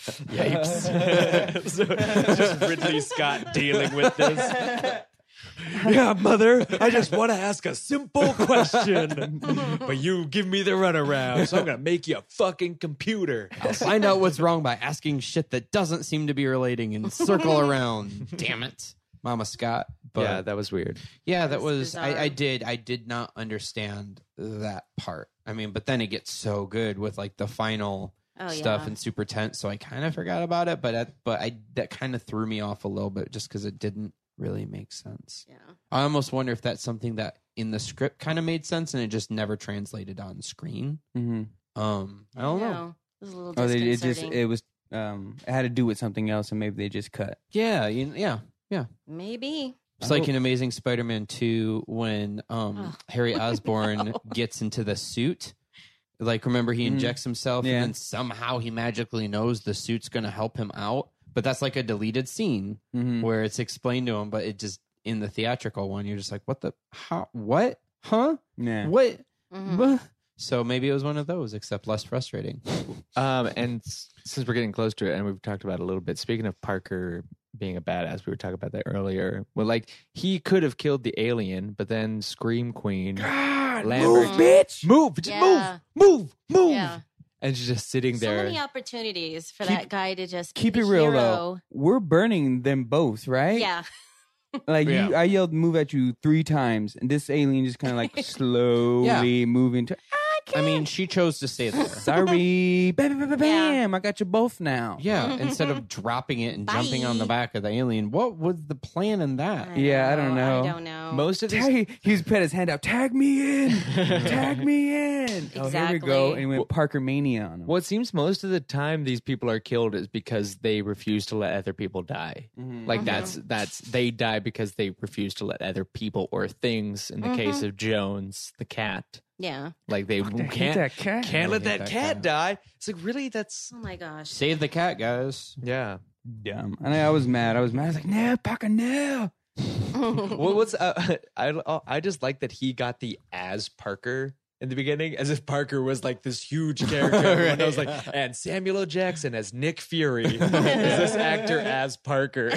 Speaker 4: Yikes. (laughs) so it's just Ridley Scott dealing with this. (laughs) yeah, mother, I just want to ask a simple question. but you give me the runaround, so I'm going to make you a fucking computer.
Speaker 1: Find out what's wrong by asking shit that doesn't seem to be relating and
Speaker 4: (laughs)
Speaker 1: circle around. Damn it, Mama Scott. But
Speaker 4: yeah, that was weird.
Speaker 1: Yeah, that
Speaker 5: was
Speaker 1: was, I, I
Speaker 5: bizarre.
Speaker 1: did I did not understand that part. I mean, but then it gets so good with like the final
Speaker 5: Oh,
Speaker 1: stuff
Speaker 5: yeah.
Speaker 1: and super tense, so I kind of forgot about it. But at, but I that kind of threw me off a little bit just because it didn't really make sense.
Speaker 5: Yeah.
Speaker 1: I almost wonder if that's something that in the script kind of made sense and it just never translated on screen.
Speaker 3: hmm
Speaker 1: Um, I don't know.
Speaker 5: It was a little
Speaker 3: Oh, they, it just
Speaker 5: disconcerting.
Speaker 3: it was um it had to do with something else, and maybe they just cut.
Speaker 1: Yeah, you, yeah, yeah.
Speaker 5: Maybe.
Speaker 1: It's like in Amazing Spider-Man 2 when um, Harry Osborn gets into the suit. Like remember he injects himself
Speaker 3: Yeah.
Speaker 1: and then somehow he magically knows the suit's going to help him out, but that's like a deleted scene
Speaker 3: Mm-hmm. Mm.
Speaker 1: where it's explained to him but it just in the theatrical one you're just like what the how what? Huh?
Speaker 3: Yeah.
Speaker 1: What?
Speaker 5: Mhm.
Speaker 1: Buh. So maybe it was one of those except less frustrating.
Speaker 4: Um, and s- since we're getting close to it, and we've talked about it a little bit, speaking of Parker being a badass. We were talking about that earlier. Well, like he could have killed the alien, but then Scream Queen, Lambert,
Speaker 5: move,
Speaker 3: bitch.
Speaker 4: move, just
Speaker 5: Yeah.
Speaker 4: move, move, move,
Speaker 5: Yeah.
Speaker 4: and she's just sitting
Speaker 5: So
Speaker 4: there.
Speaker 5: many opportunities for
Speaker 3: Keep-
Speaker 5: that guy to just
Speaker 3: Keep
Speaker 5: be
Speaker 3: it
Speaker 5: the
Speaker 3: real though.
Speaker 5: hero.
Speaker 3: We're burning them both, right?
Speaker 5: Yeah,
Speaker 3: Like
Speaker 4: Yeah.
Speaker 3: you, I yelled "move" at you three times, and this alien just kind of like slowly moving to.
Speaker 1: I mean, she chose to stay there.
Speaker 3: Sorry, bam, bam, bam, bam. I got you both now. (laughs)
Speaker 1: Yeah, instead of dropping it and jumping on the back of the alien. What was the plan in that?
Speaker 3: Yeah,
Speaker 5: (laughs)
Speaker 3: I don't know.
Speaker 5: I don't know.
Speaker 4: Most of these
Speaker 3: Tag, (laughs) he's put his hand out. Tag me in. Tag me in. Oh, here we go.
Speaker 5: Exactly.
Speaker 3: And he went Parker Mania on him.
Speaker 4: Well, it seems most of the time these people are killed is because they refuse to let other people die. Like that's that's they die because they refuse to let other people or things. In the case of Jones, the cat,
Speaker 5: yeah.
Speaker 4: like they
Speaker 3: I hate
Speaker 4: can't
Speaker 3: that cat.
Speaker 4: can't let
Speaker 1: hate
Speaker 4: that,
Speaker 1: that
Speaker 4: cat
Speaker 1: cat.
Speaker 4: die. It's like really that's
Speaker 5: Oh my gosh.
Speaker 1: Save the cat, guys.
Speaker 4: yeah.
Speaker 3: Dumb. And I, I was mad. I was mad. I was like, no, Parker, no.
Speaker 4: well, what's uh, (laughs) I I just like that he got the as Parker. In the beginning, as if Parker was like this
Speaker 1: (laughs)
Speaker 4: huge character, Everyone knows, like, and Samuel L. Jackson as
Speaker 1: (laughs)
Speaker 4: Nick Fury is this actor as Parker.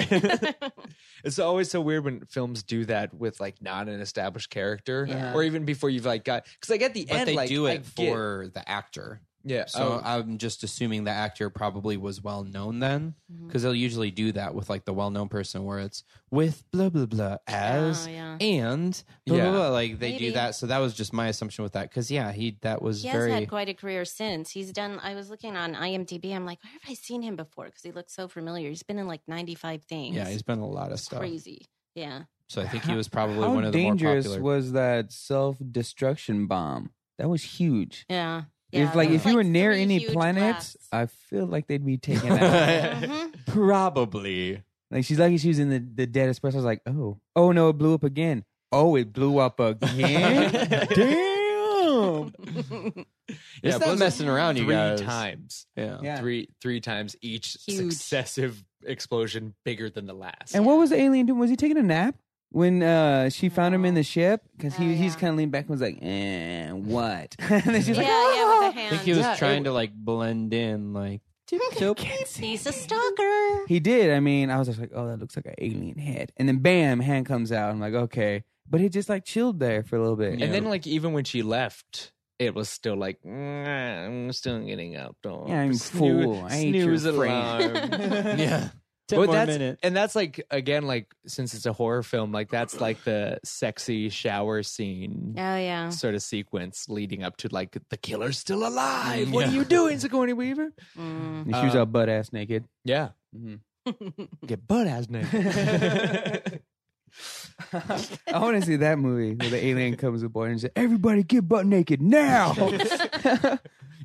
Speaker 4: It's always so weird when films do that with like not an established character, or even before you've like got because like at the
Speaker 1: But
Speaker 4: end
Speaker 1: they
Speaker 4: like,
Speaker 1: do
Speaker 4: I
Speaker 1: it
Speaker 4: get-
Speaker 1: for the actor.
Speaker 4: yeah.
Speaker 1: So
Speaker 4: oh,
Speaker 1: I'm just assuming the actor probably was well known then,
Speaker 5: Mm-hmm.
Speaker 1: because they'll usually do that with like the well known person, where it's with blah blah blah as
Speaker 5: Oh, yeah.
Speaker 1: and blah,
Speaker 4: Yeah.
Speaker 1: blah blah. Like they do
Speaker 5: Maybe.
Speaker 1: that. So that was just my assumption with that, because yeah, he that was
Speaker 5: He has
Speaker 1: very
Speaker 5: had quite a career since. He's done, I was looking on IMDb. I'm like, where have I seen him before? Because he looks so familiar. He's been in like 95 things.
Speaker 1: yeah. He's been in a lot of stuff.
Speaker 5: crazy. Yeah.
Speaker 1: So I think he was probably
Speaker 3: How
Speaker 1: one of the more
Speaker 3: dangerous
Speaker 1: popular. (laughs)
Speaker 3: was that self-destruction bomb? That was huge.
Speaker 5: Yeah.
Speaker 3: if like if you were near
Speaker 5: three
Speaker 3: any
Speaker 5: huge
Speaker 3: planets,
Speaker 5: blasts.
Speaker 3: I (laughs) feel like they'd be taken out.
Speaker 5: Mm-hmm.
Speaker 4: probably.
Speaker 3: like she's lucky she was in the, the dead espresso. I was like, oh, oh no, it blew up again. Oh, it blew up again.
Speaker 5: (laughs)
Speaker 3: Damn.
Speaker 4: Yeah,
Speaker 1: it's not
Speaker 4: plus
Speaker 1: messing around, you
Speaker 4: three
Speaker 1: guys.
Speaker 4: times.
Speaker 1: Yeah.
Speaker 3: Yeah.
Speaker 4: Three three times each
Speaker 5: Huge.
Speaker 4: successive explosion bigger than the last.
Speaker 3: And what was the alien doing? Was he taking a nap when uh, she found him in the ship? Because
Speaker 5: Oh,
Speaker 3: he he's kind of leaned back and was like, eh, what? (laughs) and then she's
Speaker 5: yeah,
Speaker 3: like, "Ah!" "Oh,
Speaker 5: yeah, with a
Speaker 1: I
Speaker 5: hand.
Speaker 1: think he was
Speaker 3: Yeah, it
Speaker 1: trying to like blend in,
Speaker 5: (laughs)
Speaker 1: like
Speaker 5: He's (laughs) a stalker.
Speaker 3: He did. I mean, I was just like, oh, that looks like an alien head. And then bam, hand comes out. I'm like, okay. But he just like chilled there for a little bit.
Speaker 4: And then like even when she left, it was still like "Nah, I'm still getting up. Don't
Speaker 3: Yeah, I'm fool. I ain't your
Speaker 4: snooze
Speaker 3: (laughs) friend."
Speaker 4: alarm.
Speaker 1: yeah. Ten
Speaker 4: Well,
Speaker 1: more
Speaker 4: that's,
Speaker 1: minutes.
Speaker 4: And that's like again, like since it's a horror film, like that's like the sexy shower scene
Speaker 5: Oh, yeah.
Speaker 4: sort of sequence leading up to like the killer's still alive. What are you doing, Sigourney Weaver?
Speaker 3: and she was
Speaker 5: Uh-huh.
Speaker 3: all butt ass naked.
Speaker 4: Yeah,
Speaker 3: Mm-hmm.
Speaker 4: (laughs) get butt ass
Speaker 3: (laughs)
Speaker 4: naked.
Speaker 5: (laughs)
Speaker 3: I want to see that movie where the alien comes aboard and says, everybody get butt
Speaker 5: (laughs)
Speaker 3: naked now.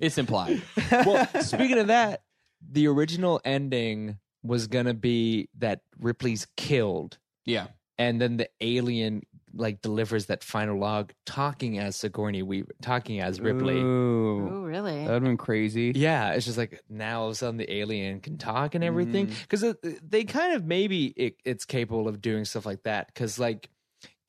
Speaker 1: It's implied.
Speaker 4: well, speaking of that, the original ending was gonna be that Ripley's killed,
Speaker 1: Yeah.
Speaker 4: and then the alien like delivers that final log, talking as Sigourney Weaver, talking as Ripley.
Speaker 3: Ooh,
Speaker 5: Oh, really?
Speaker 3: that would have been crazy.
Speaker 4: Yeah, it's just like now all of a sudden the alien can talk and everything
Speaker 3: Mm-hmm.
Speaker 4: because they kind of maybe it, it's capable of doing stuff like that because like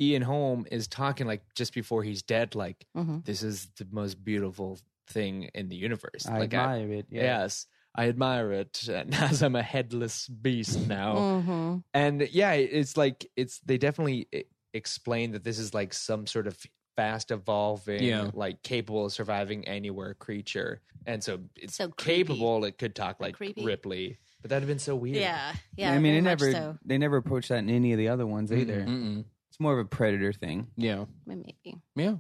Speaker 4: Ian Holm is talking like just before he's dead like
Speaker 5: Mm-hmm.
Speaker 4: this is the most beautiful thing in the universe.
Speaker 3: I
Speaker 4: like
Speaker 3: admire it. Yeah.
Speaker 4: Yes, I admire it (laughs) and as I'm a headless beast
Speaker 3: (laughs)
Speaker 4: now
Speaker 5: Mm-hmm.
Speaker 4: and yeah it- it's like it's they definitely e- explain that this is like some sort of fast evolving
Speaker 1: Yeah.
Speaker 4: like capable of surviving anywhere creature and so it's
Speaker 5: So creepy.
Speaker 4: capable it could talk like
Speaker 5: creepy.
Speaker 4: ripley but that'd have been so weird
Speaker 5: Yeah. Yeah.
Speaker 3: I mean,
Speaker 5: very
Speaker 3: they
Speaker 5: much
Speaker 3: never
Speaker 5: So.
Speaker 3: they never approached that in any of the other ones either.
Speaker 1: Mm-mm.
Speaker 3: It's more of a
Speaker 5: (laughs)
Speaker 3: predator thing.
Speaker 1: Yeah.
Speaker 5: Maybe.
Speaker 1: Yeah.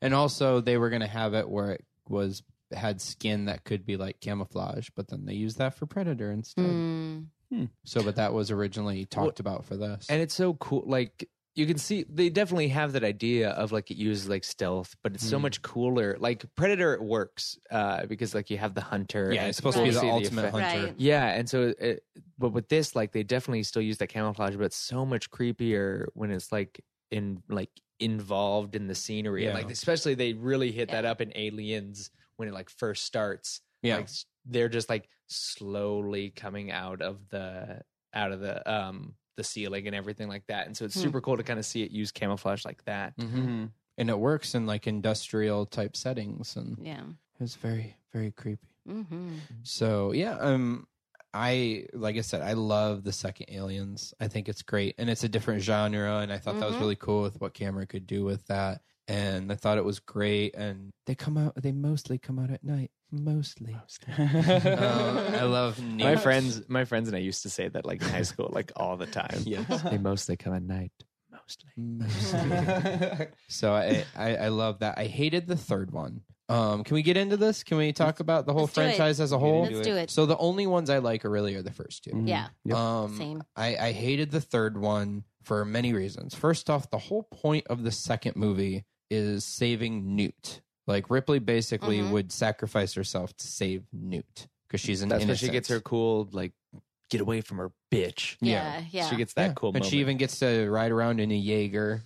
Speaker 1: And also they were gonna have it where it was had skin that could be like camouflage, but then they used that for predator instead.
Speaker 5: Mm.
Speaker 1: So but that was originally talked about for this.
Speaker 4: and it's so cool like you can see they definitely have that idea of like it uses like stealth but it's
Speaker 1: Hmm.
Speaker 4: so much cooler like predator it works uh because like you have the hunter
Speaker 1: yeah,
Speaker 4: and
Speaker 1: it's supposed to be
Speaker 4: cool
Speaker 1: the
Speaker 4: see
Speaker 1: ultimate
Speaker 4: effect.
Speaker 1: hunter.
Speaker 5: Right.
Speaker 4: Yeah, and so, it, but with this, like, they definitely still use that camouflage, but it's so much creepier when it's like in like involved in the scenery, and like
Speaker 1: Yeah.
Speaker 4: especially they really hit that up in Aliens when it like first starts.
Speaker 1: Yeah.
Speaker 4: Like, s- they're just like slowly coming out of the out of the um the ceiling and everything like that, and so it's
Speaker 5: Hmm.
Speaker 4: super cool to kind of see it use camouflage like that.
Speaker 1: Mhm.
Speaker 4: mm-hmm.
Speaker 1: And it works in like industrial type settings and
Speaker 5: Yeah.
Speaker 1: it was very, very creepy.
Speaker 5: Mm-hmm.
Speaker 1: So yeah, um, I like I said, I love the second Aliens. I think it's great, and it's a different genre. And I thought that was
Speaker 5: Mhm.
Speaker 1: really cool with what Cameron could do with that. And I thought it was great. And they come out. They mostly come out at night. Mostly. Um, I love
Speaker 4: my
Speaker 1: Newt.
Speaker 4: friends, my friends and I used to say that like in high school, like all the (laughs) time.
Speaker 1: Yes.
Speaker 4: they mostly come at night. Mostly.
Speaker 3: (laughs)
Speaker 1: Mostly. so I, I I love that. I hated the third one. Um, can we get into this? Can we talk about the whole
Speaker 5: Let's do it.
Speaker 1: franchise as a whole?
Speaker 5: Let's do it.
Speaker 1: So the only ones I like are really are the first two.
Speaker 5: Yeah.
Speaker 1: Um,
Speaker 5: Same.
Speaker 1: I, I hated the third one for many reasons. First off, the whole point of the second movie is saving Newt. Like Ripley basically
Speaker 5: Mhm.
Speaker 1: would sacrifice herself to save Newt because she's an
Speaker 4: That's when
Speaker 1: innocent.
Speaker 4: she gets her cool, like, get away from her bitch.
Speaker 5: Yeah. Yeah.
Speaker 4: She gets that
Speaker 1: Yeah.
Speaker 4: cool
Speaker 1: and
Speaker 4: moment.
Speaker 1: she even gets to ride around in a Jaeger.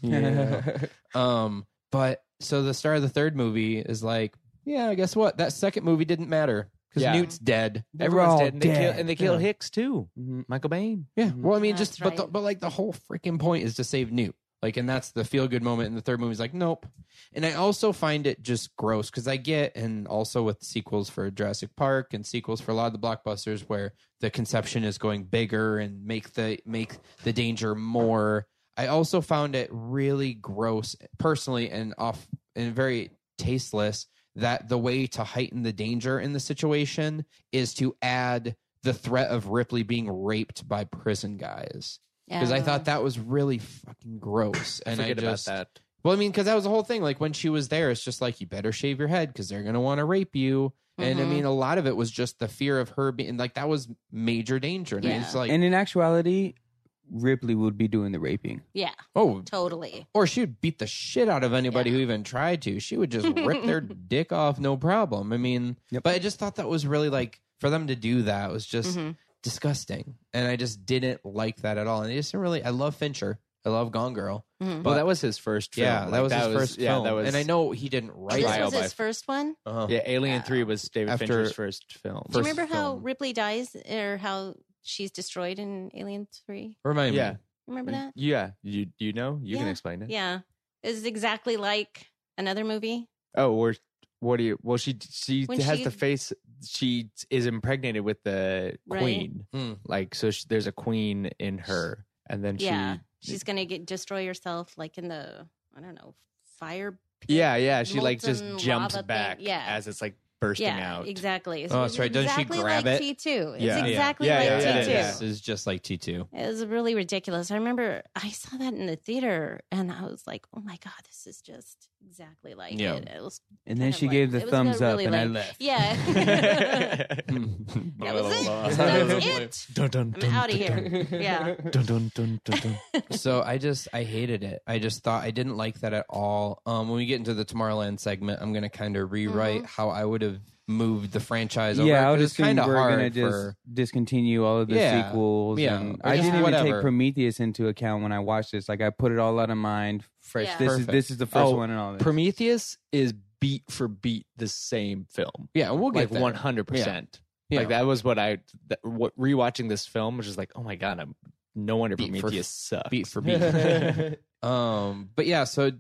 Speaker 4: (laughs)
Speaker 1: um, but so the star of the third movie is like, yeah, guess what? That second movie didn't matter because
Speaker 4: Yeah.
Speaker 1: Newt's dead.
Speaker 3: They're all
Speaker 4: Everyone's dead, and they kill
Speaker 3: dead.
Speaker 4: and they kill
Speaker 3: Yeah.
Speaker 4: Hicks too. Michael Bain.
Speaker 1: Yeah. Well, I mean,
Speaker 5: That's
Speaker 1: just but the,
Speaker 5: right.
Speaker 1: but like the whole freaking point is to save Newt. Like, and that's the feel good moment in the third movie. Is like, nope. And I also find it just gross because I get, and also with sequels for Jurassic Park and sequels for a lot of the blockbusters, where the conception is going bigger and make the make the danger more. I also found it really gross personally and off and very tasteless that the way to heighten the danger in the situation is to add the threat of Ripley being raped by prison guys. Because I
Speaker 5: Yeah.
Speaker 1: thought that was really fucking gross.
Speaker 4: I
Speaker 1: and
Speaker 4: forget
Speaker 1: I just,
Speaker 4: about that.
Speaker 5: Mm-hmm.
Speaker 1: Well, I mean, because that was the whole thing. Like when she was there, it's just like, you better shave your head because they're going to want to rape you. And I
Speaker 5: Mhm.
Speaker 1: mean, a lot of it was just the fear of her being like, that was major danger. And
Speaker 5: Yeah.
Speaker 1: it's like,
Speaker 3: and in actuality, Ripley would be doing the raping.
Speaker 5: Yeah.
Speaker 1: oh,
Speaker 5: Totally.
Speaker 1: or she would beat the shit out of anybody who even tried to. She would just rip
Speaker 5: (laughs)
Speaker 1: their dick off, no problem. I mean, but I just thought that was really like for them to do that was just
Speaker 5: Mm-hmm.
Speaker 1: disgusting, and I just didn't like that at all. And I just didn't really. I love Fincher. I love Gone Girl.
Speaker 5: Mhm.
Speaker 4: well, that was his first. Film.
Speaker 1: yeah,
Speaker 4: Like,
Speaker 1: that was his first
Speaker 4: Yeah,
Speaker 1: film.
Speaker 4: that was.
Speaker 1: and I know he didn't write
Speaker 5: this
Speaker 4: Trial
Speaker 5: was
Speaker 1: it.
Speaker 4: by-
Speaker 5: his first one.
Speaker 1: Uh-huh.
Speaker 4: Yeah, Alien Three was David
Speaker 1: After-
Speaker 4: Fincher's first film.
Speaker 5: Do you
Speaker 1: First
Speaker 5: remember how
Speaker 1: film.
Speaker 5: Ripley dies or how she's destroyed in Alien 3?
Speaker 1: Remind
Speaker 4: yeah,
Speaker 1: me.
Speaker 5: Remember that?
Speaker 4: yeah. You you know you can explain it.
Speaker 5: Yeah. It was exactly like another movie.
Speaker 4: Oh, or what do you? Well, she she
Speaker 5: When
Speaker 4: has
Speaker 5: she-
Speaker 4: the face. She is impregnated with the
Speaker 5: Right.
Speaker 4: queen.
Speaker 1: Mm.
Speaker 4: Like so, she, there's a queen in her, and then she. (laughs)
Speaker 5: yeah.
Speaker 1: (laughs)
Speaker 5: (laughs) She's going to get destroy herself like in the, I don't know, fire. pit.
Speaker 4: Yeah, yeah. She like just
Speaker 5: molten
Speaker 4: jumps
Speaker 5: lava thing.
Speaker 4: back
Speaker 5: Yeah.
Speaker 4: as it's like bursting
Speaker 5: yeah,
Speaker 4: out.
Speaker 5: exactly.
Speaker 1: Oh,
Speaker 5: it's
Speaker 1: that's right. Doesn't she
Speaker 5: exactly
Speaker 1: grab
Speaker 5: like
Speaker 1: it?
Speaker 5: T2. It's
Speaker 4: Yeah. Yeah.
Speaker 5: exactly
Speaker 4: Yeah,
Speaker 5: like
Speaker 4: yeah, yeah,
Speaker 5: T2.
Speaker 4: yeah.
Speaker 1: This is just like T two.
Speaker 5: It was really ridiculous. I remember I saw that in the theater and I was like, oh my God, this is just exactly like
Speaker 1: Yeah.
Speaker 5: it. It was
Speaker 3: And then
Speaker 5: kind of
Speaker 3: she
Speaker 5: like-
Speaker 3: gave the
Speaker 5: it was
Speaker 3: thumbs up,
Speaker 5: really
Speaker 3: and I
Speaker 5: like-
Speaker 3: left.
Speaker 5: (laughs) Yeah.
Speaker 3: (laughs)
Speaker 5: that was it.
Speaker 1: (laughs)
Speaker 5: That's it.
Speaker 4: uh, Dun, dun,
Speaker 5: I'm out of here. (laughs) Yeah.
Speaker 4: dun, dun, dun, dun, dun.
Speaker 1: so I just I hated it. I just thought I didn't like that at all. Um, when we get into the Tomorrowland segment, I'm gonna kind of rewrite
Speaker 5: Mm-hmm.
Speaker 1: how I would have moved the franchise. Over,
Speaker 3: yeah, I would
Speaker 1: 'cause it's
Speaker 3: assume
Speaker 1: kind of
Speaker 3: we're gonna
Speaker 1: hard
Speaker 3: just
Speaker 1: for.
Speaker 3: discontinue all of the
Speaker 1: Yeah,
Speaker 3: sequels.
Speaker 1: yeah,
Speaker 3: and
Speaker 1: or
Speaker 3: I
Speaker 1: just
Speaker 3: didn't even
Speaker 1: whatever.
Speaker 3: take Prometheus into account when I watched this. Like I put it all out of mind. Fresh.
Speaker 5: Yeah.
Speaker 3: This
Speaker 1: Perfect.
Speaker 3: is this is the first
Speaker 4: Oh,
Speaker 3: one and all this.
Speaker 4: Prometheus is beat for beat the same film.
Speaker 1: Yeah, we'll
Speaker 4: Like
Speaker 1: get there.
Speaker 4: one hundred percent.
Speaker 1: Yeah.
Speaker 4: Like that was what I that, what, rewatching this film was just like, oh my god, I'm no wonder
Speaker 1: Beat for-
Speaker 4: Prometheus sucks.
Speaker 1: beat
Speaker 5: (laughs)
Speaker 4: (laughs)
Speaker 1: for beat. um, but yeah, so d-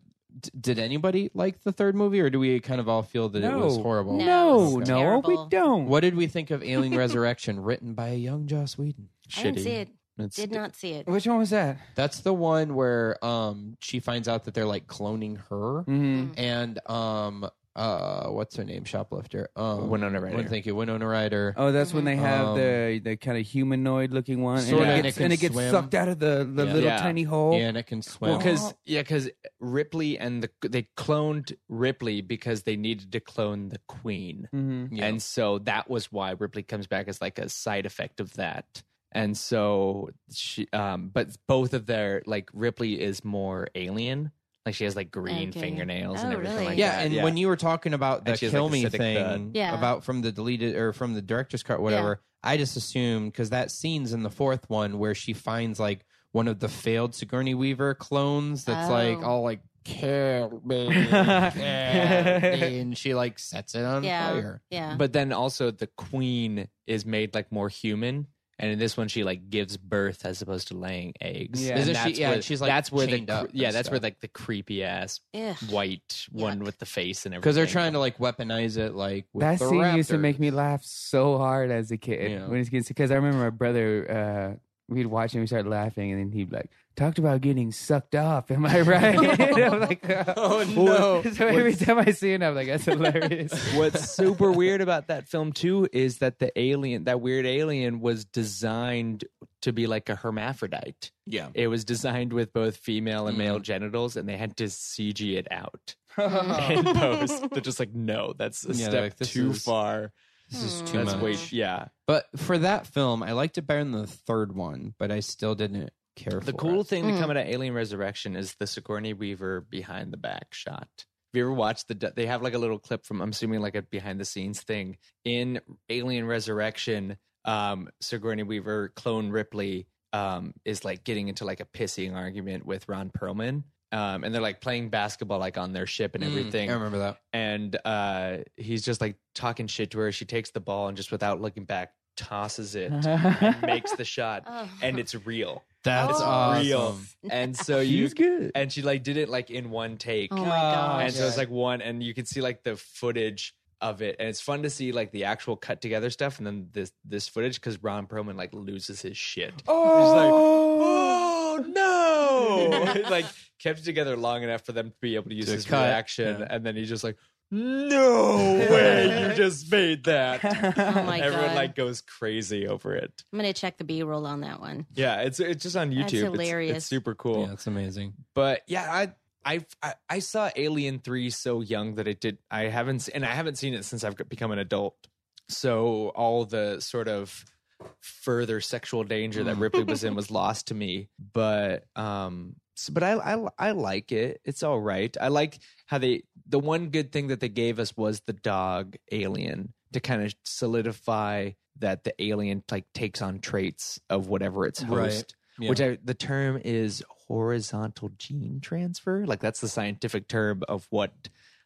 Speaker 1: did anybody like the third movie, or do we kind of all feel that it was
Speaker 3: No.
Speaker 1: horrible?
Speaker 5: No.
Speaker 3: no,
Speaker 5: it's
Speaker 3: no, we
Speaker 5: terrible.
Speaker 3: don't.
Speaker 1: What did we think of
Speaker 5: (laughs)
Speaker 1: Alien Resurrection, written by a young Joss Whedon?
Speaker 5: I didn't
Speaker 4: Shitty.
Speaker 5: see it.
Speaker 4: It's-
Speaker 5: Did not see it.
Speaker 3: Which one was that?
Speaker 1: That's the one where um she finds out that they're like cloning her.
Speaker 3: Mm-hmm.
Speaker 1: and um uh what's her name shoplifter um
Speaker 4: Winona Ryder.
Speaker 1: Win- thank you Winona Ryder
Speaker 3: Oh, that's when they have
Speaker 1: Um,
Speaker 3: the the kind of humanoid looking one, and
Speaker 1: Sorta,
Speaker 3: it
Speaker 1: and it
Speaker 3: gets,
Speaker 1: can
Speaker 3: and it gets
Speaker 1: swim.
Speaker 3: sucked out of the, the
Speaker 1: Yeah.
Speaker 3: little
Speaker 4: Yeah.
Speaker 3: tiny hole.
Speaker 1: and it can swim
Speaker 4: Well, because yeah, because Ripley and the they cloned Ripley because they needed to clone the Queen,
Speaker 3: hmm
Speaker 1: Yeah.
Speaker 4: and so that was why Ripley comes back as like a side effect of that. And so she, um, but both of their like Ripley is more alien, like she has like green
Speaker 5: Okay.
Speaker 4: fingernails and
Speaker 5: Oh,
Speaker 4: everything
Speaker 5: really?
Speaker 4: like
Speaker 1: yeah
Speaker 4: that.
Speaker 1: and when you were talking about the
Speaker 4: And she has, like,
Speaker 1: kill
Speaker 4: the
Speaker 1: me
Speaker 4: acidic
Speaker 1: thing
Speaker 4: blood.
Speaker 5: Yeah.
Speaker 1: about from the deleted or from the director's cut whatever I just assumed because that scene's in the fourth one where she finds like one of the failed Sigourney Weaver clones that's like
Speaker 5: Oh.
Speaker 1: all like kill me, kill me," and she like sets it on
Speaker 5: Yeah.
Speaker 1: fire
Speaker 5: Yeah.
Speaker 4: but then also the Queen is made like more human, And in this one, she like gives birth as opposed to laying eggs.
Speaker 1: Yeah.
Speaker 4: And
Speaker 1: Isn't she-
Speaker 4: that's
Speaker 1: yeah,
Speaker 4: where-
Speaker 1: and she's, like,
Speaker 4: that's where the
Speaker 1: chained up
Speaker 4: cre-
Speaker 1: and
Speaker 4: yeah that's where
Speaker 1: stuff.
Speaker 4: like the creepy ass
Speaker 5: Ugh.
Speaker 4: white one
Speaker 5: Yuck.
Speaker 4: with the face and everything.
Speaker 1: because they're trying to like weaponize it, like with
Speaker 3: that
Speaker 1: the
Speaker 3: scene used to make
Speaker 1: raptors.
Speaker 3: me laugh so hard as a kid
Speaker 1: Yeah.
Speaker 3: when it's kids because I remember my brother. Uh, we'd watch and we start laughing, and then he'd be like talked about getting sucked off.
Speaker 1: (laughs)
Speaker 3: Am I right? (laughs) I'm like, uh,
Speaker 1: Oh,
Speaker 3: what?
Speaker 1: no.
Speaker 3: So every time I see it, I'm
Speaker 1: (laughs)
Speaker 3: like, that's hilarious.
Speaker 4: What's super weird about that film too is that the alien, that weird alien, was designed to be like a hermaphrodite.
Speaker 1: Yeah.
Speaker 4: It was designed with both female and male
Speaker 1: Mm. Oh.
Speaker 4: genitals, and they had to CG it out in post. They're just like, no, that's a
Speaker 1: Yeah,
Speaker 4: step
Speaker 1: they're like, this
Speaker 4: too
Speaker 1: is
Speaker 4: far.
Speaker 1: This is too
Speaker 4: That's
Speaker 1: much.
Speaker 4: way, yeah.
Speaker 1: But for that film, I liked it better than the third one, but I still didn't care.
Speaker 4: The
Speaker 1: for
Speaker 4: cool
Speaker 1: it.
Speaker 4: thing to come out of Alien Resurrection is the Sigourney Weaver behind the back shot. Have you ever watched the? They have like a little clip from. I'm assuming like a behind the scenes thing in Alien Resurrection. Um, Sigourney Weaver clone Ripley um, is like getting into like a pissing argument with Ron Perlman, um, and they're like playing basketball like on their ship and
Speaker 1: Mm,
Speaker 4: everything
Speaker 1: I remember that.
Speaker 4: and uh, he's just like talking shit to her. She takes the ball and just without looking back tosses
Speaker 3: (laughs)
Speaker 4: it and makes the shot,
Speaker 5: Oh.
Speaker 4: and it's real.
Speaker 1: That's
Speaker 4: it's
Speaker 1: awesome.
Speaker 4: real. And so you
Speaker 3: He's good.
Speaker 4: and she like did it like in one take.
Speaker 5: Oh my gosh.
Speaker 4: And so it's like one, and you can see like the footage of it, and it's fun to see like the actual cut together stuff, and then this this footage because Ron Perlman like loses his shit. He's like, oh no! (laughs) It, like kept it together long enough for them to be able to use
Speaker 1: To
Speaker 4: his
Speaker 1: cut,
Speaker 4: reaction,
Speaker 1: yeah.
Speaker 4: and then he's just like, no
Speaker 5: (laughs)
Speaker 4: way, you just made that.
Speaker 5: Oh my
Speaker 4: (laughs) Everyone
Speaker 5: god!
Speaker 4: like goes crazy over it.
Speaker 5: I'm gonna check the B-roll on that one.
Speaker 4: Yeah, it's it's just on YouTube.
Speaker 5: That's
Speaker 4: It's- It's,
Speaker 5: hilarious.
Speaker 4: super cool
Speaker 1: Yeah, that's amazing.
Speaker 4: but yeah, I I I, I saw Alien Three so young that it did. I haven't se- and I haven't seen it since I've become an adult. So all the sort of further sexual danger that Ripley was in was lost to me. But um, s- but I I I like it. It's all right. I like how they the one good thing that they gave us was the dog alien to kind of solidify that the alien like takes on traits of whatever its host
Speaker 1: Right. Yeah.
Speaker 4: which I, the term is horizontal gene transfer. Like that's the scientific term of what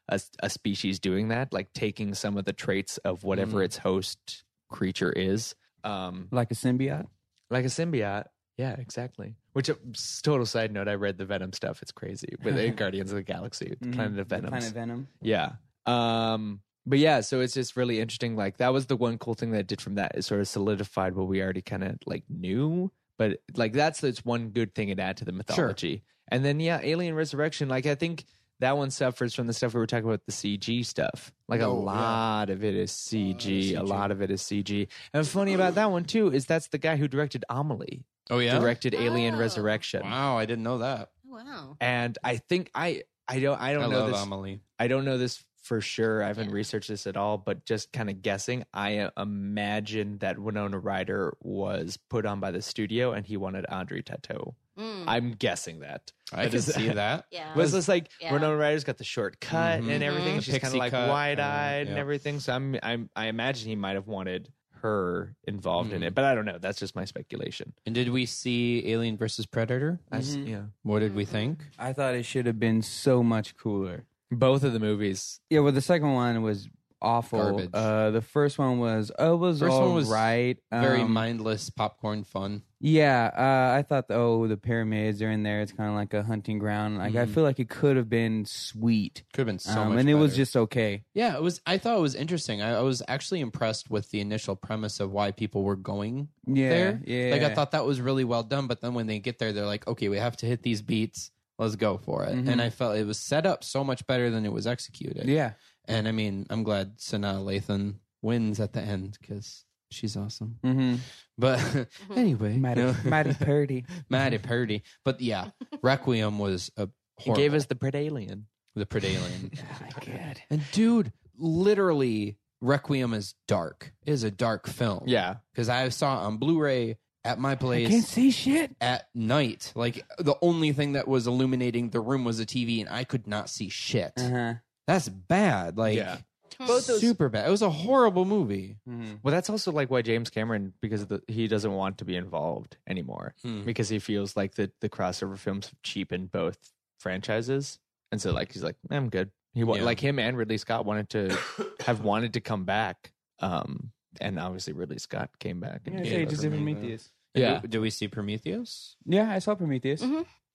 Speaker 4: a, a species doing that, like taking some of the traits of whatever its host creature is, um,
Speaker 3: Like a symbiote.
Speaker 4: like a symbiote. Yeah, exactly. Which uh, s- total side note, I read the Venom stuff. It's crazy with (laughs) in Guardians of the Galaxy, Mm-hmm. the Planet of Venom.
Speaker 3: Planet Venom.
Speaker 4: Yeah. Um but yeah, so it's just really interesting. Like that was the one cool thing that it did from that. It sort of solidified what we already kind of like knew. But like that's that's one good thing it added to the mythology. And then yeah, Alien Resurrection. Like I think that one suffers from the stuff we were talking about, the CG stuff. Like a
Speaker 1: Oh, yeah. Oh,
Speaker 4: lot of it is CG, A lot of it is CG. And what's funny about that one too is that's the guy who directed Amelie,
Speaker 1: Oh yeah.
Speaker 4: directed Alien
Speaker 5: Oh.
Speaker 4: Resurrection.
Speaker 1: Wow, I didn't know that.
Speaker 5: Wow.
Speaker 4: And I think I I don't I
Speaker 1: I,
Speaker 4: don't know
Speaker 1: love
Speaker 4: this.
Speaker 1: Amelie.
Speaker 4: I don't know this for sure. I haven't researched this at all, but just kind of guessing, I uh, imagine that Winona Ryder was put on by the studio and he wanted Andre Tateau.
Speaker 5: Mm.
Speaker 4: I'm guessing that.
Speaker 1: I can
Speaker 4: is-
Speaker 1: see (laughs) that.
Speaker 5: yeah. (laughs)
Speaker 4: Was this like
Speaker 5: Yeah.
Speaker 4: Winona Ryder's got the short cut
Speaker 1: Mhm.
Speaker 4: and everything?
Speaker 5: Mhm.
Speaker 4: She's kind
Speaker 1: Pixie
Speaker 4: of like
Speaker 1: cut, uh,
Speaker 4: wide eyed and
Speaker 1: yeah.
Speaker 4: everything. So I'm, I'm, I imagine he might have wanted her involved in
Speaker 1: Mhm.
Speaker 4: it, but I don't know. That's just my speculation.
Speaker 1: And did we see Alien versus Predator?
Speaker 4: I s-
Speaker 3: Mhm.
Speaker 4: yeah.
Speaker 1: What did we think?
Speaker 3: I thought it should have been so much cooler.
Speaker 4: Both of the movies.
Speaker 3: Yeah, well, the second one was awful.
Speaker 1: Garbage.
Speaker 3: Uh, the first one was oh, it was
Speaker 1: First one
Speaker 3: all
Speaker 1: was
Speaker 3: right.
Speaker 1: Very
Speaker 3: Um,
Speaker 1: mindless popcorn fun.
Speaker 3: Yeah, uh, I thought oh, the pyramids are in there. It's kind of like a hunting ground. Like I
Speaker 1: Mhm.
Speaker 3: feel like it could have been sweet,
Speaker 1: Could have been so
Speaker 3: um,
Speaker 1: much.
Speaker 3: and it was
Speaker 1: better.
Speaker 3: just okay.
Speaker 1: yeah. It was. I thought it was interesting. I, I was actually impressed with the initial premise of why people were going
Speaker 3: Yeah,
Speaker 1: there.
Speaker 3: yeah.
Speaker 1: Like I thought that was really well done, but then when they get there, they're like, okay, we have to hit these beats. Let's go for it.
Speaker 3: Mhm.
Speaker 1: And I felt it was set up so much better than it was executed.
Speaker 3: Yeah,
Speaker 1: And I mean, I'm glad Sanaa Lathan wins at the end because she's awesome.
Speaker 3: mm-hmm.
Speaker 1: But (laughs) anyway,
Speaker 3: (laughs) mighty,
Speaker 1: no. (laughs)
Speaker 3: mighty Purdy.
Speaker 1: Matty Purdy. But yeah, Requiem was a
Speaker 4: He
Speaker 1: horrible.
Speaker 4: gave us the Pred Alien.
Speaker 1: (laughs) the
Speaker 3: (laughs)
Speaker 1: Predalien.
Speaker 3: Oh my god.
Speaker 1: and dude, literally, Requiem is dark. It is a dark film.
Speaker 4: Yeah.
Speaker 1: because I saw it on Blu-ray at my
Speaker 3: I can't
Speaker 1: place (laughs)
Speaker 3: see shit.
Speaker 1: at night. Like the only thing that was illuminating the room was a TV, and I could not see shit.
Speaker 3: Uh-huh.
Speaker 1: That's bad. Like
Speaker 4: Yeah.
Speaker 1: both super bad. It was a horrible movie.
Speaker 3: Mm-hmm.
Speaker 4: Well, that's also like why James Cameron, because of the, he doesn't want to be involved anymore,
Speaker 1: Hmm.
Speaker 4: because he feels like the the crossover films have cheapened both franchises, and so like he's like, I'm good. He wa-
Speaker 1: Yeah. (coughs)
Speaker 4: like him and Ridley Scott wanted to have wanted to come back, um, and obviously Ridley Scott came back. And
Speaker 3: Yeah,
Speaker 4: did
Speaker 3: so you
Speaker 4: that.
Speaker 3: just
Speaker 1: Yeah.
Speaker 3: did Prometheus.
Speaker 4: Yeah.
Speaker 1: Do, do we see Prometheus?
Speaker 3: Yeah, I saw Prometheus.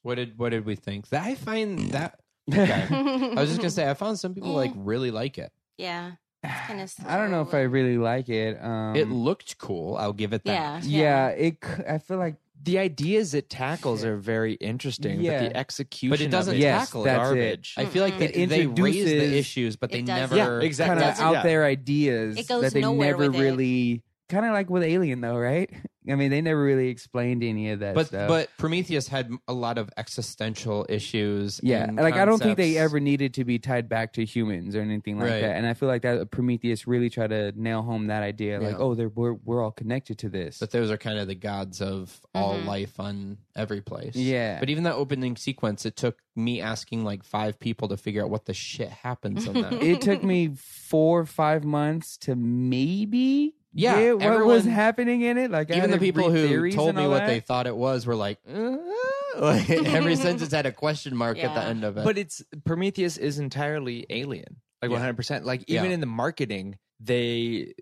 Speaker 1: What did What did we think? That I find that. (laughs) Okay. I was just gonna say I found some people like really like it.
Speaker 5: yeah. It's kinda
Speaker 3: (laughs) (sighs) I don't know if
Speaker 5: slow.
Speaker 3: I really like it. Um,
Speaker 1: it looked cool. I'll give it that.
Speaker 5: Yeah.
Speaker 3: yeah, it. c- I feel like
Speaker 4: the ideas it tackles are very interesting,
Speaker 3: Yeah.
Speaker 4: but the execution
Speaker 1: But it doesn't
Speaker 4: of
Speaker 3: Yes,
Speaker 1: tackle
Speaker 3: that's it.
Speaker 1: garbage. I feel like
Speaker 5: Mhm.
Speaker 1: they,
Speaker 3: Mm-hmm. It
Speaker 1: they raise the
Speaker 3: introduces-
Speaker 1: issues, but they
Speaker 5: It does.
Speaker 1: never.
Speaker 5: Yeah,
Speaker 4: exactly.
Speaker 3: kind
Speaker 5: That
Speaker 3: of
Speaker 5: doesn't-
Speaker 3: out
Speaker 4: Yeah.
Speaker 3: there ideas
Speaker 5: It goes
Speaker 3: that they
Speaker 5: nowhere
Speaker 3: never
Speaker 5: with it.
Speaker 3: really. Kind of like with Alien, though, right? I mean, they never really explained any of that
Speaker 1: But
Speaker 3: stuff.
Speaker 1: but Prometheus had a lot of existential issues.
Speaker 3: Yeah,
Speaker 1: and
Speaker 3: like I don't think they
Speaker 1: concepts.
Speaker 3: ever needed to be tied back to humans or anything like
Speaker 1: Right.
Speaker 3: that. And I feel like that Prometheus really tried to nail home that idea, like,
Speaker 1: Yeah.
Speaker 3: oh, they're, we're we're all connected to
Speaker 5: (laughs)
Speaker 3: this.
Speaker 1: But those are kind of the gods of all
Speaker 4: Mm-hmm.
Speaker 1: life on every place.
Speaker 3: Yeah.
Speaker 1: But even that opening sequence, it took me asking like five people to figure out what the shit happens in
Speaker 4: (laughs)
Speaker 1: that.
Speaker 3: it took me four or five months to maybe
Speaker 1: Yeah,
Speaker 3: get what was
Speaker 1: everyone-
Speaker 3: happening in it. Like I
Speaker 1: even the
Speaker 3: had to
Speaker 1: people
Speaker 3: read
Speaker 1: who
Speaker 3: theories
Speaker 1: told
Speaker 3: and
Speaker 1: me
Speaker 3: all
Speaker 1: what they
Speaker 3: that.
Speaker 1: thought it was were like, "Uh," (laughs) like,
Speaker 4: (laughs)
Speaker 1: every sentence had a question mark at the
Speaker 5: Yeah.
Speaker 1: end of it.
Speaker 4: But it's Prometheus is entirely alien, like
Speaker 1: Yeah.
Speaker 4: one hundred percent. Like even
Speaker 1: Yeah.
Speaker 4: in the marketing, they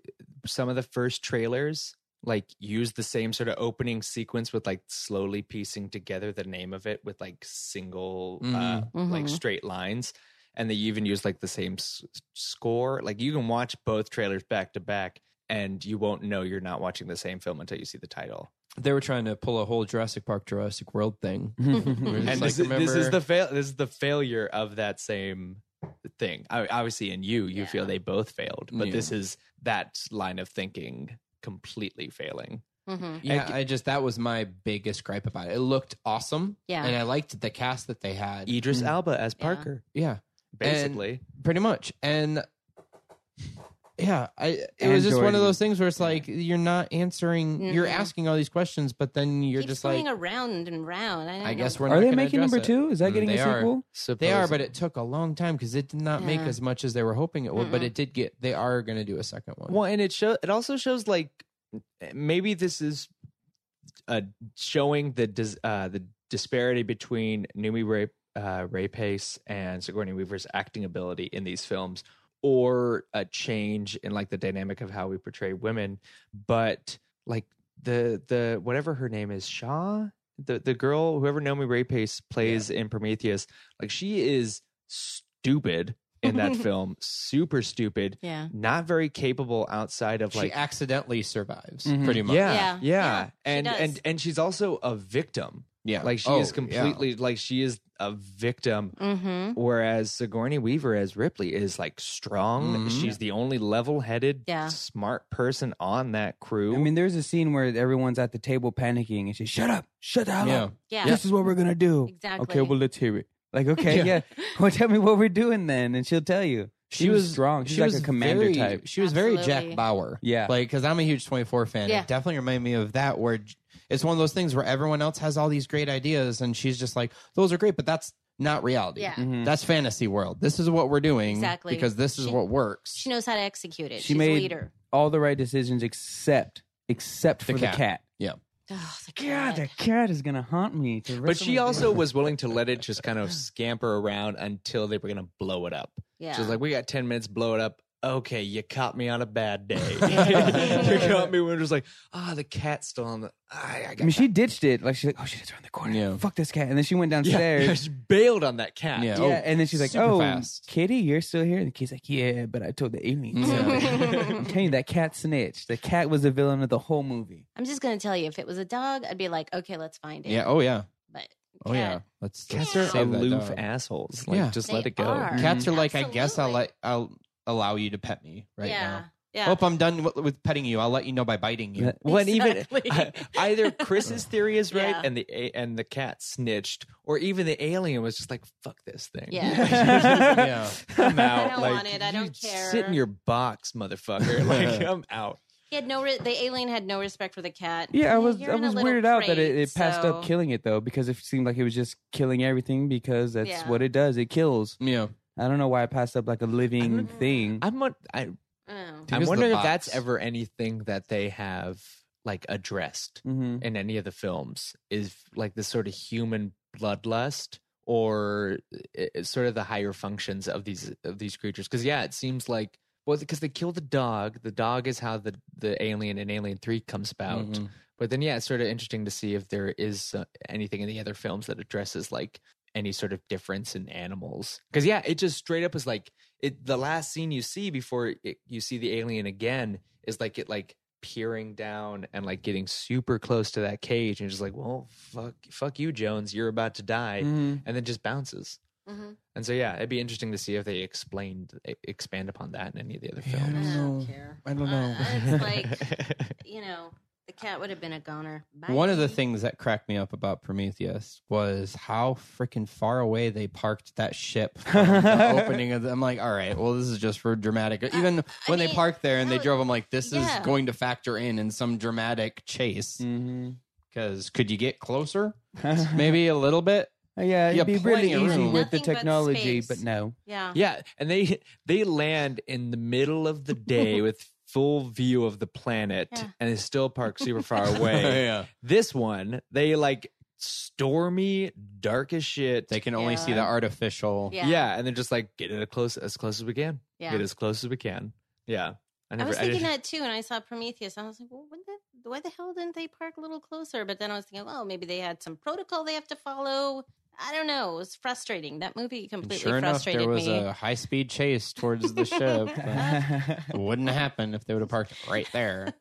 Speaker 4: some of the first trailers like use the same sort of opening sequence with like slowly piecing together the name of it with like single uh,
Speaker 1: Mm-hmm.
Speaker 4: like straight lines. And they even use like the same s- score. Like you can watch both trailers back to back, and you won't know you're not watching the same film until you see the title.
Speaker 1: they were trying to pull a whole Jurassic Park, Jurassic World thing. (laughs)
Speaker 4: (laughs)
Speaker 1: We were just
Speaker 4: and
Speaker 1: like,
Speaker 4: this, is, this is
Speaker 1: remember-
Speaker 4: the fail. This is the failure of that same thing. I, obviously, in you, you feel they both failed, but
Speaker 1: Yeah.
Speaker 4: this is that line of thinking completely failing.
Speaker 5: Mhm.
Speaker 1: Yeah, I just that was my biggest gripe about it. It looked awesome,
Speaker 5: Yeah.
Speaker 1: and I liked the cast that they had.
Speaker 4: Idris Alba as
Speaker 5: Yeah.
Speaker 4: Parker,
Speaker 1: yeah,
Speaker 4: basically.
Speaker 1: pretty much, and yeah, I it
Speaker 3: And
Speaker 1: was just one of
Speaker 3: Jordan.
Speaker 1: those things where it's like you're not answering, you're
Speaker 5: Mhm.
Speaker 1: asking all these questions, but then you're
Speaker 5: Keeps
Speaker 1: just
Speaker 5: going
Speaker 1: like,
Speaker 5: around and round. I, don't
Speaker 1: I guess
Speaker 5: know.
Speaker 1: we're. Not
Speaker 3: Are they
Speaker 1: gonna
Speaker 3: making
Speaker 1: address
Speaker 3: number
Speaker 1: it.
Speaker 3: two? Is that
Speaker 1: Mm,
Speaker 3: getting
Speaker 1: they
Speaker 3: a
Speaker 1: are.
Speaker 3: sequel?
Speaker 1: They are, but
Speaker 4: Supposedly.
Speaker 1: it took a long time because it did not make
Speaker 5: Yeah. Mm-hmm.
Speaker 1: as much as they were hoping it would. But it did get. They are going to do a second one.
Speaker 4: Well, and it show it also shows like maybe this is uh showing the dis- uh the disparity between Numi Ray uh Ray Pace and Sigourney Weaver's acting ability in these films or a change in like the dynamic of how we portray women, but like the the whatever her name is, Shaw, the the girl whoever Nomi Ray Pace plays in Prometheus, like she is stupid in that film, super stupid
Speaker 5: Yeah.
Speaker 4: not very capable outside of
Speaker 1: she
Speaker 4: like
Speaker 1: accidentally survives,
Speaker 3: Mhm.
Speaker 1: pretty much.
Speaker 4: yeah,
Speaker 5: Yeah,
Speaker 4: yeah
Speaker 5: yeah, she
Speaker 4: and
Speaker 5: does.
Speaker 4: and and she's also a victim
Speaker 1: yeah.
Speaker 4: like she
Speaker 1: Oh,
Speaker 4: is
Speaker 1: yeah.
Speaker 4: completely like she is a victim
Speaker 5: Mm-hmm.
Speaker 4: whereas Sigourney Weaver as Ripley is like strong
Speaker 1: Mhm.
Speaker 4: she's the only level-headed
Speaker 5: Yeah.
Speaker 4: smart person on that crew
Speaker 3: I mean, there's a scene where everyone's at the table panicking, and she's shut up, shut the hell
Speaker 1: Yeah.
Speaker 3: up.
Speaker 5: Yeah.
Speaker 3: This is what we're gonna do.
Speaker 5: Exactly.
Speaker 3: Okay, well let's hear it. Like, okay, yeah. (laughs) Well, tell me what we're doing then, and she'll tell you. She, was, strong. She's
Speaker 1: she
Speaker 3: like
Speaker 1: was
Speaker 3: a commander
Speaker 1: very-
Speaker 3: type.
Speaker 1: She was very
Speaker 5: Absolutely.
Speaker 1: Jack Bauer.
Speaker 3: Yeah.
Speaker 1: Like, because I'm a huge 24 fan.
Speaker 5: Yeah.
Speaker 1: It definitely reminded me of that, where j- it's one of those things where everyone else has all these great ideas, and she's just like, those are great, but that's not reality.
Speaker 5: Yeah.
Speaker 3: Mm-hmm.
Speaker 1: That's fantasy world. This is what we're doing.
Speaker 5: Exactly.
Speaker 1: Because this is
Speaker 5: She-
Speaker 1: what works.
Speaker 5: she knows how to execute it.
Speaker 3: She
Speaker 5: She's
Speaker 3: made-
Speaker 5: a leader.
Speaker 3: All the right decisions except except for
Speaker 1: cat.
Speaker 3: the cat.
Speaker 1: yeah.
Speaker 5: Oh, the cat.
Speaker 3: God, the cat is gonna haunt me. to the
Speaker 4: but
Speaker 3: rest of
Speaker 4: she
Speaker 3: my
Speaker 4: also
Speaker 3: days.
Speaker 4: was willing to let it just kind of scamper around until they were going to blow it up
Speaker 5: Yeah.
Speaker 4: She was like, we got 10 minutes, blow it up. Okay, you caught me on a
Speaker 1: (laughs)
Speaker 4: bad day. (laughs) you caught me when it was like, ah, the cat's still on the. I, I
Speaker 3: I
Speaker 4: got
Speaker 3: mean,
Speaker 1: (laughs)
Speaker 3: she ditched it. Like she's like, oh, she's around the corner.
Speaker 1: Yeah.
Speaker 3: Fuck this cat. And then she went
Speaker 4: yeah, (laughs)
Speaker 3: downstairs.
Speaker 4: she bailed on that cat.
Speaker 1: Yeah.
Speaker 3: Yeah,
Speaker 1: Oh,
Speaker 3: and then she's like,
Speaker 1: super
Speaker 3: (laughs) "Oh,
Speaker 1: fast.
Speaker 3: Kitty, you're still here." And the kid's like, "Yeah, but I told the aliens."
Speaker 1: Mm-hmm.
Speaker 5: (laughs)
Speaker 3: I'm telling you, that cat snitched. The cat was the villain of the whole movie.
Speaker 5: I'm just gonna tell you, if it was a dog, I'd be like, okay, let's find it.
Speaker 1: Yeah. Oh, yeah.
Speaker 5: But
Speaker 1: Oh,
Speaker 5: cat-
Speaker 1: yeah. Let's,
Speaker 4: Cats
Speaker 1: let's
Speaker 4: are
Speaker 1: save that
Speaker 4: aloof
Speaker 1: dog.
Speaker 4: assholes. Like,
Speaker 1: Yeah.
Speaker 4: just
Speaker 5: They
Speaker 4: let it go.
Speaker 5: are.
Speaker 1: Cats are like, I guess I'll
Speaker 5: Mm-hmm. Absolutely.
Speaker 1: let, I'll allow you to pet me right
Speaker 5: yeah.
Speaker 1: now. Oh,
Speaker 5: Yeah.
Speaker 1: Hope I'm done with, with petting you. I'll let you know by biting
Speaker 3: (laughs)
Speaker 1: you.
Speaker 4: (laughs) Well, and
Speaker 5: Exactly.
Speaker 4: even either
Speaker 1: (laughs)
Speaker 4: Chris's theory is right,
Speaker 5: Yeah.
Speaker 4: and the a- and the cat snitched, or even the alien was just like, "Fuck this thing." (laughs)
Speaker 5: (laughs) Yeah.
Speaker 1: yeah.
Speaker 4: I'm out.
Speaker 5: don't
Speaker 4: like,
Speaker 5: want it. I
Speaker 4: you
Speaker 5: don't
Speaker 4: Sit
Speaker 5: care.
Speaker 4: in your box,
Speaker 1: (laughs)
Speaker 4: motherfucker. (laughs) Like I'm out.
Speaker 5: He had no. Re- the alien had no respect for the cat.
Speaker 3: Yeah, I was
Speaker 5: You're
Speaker 3: I
Speaker 5: in a
Speaker 3: was
Speaker 5: little
Speaker 3: weirded out that it,
Speaker 5: crate,
Speaker 3: it passed up
Speaker 5: so-
Speaker 3: killing it though because it seemed like it was just killing everything because that's
Speaker 5: Yeah.
Speaker 3: what it does. It kills.
Speaker 1: Yeah.
Speaker 3: I don't know why it passed up like a living
Speaker 5: Mm-hmm.
Speaker 3: thing.
Speaker 4: I'm on. I,
Speaker 5: Oh.
Speaker 1: Because of
Speaker 4: I'm
Speaker 1: the
Speaker 4: wondering if that's
Speaker 1: box.
Speaker 4: ever anything that they have like addressed
Speaker 3: hmm
Speaker 4: in any of the films is like this sort of human bloodlust eh, or i- i- sort of the higher functions of these of these creatures. Because yeah, it seems like Well, because they kill the dog. The dog is how the the alien in Alien Three comes about.
Speaker 1: Mm-hmm.
Speaker 3: Mhm.
Speaker 4: But then, yeah, it's sort of interesting to see if there is uh, anything in the other films that addresses like any sort of difference in animals. Because yeah, it just straight up is like it. The last scene you see before it, you see the alien again is like it like peering down and like getting super close to that cage and just like, well, fuck, fuck you, Jones, you're about to die,
Speaker 3: Mhm.
Speaker 4: and then just bounces.
Speaker 5: Mhm.
Speaker 4: And so yeah, it'd be interesting to see if they explained e- expand upon that in any of the other
Speaker 3: Yeah, I
Speaker 4: films.
Speaker 3: don't
Speaker 5: I don't
Speaker 3: know.
Speaker 5: care.
Speaker 3: I don't
Speaker 5: Uh,
Speaker 3: know.
Speaker 5: it's like you know, the cat would have been a goner. Bye.
Speaker 1: One of the things that cracked me up about Prometheus was how freaking far away they parked that ship from the opening of the, I'm like, all right, well, this is just for dramatic. Even when they
Speaker 5: Uh, mean,
Speaker 1: parked there and they
Speaker 5: no,
Speaker 1: drove, I'm like, this
Speaker 5: yeah.
Speaker 1: is going to factor in in some dramatic chase.
Speaker 3: (laughs) mm-hmm.
Speaker 1: Because could you get closer? Maybe a little bit?
Speaker 3: Yeah, it'd
Speaker 1: Yeah,
Speaker 3: be
Speaker 1: plenty
Speaker 3: really
Speaker 1: of
Speaker 3: easy
Speaker 1: room.
Speaker 3: with the
Speaker 5: Nothing but
Speaker 3: technology,
Speaker 5: space.
Speaker 3: but no.
Speaker 5: yeah.
Speaker 4: Yeah, and they they land in the middle of
Speaker 5: (laughs)
Speaker 4: the day with full view of the planet
Speaker 5: Yeah.
Speaker 4: and it's still parked
Speaker 5: (laughs)
Speaker 4: super far
Speaker 1: (laughs)
Speaker 4: away.
Speaker 1: yeah.
Speaker 4: This one, they like stormy, dark as shit.
Speaker 1: They can only see
Speaker 5: Yeah.
Speaker 1: the artificial.
Speaker 5: Yeah.
Speaker 4: yeah, and they're just like get it as close as close as we can.
Speaker 5: Yeah.
Speaker 4: Get as close as we can. Yeah.
Speaker 5: I was thinking
Speaker 4: didn't-
Speaker 5: that too, and I saw Prometheus. And I was like, well, when the, why the hell didn't they park a little closer? But then I was thinking, well, maybe they had some protocol they have to follow. I don't know. It was frustrating. That movie
Speaker 1: And
Speaker 5: completely
Speaker 1: sure enough,
Speaker 5: frustrated
Speaker 1: there was
Speaker 5: me.
Speaker 1: a high speed chase towards
Speaker 5: (laughs)
Speaker 1: the ship. It wouldn't happen if they would have parked right there.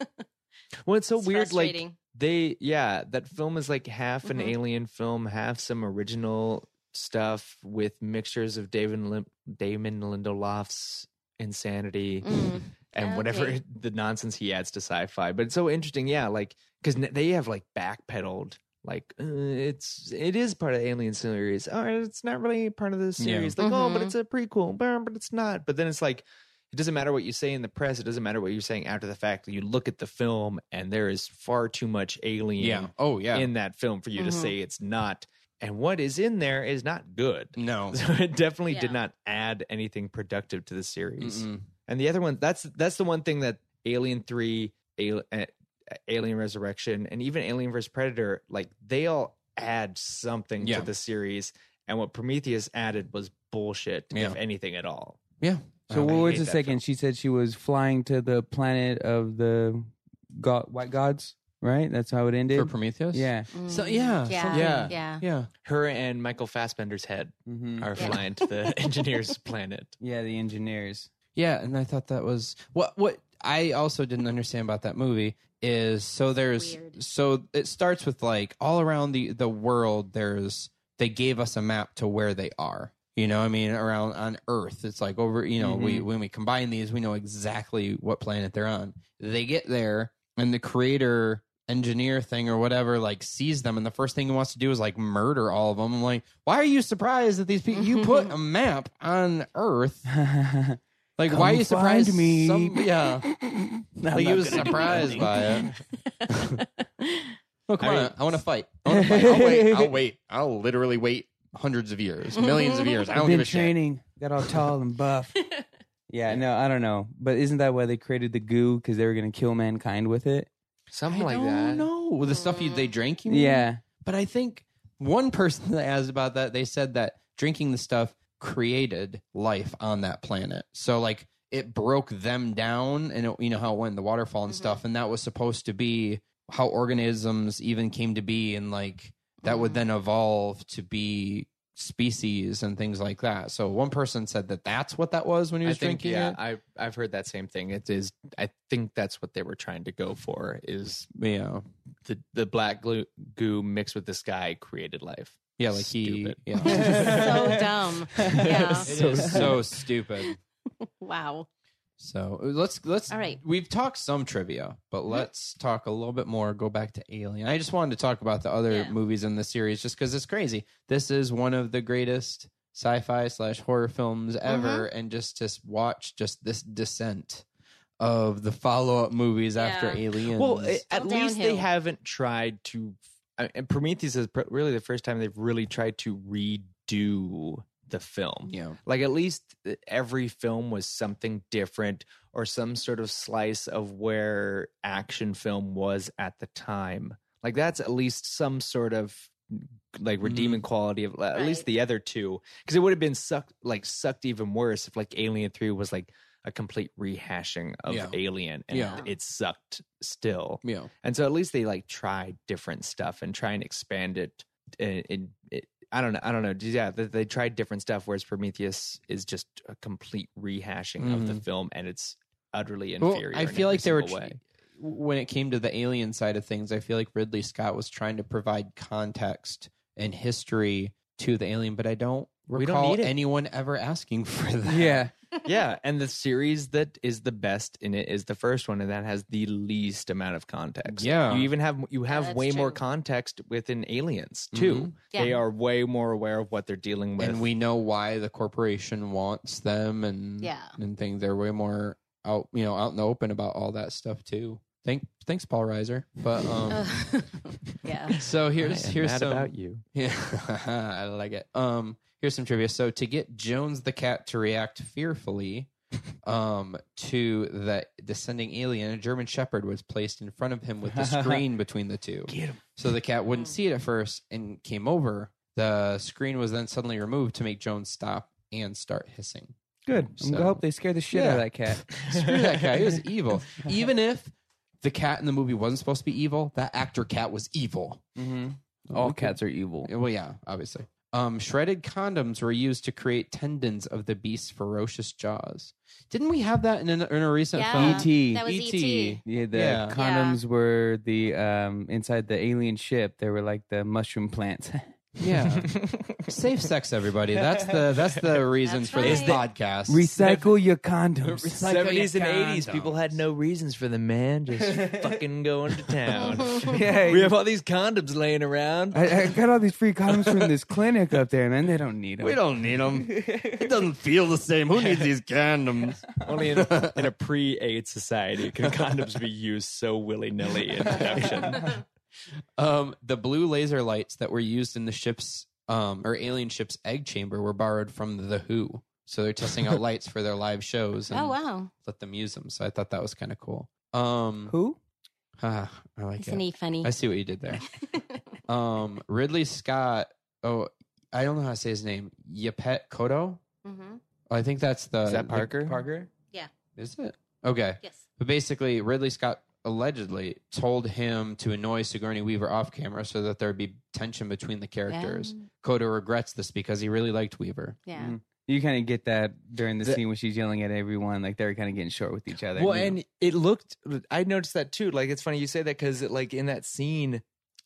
Speaker 4: Well, it's so
Speaker 5: It's
Speaker 4: weird. Like
Speaker 5: frustrating.
Speaker 4: they, yeah, that film is like half an
Speaker 5: Mhm.
Speaker 4: alien film, half some original stuff with mixtures of David Lim- Damon Lindelof's insanity
Speaker 5: Mm.
Speaker 4: (laughs) and whatever
Speaker 5: okay.
Speaker 4: the nonsense he adds to sci-fi. But it's so interesting, yeah. Like because they have like backpedaled. Like uh, it's it is part of the Alien series. Oh, it's not really part of the series. Like oh, but
Speaker 5: Mhm.
Speaker 4: it's a prequel. Brr, But it's not. But then it's like it doesn't matter what you say in the press. It doesn't matter what you're saying after the fact. You look at the film, and there is far too much alien
Speaker 1: Yeah. Oh, yeah.
Speaker 4: in that film for you to
Speaker 5: Mhm.
Speaker 4: say it's not. And what is in there is not good.
Speaker 1: no.
Speaker 4: (laughs) So it definitely
Speaker 5: Yeah.
Speaker 4: did not add anything productive to the series.
Speaker 1: Mm-mm.
Speaker 4: And the other one, that's that's the one thing that Alien Three, Al- uh, Alien Resurrection, and even Alien vs Predator, like they all add something
Speaker 1: Yeah.
Speaker 4: to the series. And what Prometheus added was bullshit,
Speaker 1: Yeah.
Speaker 4: if anything at all.
Speaker 1: Yeah.
Speaker 3: (laughs)
Speaker 4: I
Speaker 3: So what
Speaker 4: hate
Speaker 3: was the
Speaker 4: that
Speaker 3: second? She said she was flying to the planet of the god, white gods, right? That's how it ended.
Speaker 1: For Prometheus?
Speaker 3: yeah.
Speaker 1: So, yeah.
Speaker 5: Mm, Yeah.
Speaker 1: something-
Speaker 4: Yeah.
Speaker 5: Yeah.
Speaker 1: Yeah.
Speaker 4: Her and Michael Fassbender's head
Speaker 1: Mm,
Speaker 3: Mm-hmm.
Speaker 4: are
Speaker 5: Yeah.
Speaker 4: flying
Speaker 1: (laughs)
Speaker 4: to the engineer's planet.
Speaker 3: Yeah, the engineers. (laughs)
Speaker 1: Yeah, and I thought that was what what I also didn't understand about that movie is so there's
Speaker 5: weird.
Speaker 1: so it starts with like all around the the world there's they gave us a map to where they are. You know, what I mean, around on Earth, it's like over. You know, we when we combine these, we know exactly what planet they're on. They get there, and the creator engineer thing or whatever like sees them, and the first thing he wants to do is like murder all of them. I'm like, why are you surprised that these people? You put a map on Earth like, why are
Speaker 3: Come
Speaker 1: you surprised?
Speaker 3: find me.
Speaker 1: Some,
Speaker 3: (laughs)
Speaker 1: yeah, like he
Speaker 3: not
Speaker 1: was
Speaker 3: gonna do
Speaker 1: surprised
Speaker 3: anything.
Speaker 1: by it. (laughs) Look,
Speaker 4: I
Speaker 1: I,
Speaker 4: mean-
Speaker 1: I want to fight. I want to fight. I'll wait. I'll wait. I'll literally wait hundreds of years, millions of years. I
Speaker 3: I've
Speaker 1: don't give
Speaker 3: been
Speaker 1: a
Speaker 3: training. Got all tall and
Speaker 1: (laughs)
Speaker 3: buff. Yeah, no, I don't know. But isn't that why they created the goo? Because they were going to kill mankind with it?
Speaker 1: shit.
Speaker 4: Something
Speaker 1: I
Speaker 4: like
Speaker 1: don't
Speaker 4: that.
Speaker 1: know Well, the stuff you, they drank. You mean?
Speaker 3: Yeah.
Speaker 1: but I think one (laughs) person that asked about that, they said that drinking the stuff created life on that planet. So like it broke them down, and it, you know how it went the waterfall and stuff, and that was supposed to be how organisms even came to be, and like that would then evolve to be species and things like that. So one person said that that's what that was when he
Speaker 4: I
Speaker 1: was
Speaker 4: think
Speaker 1: drinking
Speaker 4: yeah,
Speaker 1: it.
Speaker 4: I I've heard that same thing. It is I think that's what they were trying to go for is
Speaker 1: yeah,
Speaker 4: the the black glue, goo mixed with the sky created life.
Speaker 1: yeah, like he,
Speaker 4: Stupid. (laughs)
Speaker 1: yeah,
Speaker 5: (laughs) so dumb. Yeah.
Speaker 1: it is so stupid.
Speaker 5: Wow. (laughs)
Speaker 1: So let's let's.
Speaker 5: All right. Mm-hmm.
Speaker 1: We've talked some trivia, but let's talk a little bit more. Go back to Alien. I just wanted to talk about the other
Speaker 5: Yeah.
Speaker 1: movies in the series, just because it's crazy. This is one of the greatest sci-fi slash horror films ever,
Speaker 5: Mm-hmm.
Speaker 1: and just to watch just this descent of the follow-up movies after
Speaker 5: Yeah.
Speaker 1: Alien.
Speaker 4: Well, a- at
Speaker 5: All
Speaker 4: least they
Speaker 5: downhill.
Speaker 4: haven't tried to. I- And Prometheus is pr- really the first time they've really tried to redo the film.
Speaker 1: yeah,
Speaker 4: Like at least every film was something different or some sort of slice of where action film was at the time. Like that's at least some sort of
Speaker 1: Mm-hmm.
Speaker 4: like redeeming quality of at least
Speaker 5: Right.
Speaker 4: the other two because it would have been sucked like sucked even worse if like Alien Three was like a complete rehashing of
Speaker 1: Yeah.
Speaker 4: Alien and
Speaker 1: Yeah.
Speaker 4: it sucked still.
Speaker 1: Yeah.
Speaker 4: And so at least they like try different stuff and try and expand it. And it, it I don't know. I don't know. Yeah, they, they tried different stuff. Whereas Prometheus is just a complete rehashing of the film, and it's utterly inferior.
Speaker 1: Mm-hmm. I
Speaker 4: in
Speaker 1: feel like
Speaker 4: every
Speaker 1: they were
Speaker 4: single
Speaker 1: tr-
Speaker 4: way.
Speaker 1: when it came to the alien side of things. I feel like Ridley Scott was trying to provide context and history to the alien, but I don't
Speaker 4: We don't
Speaker 1: recall
Speaker 4: need it.
Speaker 1: anyone ever asking (laughs) for that.
Speaker 3: Yeah.
Speaker 4: yeah, and the series that is the best in it is the first one, and that has the least amount of context.
Speaker 1: Yeah.
Speaker 4: you even have you have
Speaker 5: that's
Speaker 4: way more
Speaker 5: true.
Speaker 4: context within Aliens too. They
Speaker 5: Yeah.
Speaker 4: are way more aware of what they're dealing with.
Speaker 1: Mm-hmm. and we know why the corporation wants them and
Speaker 5: Yeah.
Speaker 1: and things. They're way more out, you know, out in the open about all that stuff too. Thank, thanks, Paul Reiser. But um,
Speaker 5: (laughs) yeah.
Speaker 1: so here's
Speaker 4: I am
Speaker 1: here's
Speaker 4: mad
Speaker 1: some,
Speaker 4: about you.
Speaker 1: Yeah, (laughs) I like it. Um, here's some trivia. So to get Jones the cat to react fearfully um to the descending alien, a German shepherd was placed in front of him with the screen between the two. So the cat wouldn't see it at first and came over. The screen was then suddenly removed to make Jones stop and start hissing.
Speaker 3: Good. I'm
Speaker 1: So-
Speaker 3: gonna hope they scare the shit out of
Speaker 1: Yeah.
Speaker 3: that cat.
Speaker 1: Screw that guy. He was evil. Even if the cat in the movie wasn't supposed to be evil, that actor cat was evil.
Speaker 3: All cats are evil.
Speaker 1: Well, yeah, obviously. Um, shredded condoms were used to create tendons of the beast's ferocious jaws. Didn't we have that in, an, in a recent
Speaker 5: Yeah.
Speaker 1: film?
Speaker 3: E.T.
Speaker 5: That was E
Speaker 1: E.T..
Speaker 5: ET.
Speaker 3: Yeah, the
Speaker 1: Yeah.
Speaker 3: condoms were the um inside the alien ship. They were like the mushroom plants. (laughs)
Speaker 1: Yeah. Safe sex, everybody. That's the that's the reason
Speaker 5: That's
Speaker 1: for this
Speaker 5: right.
Speaker 1: podcast.
Speaker 3: Recycle your condoms.
Speaker 4: Seventies and eighties, people had no reasons for the man just fucking going to town.
Speaker 3: (laughs)
Speaker 1: (laughs)
Speaker 3: yeah,
Speaker 4: we have all these condoms laying around.
Speaker 3: I, I got all these free condoms from this clinic up there, man. They don't need them.
Speaker 1: we don't need them. It doesn't feel the same. Who needs these condoms?
Speaker 4: (laughs) Only in,
Speaker 1: (laughs)
Speaker 4: in a pre-AIDS society can condoms be used so willy-nilly
Speaker 1: (laughs)
Speaker 4: in production.
Speaker 1: Um, the blue laser lights that were used in the ship's um, or alien ship's egg chamber were borrowed from The Who. So they're testing out lights for their live shows. And
Speaker 5: Oh wow.
Speaker 1: Let them use them. So I thought that was kind of cool. Um, (sighs)
Speaker 3: Who?
Speaker 1: ah, I like
Speaker 5: Isn't
Speaker 1: it.
Speaker 5: he funny? (laughs)
Speaker 1: I see what you did there.
Speaker 4: (laughs)
Speaker 1: um, Ridley Scott. Oh, I don't know how to say his name. Yapet Kodo.
Speaker 5: hmm
Speaker 1: I think that's the.
Speaker 4: Is that
Speaker 1: the-
Speaker 4: Parker?
Speaker 3: Parker?
Speaker 1: is it? Okay.
Speaker 5: Yes.
Speaker 1: But basically, Ridley Scott allegedly told him to annoy Sigourney Weaver off camera so that there would be tension between the characters. Kodo regrets this because he really liked Weaver.
Speaker 5: Yeah.
Speaker 3: Mm. You kind of get that during the,
Speaker 4: The-
Speaker 3: scene when she's yelling at everyone, like they're kind of getting short with each other.
Speaker 4: Well, and it looked. I noticed that too. Like it's funny you say that because like in that scene,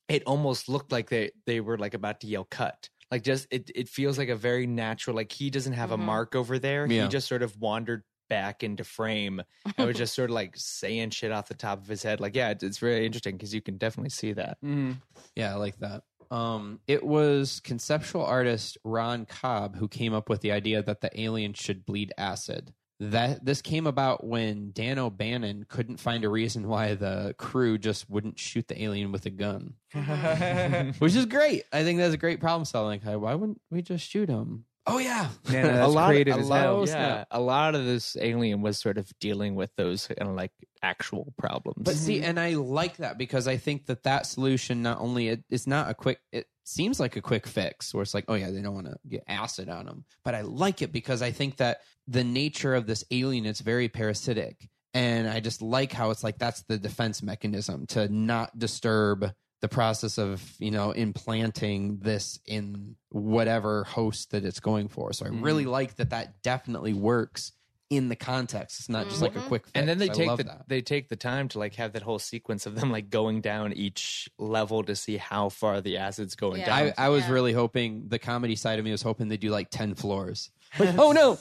Speaker 4: it almost looked like they they were like about to yell cut. Like just it it feels like a very natural. Like he doesn't have
Speaker 5: Mhm.
Speaker 1: Mm-hmm.
Speaker 4: a mark over there.
Speaker 1: Yeah.
Speaker 4: He just sort of wandered back into frame and was just sort of like saying shit off the top of his head. Like yeah, it's, it's very interesting because you can definitely see that.
Speaker 3: Mhm.
Speaker 1: Yeah, I like that. Um, it was conceptual artist Ron Cobb who came up with the idea that the alien should bleed acid. That this came about when Dan O'Bannon couldn't find a reason why the crew just wouldn't shoot the alien with a gun,
Speaker 3: (laughs) Oh,
Speaker 1: which is great. I think that's a great problem solving. Like, why wouldn't we just shoot him? Oh yeah,
Speaker 3: Yeah, no, that's creative as hell.
Speaker 1: Oh,
Speaker 4: yeah, a lot of this alien was sort of dealing with those kind of like actual problems.
Speaker 1: But see, and I like that because I think that that solution not only it, it's not a quick, it seems like a quick fix where it's like, oh yeah, they don't want to get acid on them. But I like it because I think that the nature of this alien it's very parasitic, and I just like how it's like that's the defense mechanism to not disturb the process of you know implanting this in whatever host that it's going for. So I really
Speaker 4: Mm.
Speaker 1: like that that definitely works. In the context, it's not just like a quick. Fix.
Speaker 4: Mm-hmm. and then they
Speaker 1: I
Speaker 4: take
Speaker 1: love
Speaker 4: the
Speaker 1: that.
Speaker 4: they take the time to like have that whole sequence of them like going down each level to see how far the acid's going
Speaker 5: Yeah.
Speaker 4: down.
Speaker 1: I, I was really hoping the comedy side of me was hoping they do like 10 floors. Like, oh no.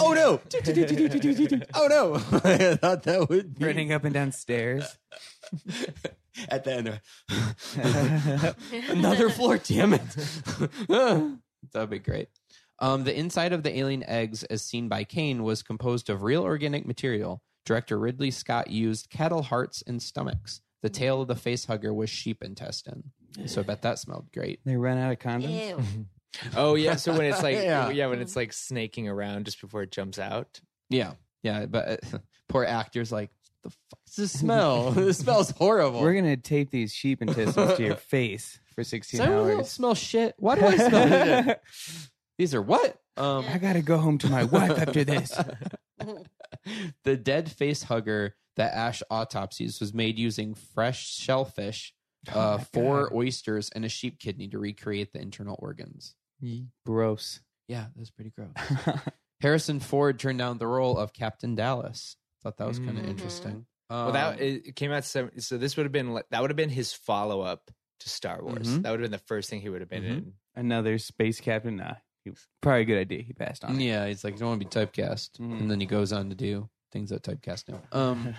Speaker 1: oh no.
Speaker 3: (laughs)
Speaker 1: oh no. I thought (laughs) that would be
Speaker 3: running up and down stairs.
Speaker 1: at the end. (laughs) Another floor, damn (laughs) it. That'd be great. Um, the inside of the alien eggs, as seen by Kane, was composed of real organic material. Director Ridley Scott used cattle hearts and stomachs. The tail of the face hugger was sheep intestine. So I bet that smelled great.
Speaker 3: They run out of condoms.
Speaker 5: Ew.
Speaker 4: oh yeah, so when it's like
Speaker 1: (laughs) Yeah.
Speaker 4: yeah. when it's like snaking around just before it jumps out.
Speaker 1: Yeah, yeah, but uh, (laughs) poor actors like the fuck is this (laughs) smell? this smells horrible.
Speaker 3: We're gonna tape these sheep intestines
Speaker 1: (laughs)
Speaker 3: to your face for sixteen
Speaker 1: Does anyone else
Speaker 3: hours.
Speaker 1: smell shit? Why do I (laughs) smell shit? These are what? Um,
Speaker 3: (laughs) I gotta go home to my wife after this.
Speaker 1: the dead face hugger that Ash autopsies was made using fresh shellfish,
Speaker 4: Oh
Speaker 1: uh, four oysters, and a sheep kidney to recreate the internal organs.
Speaker 3: Gross. (laughs)
Speaker 1: Yeah, that's pretty gross. Harrison Ford turned down the role of Captain Dallas. Thought that was kind of
Speaker 3: Mhm.
Speaker 1: interesting.
Speaker 4: Mm-hmm. Well,
Speaker 1: Um,
Speaker 4: that it it came out seven, so this would have been like- that would have been his follow up to Star Wars.
Speaker 1: Mhm.
Speaker 4: That would have been the first thing he would have been
Speaker 1: Mhm.
Speaker 4: in.
Speaker 3: Another space captain. Nah, he was probably a good idea. He passed on. it.
Speaker 1: Yeah, he's like, I don't want to be typecast.
Speaker 3: Mhm.
Speaker 4: Mm.
Speaker 1: And then he goes on to do things that typecast him.
Speaker 4: (laughs)
Speaker 1: Um,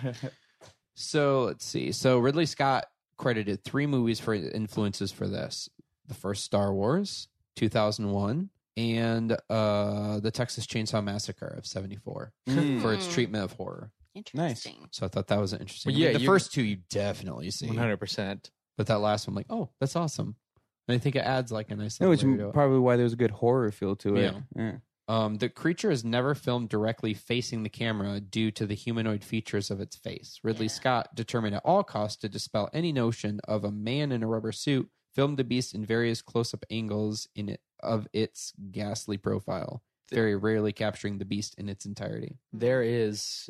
Speaker 1: so let's see. So Ridley Scott credited three movies for influences for this the first Star Wars, 2001, and uh, the Texas Chainsaw Massacre of 74 (laughs)
Speaker 3: Mm.
Speaker 1: for its
Speaker 5: Hmm.
Speaker 1: treatment of horror. (laughs)
Speaker 5: Interesting.
Speaker 1: So I thought that was interesting.
Speaker 4: Well,
Speaker 1: I mean,
Speaker 4: yeah,
Speaker 1: the
Speaker 4: you-
Speaker 1: first two you definitely see.
Speaker 4: One hundred percent.
Speaker 1: But that last one, like, oh, that's awesome. And I think it adds like a nice
Speaker 3: Yeah,
Speaker 1: little
Speaker 3: which
Speaker 1: layer to it.
Speaker 3: probably why there was a good horror feel to it.
Speaker 1: Yeah.
Speaker 3: Yeah.
Speaker 1: Um, the creature is never filmed directly facing the camera due to the humanoid features of its face. Ridley Scott determined at all costs to dispel any notion of a man in a rubber suit filmed the beast in various close-up angles in it, of its ghastly profile, very rarely capturing the beast in its entirety.
Speaker 4: There is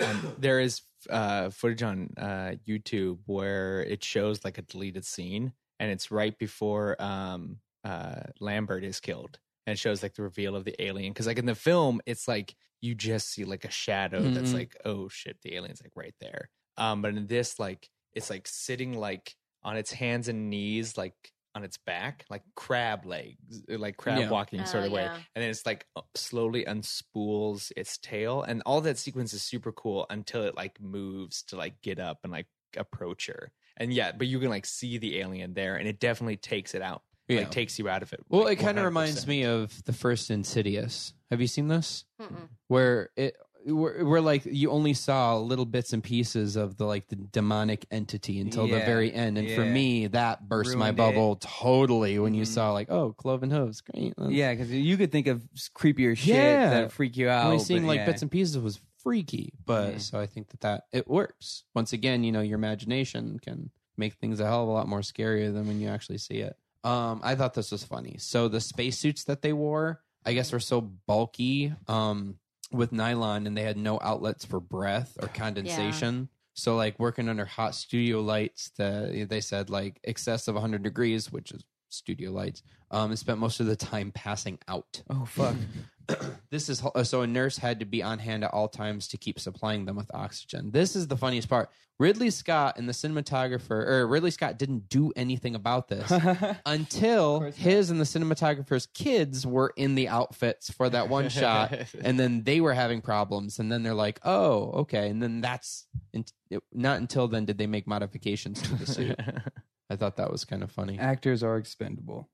Speaker 4: um, there is uh, footage on uh, YouTube where it shows like a deleted scene, and it's right before um, uh, Lambert is killed, and it shows like the reveal of the alien. Because like in the film, it's like you just see like a shadow that's
Speaker 1: Mhm.
Speaker 4: like, oh shit, the alien's like right there. Um, but in this, like it's like sitting like on its hands and knees, like on its back, like crab legs, like crab
Speaker 1: Yeah.
Speaker 4: walking
Speaker 5: Oh,
Speaker 4: sort of way
Speaker 5: yeah.
Speaker 4: and then it's like uh, slowly unspools its tail and all that sequence is super cool until it like moves to like get up and like approach her and yeah but you can like see the alien there and it definitely takes it out
Speaker 1: Yeah.
Speaker 4: like takes you out of it
Speaker 1: Well,
Speaker 4: like,
Speaker 1: it kind of
Speaker 4: 100%.
Speaker 1: reminds (laughs) me of the first Insidious. Have you seen this?
Speaker 5: Mm-mm.
Speaker 1: where it where, where like you only saw little bits and pieces of the like the demonic entity until the
Speaker 3: Yeah,
Speaker 1: very end and for
Speaker 3: yeah.
Speaker 1: me that burst my
Speaker 3: Ruined
Speaker 1: bubble totally when you
Speaker 3: Mhm.
Speaker 1: saw like oh cloven hooves great that's-
Speaker 3: Yeah, because you could think of s- creepier shit
Speaker 1: Yeah.
Speaker 3: that freak you out.
Speaker 1: only
Speaker 3: but
Speaker 1: seeing like
Speaker 3: yeah.
Speaker 1: bits and pieces was freaky but
Speaker 3: Mhm.
Speaker 1: so i think that that it works once again you know your imagination can make things a hell of a lot more scarier than when you actually see it um i thought this was funny so the spacesuits that they wore i guess were so bulky um with nylon and they had no outlets for breath or condensation so like working under hot studio lights the, they said like excess of 100 degrees which is studio lights um and spent most of the time passing out
Speaker 3: Oh fuck!
Speaker 1: this is uh, so a nurse had to be on hand at all times to keep supplying them with oxygen. This is the funniest part. Ridley Scott and the cinematographer, or Ridley Scott didn't do anything about this until his and the cinematographer's kids were in the outfits for that one shot, and then they were having problems. And then they're like, "Oh, okay." And then that's and it, not until then did they make modifications to the suit. I thought that was kind of funny.
Speaker 3: Actors are expendable.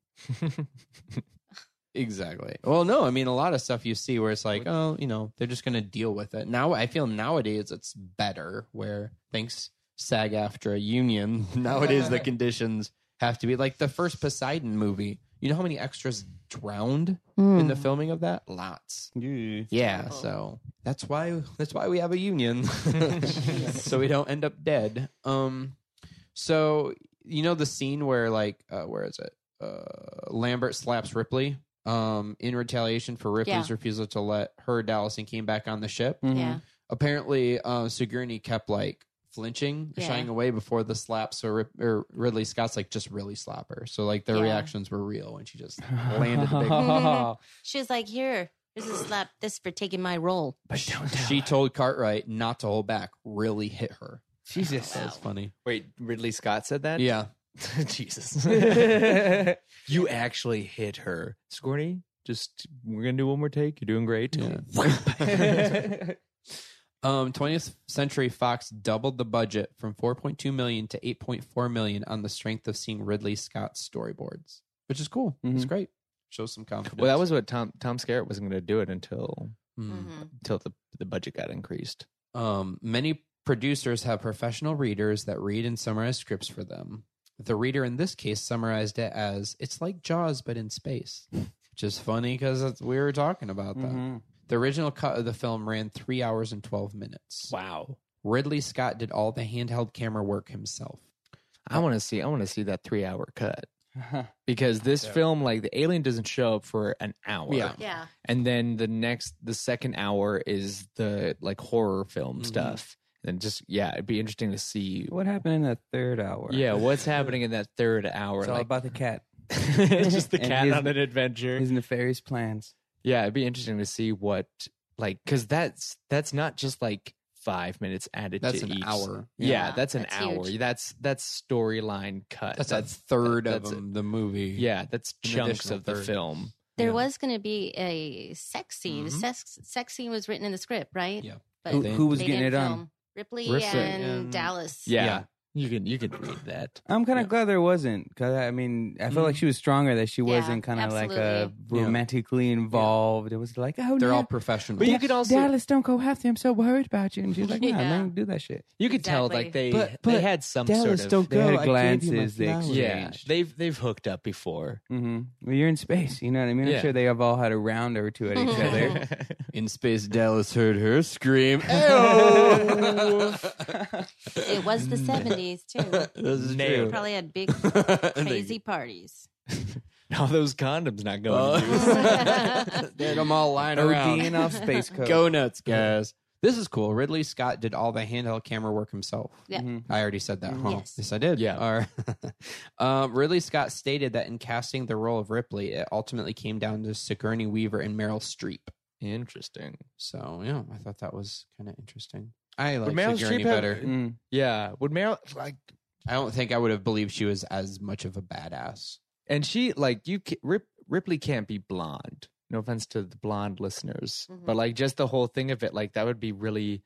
Speaker 1: Exactly. Well, no, I mean a lot of stuff you see where it's like, oh, you know, they're just going to deal with it. Now I feel nowadays it's better where thanks SAG after a union, (laughs) nowadays the conditions have to be like the first Poseidon movie. You know how many extras drowned in the filming of that? Lots. Yeah, so that's why that's why we have a
Speaker 5: (laughs)
Speaker 1: union. (laughs) so we don't end up dead. Um so you know the scene where like uh, where is it? Uh Lambert slaps Ripley um in retaliation for Ripley's
Speaker 5: Yeah.
Speaker 1: refusal to let her Dallas and came back on the ship.
Speaker 5: Yeah.
Speaker 1: Apparently uh Sigourney kept like flinching,
Speaker 5: Yeah.
Speaker 1: shying away before the slap so Rip- or Ridley Scott's like just really slap her. So like their
Speaker 5: Yeah.
Speaker 1: reactions were real when she just landed
Speaker 5: (laughs)
Speaker 1: a big
Speaker 5: She was like, here, this is slap this for taking my role.
Speaker 3: but don't tell
Speaker 1: She told Cartwright not to hold back, really hit her.
Speaker 3: Jesus.
Speaker 1: That's funny.
Speaker 4: wait ridley scott said that
Speaker 1: Yeah.
Speaker 4: (laughs) jesus you actually hit her scorny just we're gonna do one more take you're doing great
Speaker 1: (laughs) Um, 20th Century Fox doubled the budget from 4.2 million to 8.4 million on the strength of seeing Ridley Scott's storyboards, which is cool. It's
Speaker 3: Mhm.
Speaker 1: great. Shows some confidence.
Speaker 4: Mm-hmm. well that was what tom tom skerritt wasn't gonna do it until
Speaker 1: Mm.
Speaker 5: Mhm.
Speaker 4: until the, the budget got increased
Speaker 1: Um, many producers have professional readers that read and summarize scripts for them. The reader in this case summarized it as it's like Jaws but in space, (laughs) which is funny because we
Speaker 4: Mm-hmm.
Speaker 1: were talking about that. The original cut of the film ran three hours and twelve minutes.
Speaker 4: wow
Speaker 1: Ridley Scott did all the handheld camera work himself.
Speaker 4: I want to see. I want to see that three hour cut because this film, like the alien, doesn't show up for an hour.
Speaker 1: Yeah.
Speaker 5: Yeah.
Speaker 4: and then the next, the second hour is the like horror film stuff. And just yeah, it'd be interesting to see.
Speaker 3: What happened in that third hour?
Speaker 4: Yeah, (laughs) what's happening in that third hour?
Speaker 3: It's all
Speaker 4: like-
Speaker 3: about the cat.
Speaker 4: (laughs) it's just the
Speaker 3: And
Speaker 4: cat
Speaker 3: his-
Speaker 4: on an adventure.
Speaker 3: His nefarious plans.
Speaker 4: Yeah, it'd be interesting to see what like because that's that's not just like five minutes added.
Speaker 1: That's
Speaker 4: to
Speaker 1: an
Speaker 4: each.
Speaker 1: hour.
Speaker 4: Yeah,
Speaker 5: Yeah,
Speaker 4: that's an
Speaker 5: that's
Speaker 4: hour.
Speaker 5: huge.
Speaker 4: That's that's storyline cut.
Speaker 1: That's, a third
Speaker 4: Uh,
Speaker 1: of
Speaker 4: that's a-
Speaker 1: them, the movie.
Speaker 4: yeah, that's
Speaker 1: An
Speaker 4: chunks
Speaker 1: additional
Speaker 4: of the
Speaker 1: third.
Speaker 4: film.
Speaker 5: There
Speaker 1: Yeah.
Speaker 5: was going to be a sex scene. The
Speaker 1: Mhm.
Speaker 5: sex, sex scene was written in the script, right?
Speaker 1: Yeah.
Speaker 5: But
Speaker 3: Who-
Speaker 5: they
Speaker 3: who was getting
Speaker 5: didn't
Speaker 3: it on?
Speaker 5: film. Ripley,
Speaker 4: Ripley
Speaker 5: and,
Speaker 1: and-
Speaker 5: Dallas.
Speaker 4: Yeah.
Speaker 1: Yeah.
Speaker 4: you can you can read that.
Speaker 3: I'm kind of
Speaker 4: Yeah.
Speaker 3: glad there wasn't because I mean I felt like
Speaker 1: Mhm.
Speaker 3: she was stronger that she
Speaker 5: Yeah,
Speaker 3: wasn't kind of like uh
Speaker 5: absolutely.
Speaker 1: Yeah.
Speaker 3: romantically involved. It was like oh
Speaker 1: They're
Speaker 3: no,
Speaker 1: all professional.
Speaker 4: But you could also
Speaker 3: Dallas don't go after him. So worried about you,
Speaker 5: (laughs)
Speaker 3: and she's like nah,
Speaker 5: Yeah.
Speaker 3: man, do that shit.
Speaker 4: you could tell like they
Speaker 5: Exactly.
Speaker 3: But-
Speaker 4: they
Speaker 3: but
Speaker 4: had some
Speaker 3: Dallas
Speaker 4: sort
Speaker 3: don't
Speaker 4: of
Speaker 3: go. Their glances, they
Speaker 4: yeah.
Speaker 1: (laughs)
Speaker 4: (laughs)
Speaker 3: exchanged.
Speaker 4: They've they've hooked up before.
Speaker 3: hmm Well, you're in space. You know what I mean?
Speaker 4: Yeah.
Speaker 3: I'm sure they have all had a round
Speaker 5: (laughs)
Speaker 3: or two at each other.
Speaker 1: in space, Dallas heard her scream.
Speaker 4: (laughs)
Speaker 5: It was the 70s, too.
Speaker 1: (laughs) this is
Speaker 5: They
Speaker 1: true.
Speaker 5: probably
Speaker 1: (laughs)
Speaker 5: had big, crazy parties.
Speaker 4: (laughs) all those condoms not going. to
Speaker 1: Uh.
Speaker 4: use. (laughs)
Speaker 1: They're them all lying
Speaker 3: ODing
Speaker 1: around.
Speaker 3: off space code.
Speaker 1: Go nuts, guys. This is cool. Ridley Scott did all the handheld camera work himself.
Speaker 5: Yeah.
Speaker 1: I already said that, huh?
Speaker 5: Yes.
Speaker 1: I did.
Speaker 4: Mm-hmm. Yeah.
Speaker 1: All right. (laughs) um, Ridley Scott stated that in casting the role of Ripley, it ultimately came down to Sigourney Weaver and Meryl Streep.
Speaker 4: Interesting.
Speaker 1: So yeah, I thought that was kind of interesting. I like
Speaker 4: Would Meryl
Speaker 1: Sigourney
Speaker 4: Streep have-
Speaker 1: better.
Speaker 3: Mm.
Speaker 4: Yeah. Would Meryl like
Speaker 1: I don't think I would have believed she was as much of a badass.
Speaker 4: and she like you ca- Rip, Ripley can't be blonde. No offense to the blonde listeners,
Speaker 5: Mhm.
Speaker 4: but like just the whole thing of it, like that would be really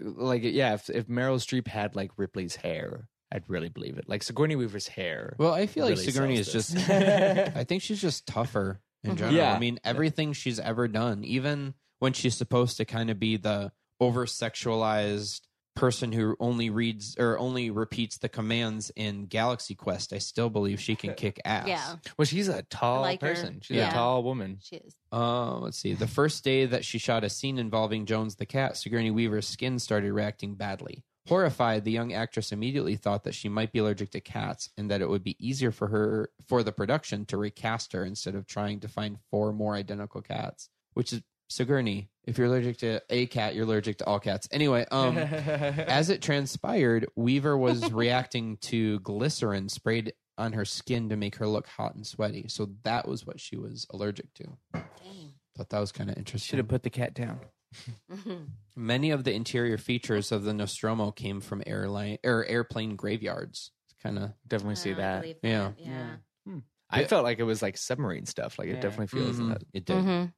Speaker 4: like yeah. If if Meryl Streep had like Ripley's hair, I'd really believe it. Like Sigourney Weaver's hair.
Speaker 1: Well, I feel like
Speaker 4: really
Speaker 1: Sigourney is
Speaker 4: sells
Speaker 1: just.
Speaker 4: this. (laughs)
Speaker 1: I think she's just (laughs) tougher in general.
Speaker 4: Yeah.
Speaker 1: I mean, everything she's ever done, even when she's supposed to kind of be the over sexualized person who only reads or only repeats the commands in Galaxy Quest, I still believe she can kick ass.
Speaker 5: Yeah.
Speaker 4: well, she's a tall
Speaker 5: like her.
Speaker 4: person. She's
Speaker 5: Yeah.
Speaker 4: a tall woman.
Speaker 5: She is.
Speaker 1: Uh, let's see. The first day that she shot a scene involving Jones the cat, Sigourney Weaver's skin started reacting badly. Horrified, the young actress immediately thought that she might be allergic to cats and that it would be easier for her for the production to recast her instead of trying to find four more identical cats. Which is Sigourney, if you're allergic to a cat, you're allergic to all cats. Anyway, um as it transpired, Weaver was reacting to glycerin sprayed on her skin to make her look hot and sweaty. So that was what she was allergic to. Thought that was kind of
Speaker 3: Should
Speaker 1: interesting.
Speaker 3: have put the cat down.
Speaker 1: Many of the interior features of the Nostromo came from airline or airplane graveyards. Kind of
Speaker 4: Definitely see
Speaker 5: Oh, I
Speaker 4: that.
Speaker 5: believe
Speaker 1: Yeah.
Speaker 5: that, Yeah.
Speaker 4: I felt like it was like submarine stuff. Like it
Speaker 3: Yeah.
Speaker 4: definitely feels
Speaker 1: Mhm.
Speaker 4: that.
Speaker 1: it did.
Speaker 3: Mm-hmm.
Speaker 5: Mhm.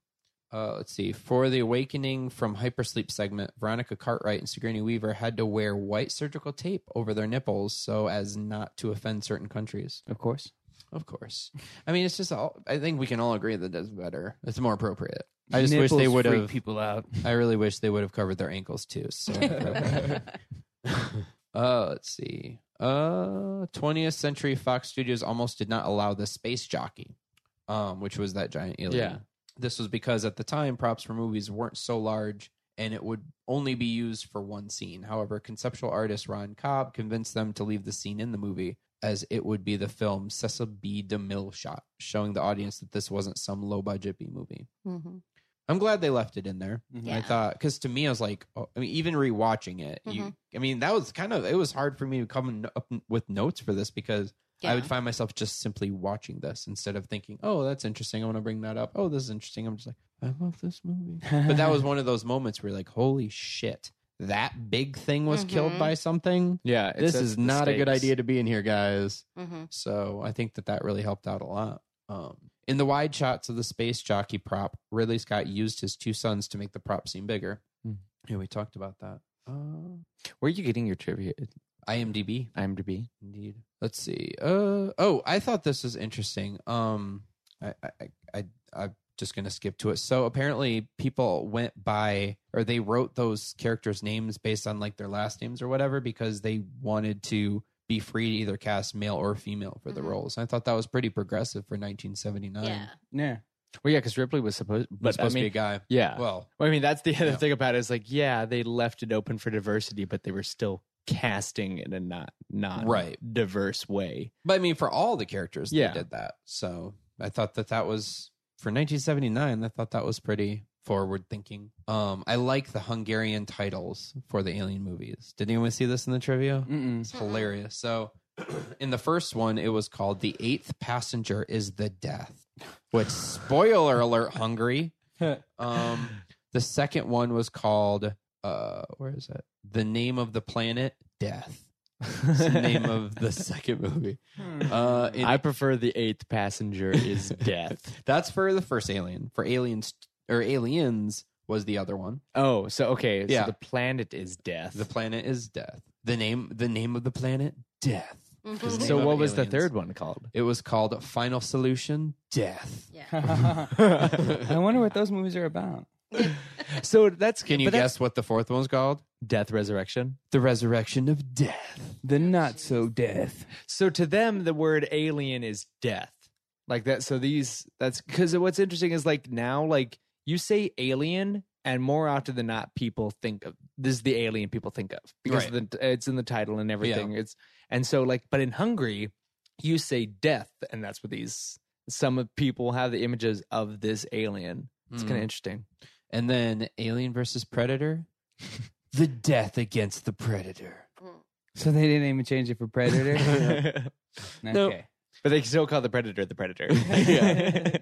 Speaker 1: Uh, let's see. For the awakening from hypersleep segment, Veronica Cartwright and Sigourney Weaver had to wear white surgical tape over their nipples so as not to offend certain countries.
Speaker 3: Of course.
Speaker 1: Of course. I mean, it's just all. I think we can all agree that it's better. It's more appropriate. I just wish they
Speaker 3: Nipples
Speaker 1: would
Speaker 3: freak
Speaker 1: have.
Speaker 3: people out.
Speaker 1: I really wish they would have covered their ankles too. So. uh, let's see. Uh, 20th Century Fox Studios almost did not allow the space jockey, um, which was that giant alien.
Speaker 4: Yeah.
Speaker 1: This was because at the time props for movies weren't so large and it would only be used for one scene. However, conceptual artist Ron Cobb convinced them to leave the scene in the movie as it would be the film Cecil B. DeMille shot, showing the audience that this wasn't some low budget B movie.
Speaker 5: Mhm.
Speaker 1: I'm glad they left it in there. I
Speaker 4: Mm-hmm.
Speaker 5: Yeah.
Speaker 1: thought because to me, I was like, oh, I mean, even rewatching it, you,
Speaker 5: Mm-hmm.
Speaker 1: I mean, that was kind of it was hard for me to come n- up n- with notes for this because I
Speaker 5: Yeah.
Speaker 1: would find myself just simply watching this instead of thinking, oh, that's interesting. I want to bring that up. Oh, this is interesting. I'm just like, I love this
Speaker 4: (laughs)
Speaker 1: movie. but that was one of those moments where you're like, holy shit, that big thing was killed
Speaker 5: Mhm.
Speaker 1: by something.
Speaker 4: Yeah, it
Speaker 1: This
Speaker 4: sets
Speaker 1: is
Speaker 4: the
Speaker 1: not a good
Speaker 4: stakes.
Speaker 1: idea to be in here, guys.
Speaker 5: Mhm.
Speaker 1: So I think that that really helped out a lot. Um, in the wide shots of the space jockey prop, Ridley Scott used his two sons to make the prop seem bigger.
Speaker 4: Hmm.
Speaker 1: Yeah, we talked about that. Uh,
Speaker 4: Where are you getting your trivia?
Speaker 1: IMDb,
Speaker 4: IMDb.
Speaker 1: indeed. Let's see. Uh, oh, I thought this was interesting. Um, I, I, I- I, I'm just gonna skip to it. So apparently, people went by or they wrote those characters' names based on like their last names or whatever because they wanted to be free to either cast male or female for the
Speaker 5: Mhm.
Speaker 1: roles. I thought that was pretty progressive for 1979.
Speaker 5: Yeah.
Speaker 3: Yeah.
Speaker 4: Well, yeah, because Ripley was supposed, was
Speaker 1: But, I
Speaker 4: supposed to be a
Speaker 1: mean,
Speaker 4: guy.
Speaker 1: yeah.
Speaker 4: Well, I mean, that's the other
Speaker 1: Yeah.
Speaker 4: thing about it is like, yeah, they left it open for diversity, but they were still casting in a not not
Speaker 1: Right.
Speaker 4: diverse way.
Speaker 1: But I mean, for all the characters,
Speaker 4: Yeah.
Speaker 1: they did that. So I thought that that was for 1979. I thought that was pretty forward thinking. Um, I like the Hungarian titles for the Alien movies. Did anyone see this in the trivia?
Speaker 3: Mm-mm.
Speaker 4: Mm-hmm.
Speaker 1: It's hilarious. So (clears throat) in the first one, it was called "The Eighth Passenger Is the Death," which spoiler alert,
Speaker 4: (laughs)
Speaker 1: Hungary. Um, the second one was called uh, where is it? The name of the planet, Death. It's the name of
Speaker 4: (laughs)
Speaker 1: the second movie. Uh, in-
Speaker 4: Hmm. I prefer the eighth
Speaker 1: (laughs)
Speaker 4: passenger is death.
Speaker 1: that's for the first Alien. For Aliens or Aliens was the other one.
Speaker 4: Oh, so okay,
Speaker 1: Yeah.
Speaker 4: so the planet is death.
Speaker 1: The planet is Death. The name the name of the planet, Death.
Speaker 5: Mm-hmm.
Speaker 1: Is the
Speaker 4: so
Speaker 1: name of
Speaker 4: what was the
Speaker 1: Aliens.
Speaker 4: third one called?
Speaker 1: It was called Final Solution, Death.
Speaker 5: Yeah.
Speaker 3: (laughs) I wonder what those movies are about.
Speaker 4: So that's
Speaker 1: Can you
Speaker 4: but that's
Speaker 1: guess what the fourth one's called?
Speaker 4: death resurrection?
Speaker 1: The Resurrection of Death.
Speaker 3: The not so death.
Speaker 4: So to them, the word alien is death. Like that. So these, that's because what's interesting is like now, like you say alien, and more often than not, people think of this is the alien people think of because of the, it's in the title and everything. It's and so like, but in Hungary, you say death, and that's what these some of people have the images of this alien. It's kind
Speaker 1: Mm.
Speaker 4: of interesting.
Speaker 1: And then Alien versus Predator, The Death (laughs)
Speaker 4: (laughs)
Speaker 1: Against the Predator.
Speaker 3: So they didn't even change it for Predator. (laughs) okay.
Speaker 4: Nope. But they still call the predator
Speaker 1: (laughs)
Speaker 4: the predator. (laughs)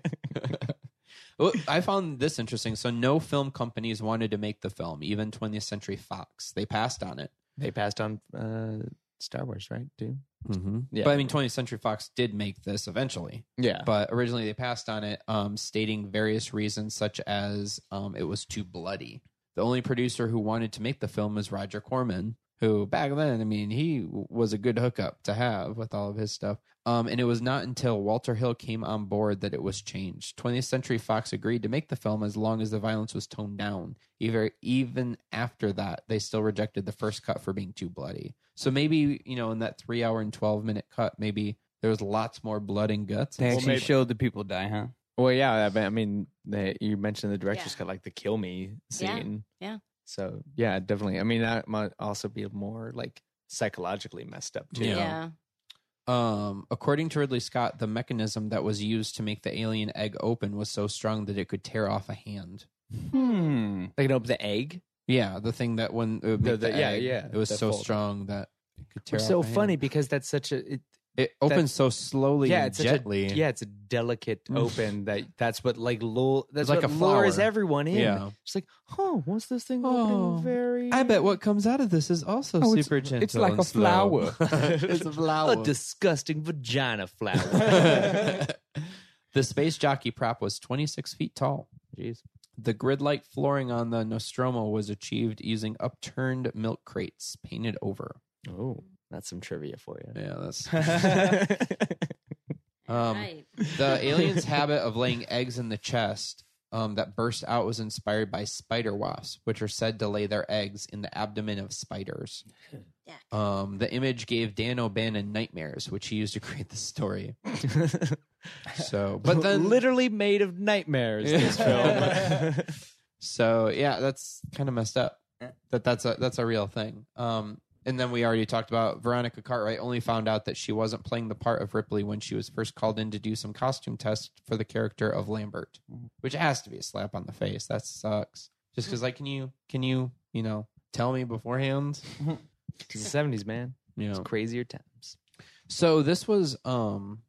Speaker 1: Well, I found this interesting. So, no film companies wanted to make the film, even 20th Century Fox. They passed on it.
Speaker 4: they passed on uh, Star Wars, right? Too.
Speaker 1: Mm-hmm.
Speaker 4: Yeah.
Speaker 1: But I mean, 20th Century Fox did make this eventually.
Speaker 4: Yeah.
Speaker 1: But originally they passed on it, um, stating various reasons, such as um, it was too bloody. The only producer who wanted to make the film was Roger Corman, who back then, I mean, he w- was a good hookup to have with all of his stuff. Um, and it was not until Walter Hill came on board that it was changed. 20th Century Fox agreed to make the film as long as the violence was toned down. Even, even after that, they still rejected the first cut for being too bloody. So maybe, you know, in that three hour and 12 minute cut, maybe there was lots more blood and guts.
Speaker 3: They
Speaker 1: and
Speaker 3: actually
Speaker 4: maybe-
Speaker 3: showed the people die, huh?
Speaker 4: Well, yeah. I mean, I mean the, you mentioned the director's
Speaker 5: Yeah.
Speaker 4: got like the kill me
Speaker 5: Yeah,
Speaker 4: scene.
Speaker 5: yeah.
Speaker 4: So yeah, definitely. I mean, that might also be more like psychologically messed up too.
Speaker 1: Yeah.
Speaker 5: yeah.
Speaker 1: Um, according to Ridley Scott, the mechanism that was used to make the alien egg open was so strong that it could tear off a hand.
Speaker 3: Hmm.
Speaker 4: They can open the egg.
Speaker 1: Yeah, the thing that when it would
Speaker 4: The-
Speaker 1: make
Speaker 4: the-
Speaker 1: the
Speaker 4: yeah,
Speaker 1: egg,
Speaker 4: yeah,
Speaker 1: it was
Speaker 4: the
Speaker 1: so
Speaker 4: fold.
Speaker 1: strong that it could tear.
Speaker 4: It's
Speaker 1: off
Speaker 4: so
Speaker 1: a hand.
Speaker 4: funny because that's such a it,
Speaker 1: It opens so slowly
Speaker 4: yeah,
Speaker 1: and
Speaker 4: it's
Speaker 1: gently.
Speaker 4: Such a, yeah, it's a delicate open that that's what like lure
Speaker 1: It's
Speaker 4: that's
Speaker 1: like
Speaker 4: what
Speaker 1: a
Speaker 4: lures
Speaker 1: flower.
Speaker 4: everyone in.
Speaker 1: Yeah.
Speaker 4: It's like, oh, what's this thing
Speaker 1: Oh,
Speaker 4: opening very?
Speaker 1: I
Speaker 4: (laughs)
Speaker 1: bet what comes out of this is also
Speaker 3: Oh, it's-
Speaker 1: super gentle.
Speaker 3: it's like
Speaker 1: and
Speaker 3: a
Speaker 1: slow.
Speaker 3: flower.
Speaker 1: (laughs)
Speaker 4: (laughs)
Speaker 1: it's a flower.
Speaker 4: a disgusting vagina flower. (laughs)
Speaker 1: the space jockey prop was 26 feet tall.
Speaker 4: Jeez.
Speaker 1: The grid like flooring on the Nostromo was achieved using upturned milk crates painted over.
Speaker 4: Oh, that's some trivia for you.
Speaker 1: Yeah, that's
Speaker 5: All
Speaker 1: um,
Speaker 5: right.
Speaker 1: (laughs) (laughs) the alien's habit of laying eggs in the chest um, that burst out was inspired by spider wasps, which are said to lay their eggs in the abdomen of spiders. Um, the image gave Dan O'Bannon nightmares, which he used to (laughs) create the story. so,
Speaker 4: (laughs)
Speaker 1: but (laughs) then
Speaker 4: literally made of nightmares. This film.
Speaker 1: So yeah, that's kind of messed up. That that's a that's a real thing. Um, and then we already talked about Veronica Cartwright. Only found out that she wasn't playing the part of Ripley when she was first called in to do some costume tests for the character of Lambert, which has to be a slap on the face. That sucks. Just because, like, can you can you you know tell me beforehand?
Speaker 4: It's the (laughs) seventies, man.
Speaker 1: You
Speaker 4: It's
Speaker 1: know.
Speaker 4: crazier times.
Speaker 1: So this was um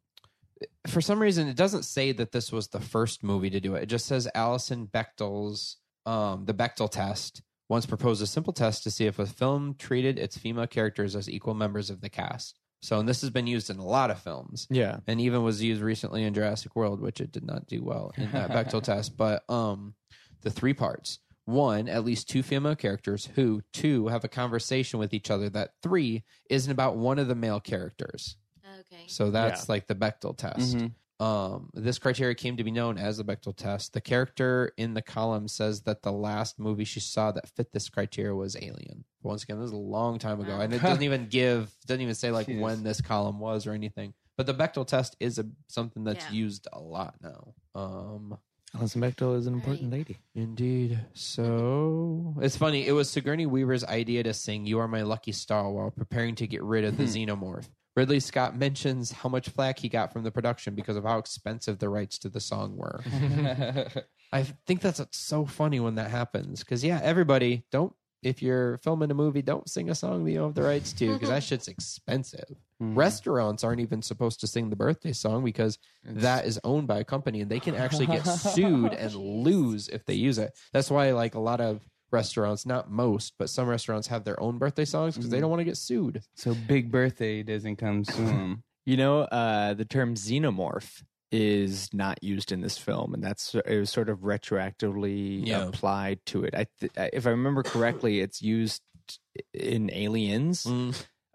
Speaker 1: for some reason it doesn't say that this was the first movie to do it. It just says Alison Bechtel's um the Bechtel test once proposed a simple test to see if a film treated its female characters as equal members of the cast. So and this has been used in a lot of films
Speaker 4: Yeah.
Speaker 1: and even was used recently in Jurassic World, which it did not do well in that Bechtel test. But um, the three parts: one, at least two female characters who two have a conversation with each other. That three isn't about one of the male characters.
Speaker 5: Okay.
Speaker 1: So that's
Speaker 4: Yeah.
Speaker 1: like the Bechtel test.
Speaker 3: Mhm.
Speaker 1: Um, this criteria came to be known as the Bechtel test. The character in the column says that the last movie she saw that fit this criteria was Alien. Once again, this is a long time ago, and it doesn't even give doesn't even say like
Speaker 3: Jesus.
Speaker 1: when this column was or anything. But the Bechtel test is a, something that's
Speaker 5: Yeah.
Speaker 1: used a lot now. Um,
Speaker 4: Alison Bechtel is an important
Speaker 5: Right.
Speaker 4: lady.
Speaker 1: Indeed. So it's funny. It was Sigourney Weaver's idea to sing "You Are My Lucky Star" while preparing to get rid of the xenomorph. Ridley Scott mentions how much flack he got from the production because of how expensive the rights to the song were. I think that's so funny when that happens because yeah, everybody don't. If you're filming a movie, don't sing a song that you don't have the rights to because
Speaker 4: (laughs)
Speaker 1: that shit's expensive. Restaurants aren't even supposed to sing the birthday song because that is owned by a company and they can actually get sued
Speaker 4: (laughs)
Speaker 1: and lose if they use it. That's why like a lot of restaurants, not most, but some restaurants have their own birthday songs because they don't want to get sued.
Speaker 3: So big birthday doesn't come soon.
Speaker 4: You know, uh, the term xenomorph is not used in this film, and that's it was sort of retroactively
Speaker 1: Yeah.
Speaker 4: applied to it. I, th- I- if I remember correctly, it's used in Aliens,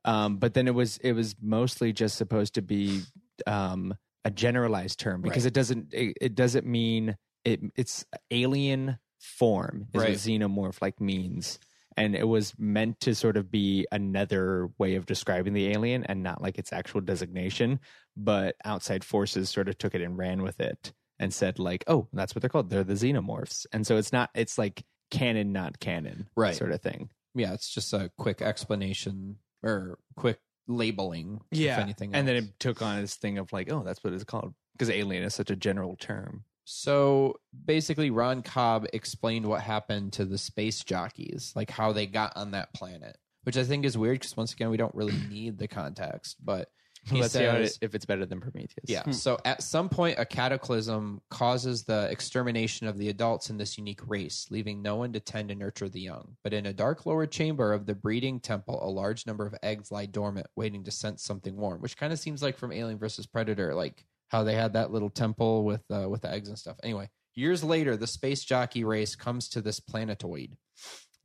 Speaker 4: um, but then it was it was mostly just supposed to be um, a generalized term because
Speaker 1: Right.
Speaker 4: it doesn't it, it doesn't mean it. It's alien form is
Speaker 1: Right.
Speaker 4: what xenomorph like means. And it was meant to sort of be another way of describing the alien and not like its actual designation. But outside forces sort of took it and ran with it and said, like, oh, that's what they're called. They're the xenomorphs. And so it's not, it's like canon, not canon,
Speaker 1: Right.
Speaker 4: Sort of thing.
Speaker 1: Yeah, it's just a quick explanation or quick labeling. If anything
Speaker 4: And then
Speaker 1: else.
Speaker 4: it took on this thing of like, oh, that's what it's called. Because alien is such a general term.
Speaker 1: So basically, Ron Cobb explained what happened to the space jockeys, like how they got on that planet, which I think is weird because once again, we don't really need the context. But he
Speaker 4: Let's see how
Speaker 1: says,
Speaker 4: it, if it's better than Prometheus.
Speaker 1: yeah. So at some point, a cataclysm causes the extermination of the adults in this unique race, leaving no one to tend and nurture the young. But in a dark lower chamber of the breeding temple, a large number of eggs lie dormant, waiting to sense something warm, which kind of seems like from Alien versus Predator, like how they had that little temple with uh, with the eggs and stuff. Anyway, years later, the space jockey race comes to this planetoid.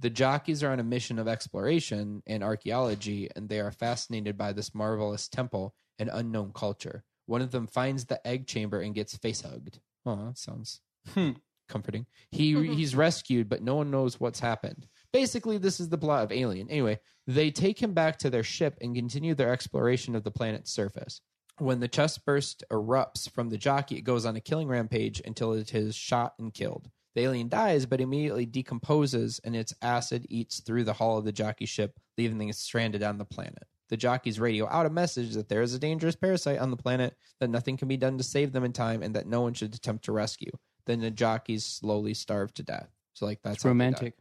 Speaker 1: The jockeys are on a mission of exploration and archaeology, and they are fascinated by this marvelous temple and unknown culture. One of them finds the egg chamber and gets face hugged. Oh, that sounds comforting. He he's rescued, but no one knows what's happened. Basically, this is the plot of Alien. Anyway, they take him back to their ship and continue their exploration of the planet's surface. When the chest burst erupts from the jockey, it goes on a killing rampage until it is shot and killed. The alien dies, but immediately decomposes, and its acid eats through the hull of the jockey ship, leaving it stranded on the planet. The jockeys radio out a message that there is a dangerous parasite on the planet, that nothing can be done to save them in time, and that no one should attempt to rescue. Then the jockeys slowly starve to death. So, like, that's
Speaker 3: It's
Speaker 1: how they die.
Speaker 3: romantic.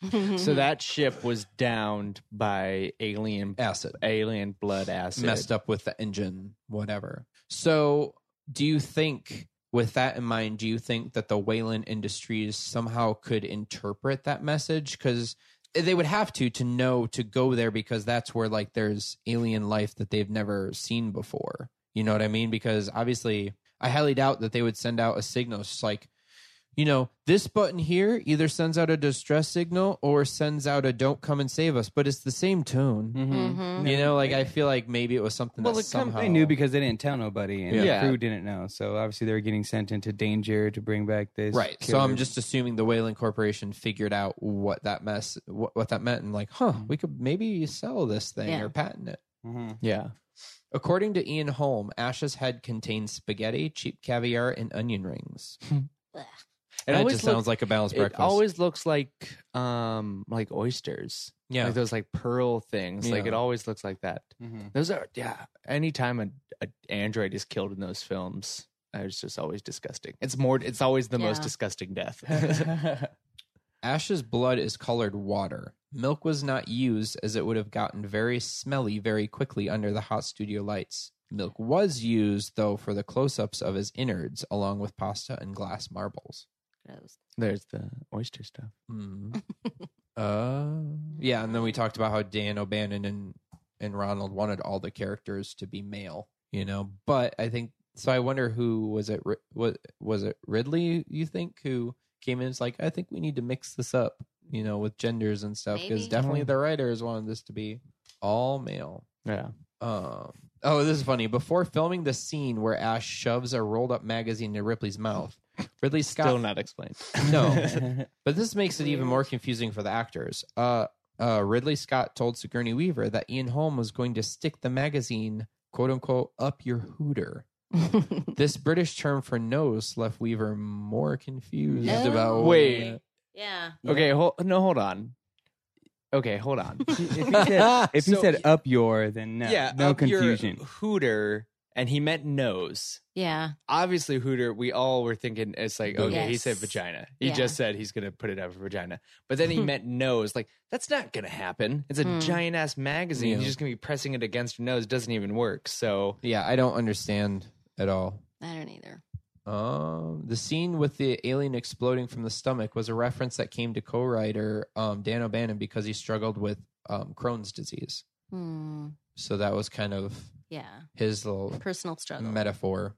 Speaker 1: Mm-hmm.
Speaker 4: so that ship was downed by alien
Speaker 1: Acid.
Speaker 4: alien blood acid.
Speaker 1: messed up with the engine, whatever. So, do you think, with that in mind, do you think that the Wayland Industries somehow could interpret that message? Because they would have to to know to go there because that's where like there's alien life that they've never seen before. You know what I mean? Because obviously, I highly doubt that they would send out a signal just like you know, this button here either sends out a distress signal or sends out a don't come and save us, but it's the same tone.
Speaker 3: Mm-hmm.
Speaker 1: You know, like I feel like maybe it was something
Speaker 3: Well,
Speaker 1: that
Speaker 3: the
Speaker 1: somehow
Speaker 3: company knew because they didn't tell nobody, and
Speaker 4: Yeah.
Speaker 3: the crew didn't know. So obviously they were getting sent into danger to bring back this.
Speaker 1: right. So I'm
Speaker 3: killer.
Speaker 1: just assuming the Wayland Corporation figured out what that mess, what, what that meant, and like, huh,
Speaker 3: Mm-hmm.
Speaker 1: we could maybe sell this thing
Speaker 2: Yeah.
Speaker 1: or patent it.
Speaker 3: Mhm.
Speaker 4: Yeah.
Speaker 1: According to Ian Holm, Ash's head contains spaghetti, cheap caviar, and onion rings. And it,
Speaker 4: always
Speaker 1: just
Speaker 4: looked-
Speaker 1: sounds like a balanced
Speaker 4: It
Speaker 1: breakfast.
Speaker 4: always looks like um like oysters.
Speaker 1: yeah,
Speaker 4: Like those like pearl things. Like
Speaker 1: Yeah.
Speaker 4: it always looks like that.
Speaker 1: Mm-hmm.
Speaker 4: Those are yeah. Anytime an a android is killed in those films, uh, it's just always disgusting. It's more it's always the most
Speaker 5: Yeah.
Speaker 4: disgusting death. (laughs)
Speaker 1: Ash's blood is colored water. Milk was not used as it would have gotten very smelly very quickly under the hot studio lights. Milk was used, though, for the close ups of his innards, along with pasta and glass marbles.
Speaker 5: Gross.
Speaker 4: There's the oyster stuff.
Speaker 1: Mm. uh, yeah, and then we talked about how Dan O'Bannon and, and Ronald wanted all the characters to be male, you know, but I think so. I wonder who was it? Ri- Was, was it Ridley, you think, who came in and was like, I think we need to mix this up, you know, with genders and stuff, because
Speaker 5: Maybe.
Speaker 1: definitely the writers wanted this to be all male.
Speaker 4: Yeah.
Speaker 1: Um, oh, this is funny. Before filming the scene where Ash shoves a rolled up magazine into Ripley's mouth, Ridley Scott
Speaker 4: Still not explained.
Speaker 1: no. but this makes it even more confusing for the actors. Uh, uh, Ridley Scott told Sigourney Weaver that Ian Holm was going to stick the magazine, quote unquote, up your hooter. This British term for nose left Weaver more confused
Speaker 5: Oh.
Speaker 1: about
Speaker 4: (laughs) Wait.
Speaker 5: yeah.
Speaker 4: Okay, hold, no, hold on. Okay, hold on.
Speaker 3: If he (laughs) said, if he
Speaker 4: So-
Speaker 3: said up your, then no,
Speaker 4: yeah,
Speaker 3: no
Speaker 4: up your
Speaker 3: confusion. (sighs)
Speaker 4: Hooter, and he meant nose.
Speaker 5: Yeah.
Speaker 4: Obviously, Hooter. We all were thinking it's like, okay, he said
Speaker 5: Yes.
Speaker 4: vagina. He
Speaker 5: Yeah.
Speaker 4: just said he's gonna put it out for vagina, but then he meant nose. Like that's not gonna happen. It's a
Speaker 5: Hmm.
Speaker 4: giant ass magazine.
Speaker 1: Yeah.
Speaker 4: You're just gonna be pressing it against your nose. Doesn't even work. So
Speaker 1: Yeah, I don't understand at all.
Speaker 5: I don't either.
Speaker 1: Um, the scene with the alien exploding from the stomach was a reference that came to co-writer um, Dan O'Bannon because he struggled with um, Crohn's disease.
Speaker 5: Hmm.
Speaker 1: So that was kind of
Speaker 5: Yeah.
Speaker 1: his little
Speaker 5: Personal struggle.
Speaker 1: metaphor.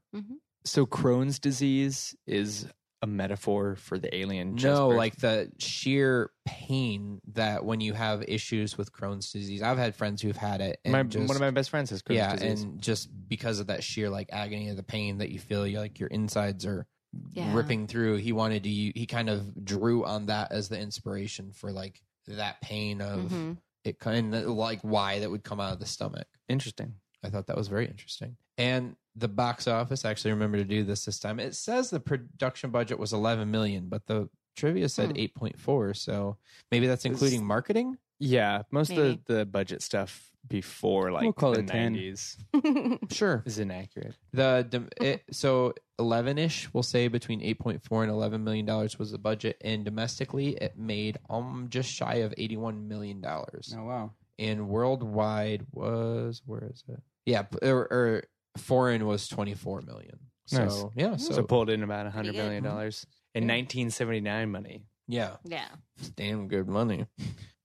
Speaker 4: so Crohn's disease is a metaphor for the alien. chest
Speaker 1: No,
Speaker 4: burst?
Speaker 1: like the sheer pain that when you have issues with Crohn's disease. I've had friends who've had it. And
Speaker 4: my,
Speaker 1: just,
Speaker 4: one of my best friends has Crohn's
Speaker 1: yeah,
Speaker 4: disease.
Speaker 1: and just because of that sheer like agony of the pain that you feel, you like your insides are
Speaker 5: Yeah.
Speaker 1: ripping through. He wanted to. u- He kind of drew on that as the inspiration for like that pain of
Speaker 5: Mhm.
Speaker 1: it, kind of like why that would come out of the stomach.
Speaker 4: Interesting.
Speaker 1: I thought that was very interesting. And the box office I actually remember to do this this time. It says the production budget was 11 million, but the trivia said
Speaker 5: Hmm.
Speaker 1: 8.4. So maybe that's including marketing.
Speaker 4: Yeah, most of
Speaker 5: Maybe.
Speaker 4: the, the budget stuff before like
Speaker 3: We'll call
Speaker 4: the
Speaker 3: it 10.
Speaker 4: 90s
Speaker 1: Sure.
Speaker 4: is inaccurate.
Speaker 1: The dom- it, so 11 ish, we'll say between 8.4 and 11 million dollars was the budget, and domestically it made um just shy of 81 million dollars.
Speaker 3: oh wow.
Speaker 1: And worldwide was where is it? Yeah, p- or, or foreign was 24 million. So
Speaker 4: Nice.
Speaker 1: yeah,
Speaker 4: So,
Speaker 1: so,
Speaker 4: pulled in about 100
Speaker 5: good. Mm-hmm.
Speaker 4: million dollars in 1979 money.
Speaker 1: yeah.
Speaker 5: Yeah.
Speaker 1: damn good money.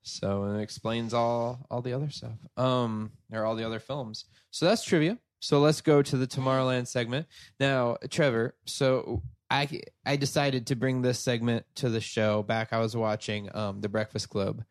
Speaker 1: So and it explains all all the other stuff. Um, or all the other films. So that's trivia. So let's go to the Tomorrowland segment now, Trevor. So I I decided to bring this segment to the show. Back I was watching um The Breakfast Club,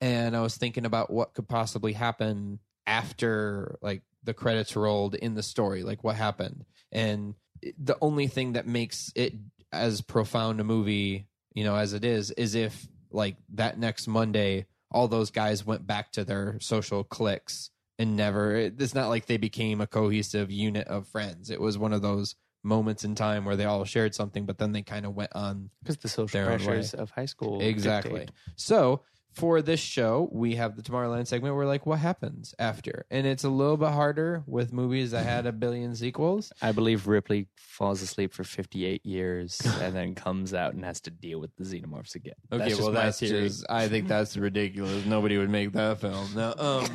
Speaker 1: and I was thinking about what could possibly happen after like the credits rolled in the story, like what happened. And the only thing that makes it as profound a movie, you know, as it is, is if like that next Monday, all those guys went back to their social cliques and never, it, it's not like they became a cohesive unit of friends. It was one of those moments in time where they all shared something, but then they kind of went on
Speaker 4: Because the social
Speaker 1: Their own
Speaker 4: pressures of high school.
Speaker 1: Exactly.
Speaker 4: dictate.
Speaker 1: So for this show, we have the Tomorrowland segment. We're like, what happens after? And it's a little bit harder with movies that had a billion sequels.
Speaker 4: I believe Ripley falls asleep for 58 years (laughs) and then comes out and has to deal with the xenomorphs again. that's just my theory.
Speaker 1: I think that's ridiculous. Nobody would make that film. No. Um,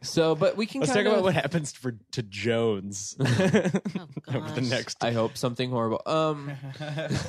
Speaker 4: (laughs)
Speaker 1: (laughs) so, but we can
Speaker 4: Let's talk
Speaker 1: kind
Speaker 4: about
Speaker 1: of-
Speaker 4: what happens for to Jones (laughs) over the
Speaker 5: Oh, gosh.
Speaker 4: next.
Speaker 1: I hope something horrible. Um,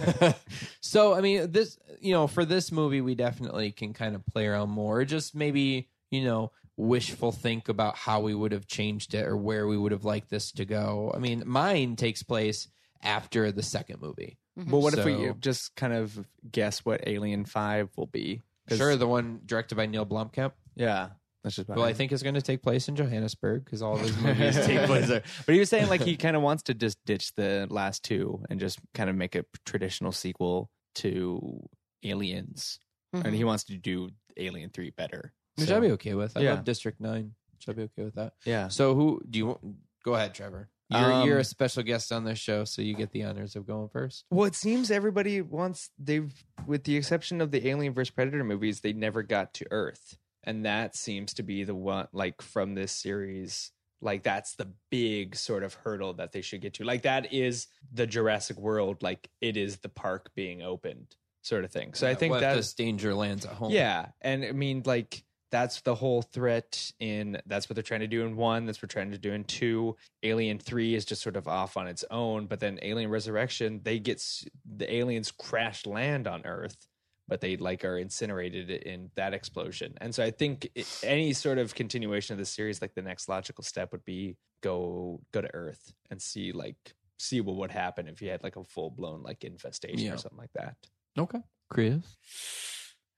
Speaker 1: (laughs) so I mean, this you know, for this movie, we definitely can kind of play around more. Just maybe you know, wishful think about how we would have changed it or where we would have liked this to go. I mean, mine takes place after the second movie.
Speaker 4: Well, what if we
Speaker 1: So-
Speaker 4: just kind of guess what Alien Five will be? 'Cause-
Speaker 1: Sure, the one directed by Neil Blomkamp,
Speaker 4: Yeah, that's just.
Speaker 1: who I think is going to take place in Johannesburg because all of his movies take place there.
Speaker 4: But he was saying
Speaker 1: (laughs)
Speaker 4: like he kind of wants to just ditch the last two and just kind of make a traditional sequel to Aliens,
Speaker 5: Mm-hmm.
Speaker 4: and he wants to do Alien Three better.
Speaker 1: Which
Speaker 4: So-
Speaker 1: I'd be okay with. I
Speaker 4: Yeah.
Speaker 1: love District Nine. Which I'd be okay with that.
Speaker 4: Yeah.
Speaker 1: So who do you want? Go ahead, Trevor. You're,
Speaker 4: Um,
Speaker 1: you're a special guest on this show, so you get the honors of going first.
Speaker 4: Well, it seems everybody wants they've, with the exception of the Alien vs Predator movies, they never got to Earth, and that seems to be the one like from this series. Like that's the big sort of hurdle that they should get to. Like that is the Jurassic World. Like it is the park being opened, sort of thing. So I
Speaker 1: Yeah,
Speaker 4: think
Speaker 1: what if
Speaker 4: that's
Speaker 1: this danger lands at home.
Speaker 4: yeah, and I mean, like that's the whole threat in. That's what they're trying to do in one. That's what they're trying to do in two. Alien three is just sort of off on its own. But then Alien Resurrection, they get s- the aliens crash land on Earth, but they like are incinerated in that explosion. And so I think i any sort of continuation of the series, like the next logical step would be go go to Earth and see like see what would happen if you had like a full blown like infestation
Speaker 1: Yeah.
Speaker 4: or something like that.
Speaker 1: Okay. Chris.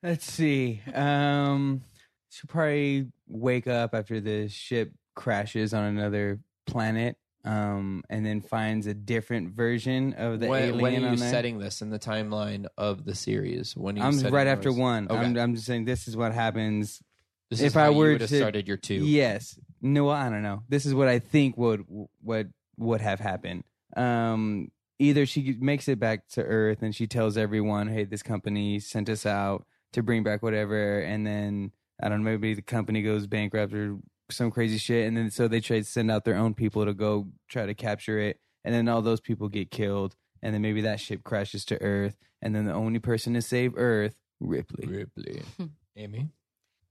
Speaker 3: Let's see. Um, should probably wake up after the ship crashes on another planet, um, and then finds a different version of the
Speaker 1: when,
Speaker 3: alien.
Speaker 1: when are
Speaker 3: on
Speaker 1: you
Speaker 3: there.
Speaker 1: setting this in the timeline of the series? When are you
Speaker 3: I'm
Speaker 1: setting
Speaker 3: right after
Speaker 1: those?
Speaker 3: one.
Speaker 1: Okay.
Speaker 3: I'm, I'm just saying this is what happens.
Speaker 1: This
Speaker 3: if
Speaker 1: is how
Speaker 3: I
Speaker 1: you
Speaker 3: were
Speaker 1: would have
Speaker 3: to-
Speaker 1: started your two.
Speaker 3: Yes. No, I don't know. This is what I think would what would have happened. Um, either she makes it back to Earth and she tells everyone, "Hey, this company sent us out to bring back whatever," and then I don't know, maybe the company goes bankrupt or some crazy shit, and then so they try to send out their own people to go try to capture it, and then all those people get killed, and then maybe that ship crashes to Earth, and then the only person to save Earth, Ripley.
Speaker 4: Ripley. Amy?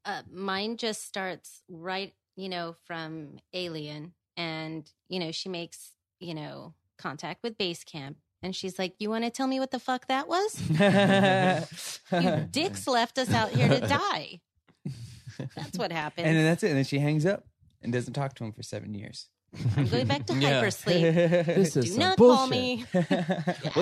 Speaker 5: Uh, mine just starts right, you know, from Alien. And, you know, she makes, you know, contact with base camp. And she's like, You want to tell me what the fuck that was?
Speaker 3: (laughs)
Speaker 4: (laughs)
Speaker 5: You dicks left us out here to die. That's what happened.
Speaker 3: And then that's it. And then she hangs up and doesn't talk to him for seven years. (laughs)
Speaker 5: I'm going back to
Speaker 4: Yeah. (laughs)
Speaker 5: hypersleep.
Speaker 1: This is
Speaker 5: Do
Speaker 1: some
Speaker 5: not
Speaker 1: bullshit.
Speaker 5: call me.
Speaker 4: well,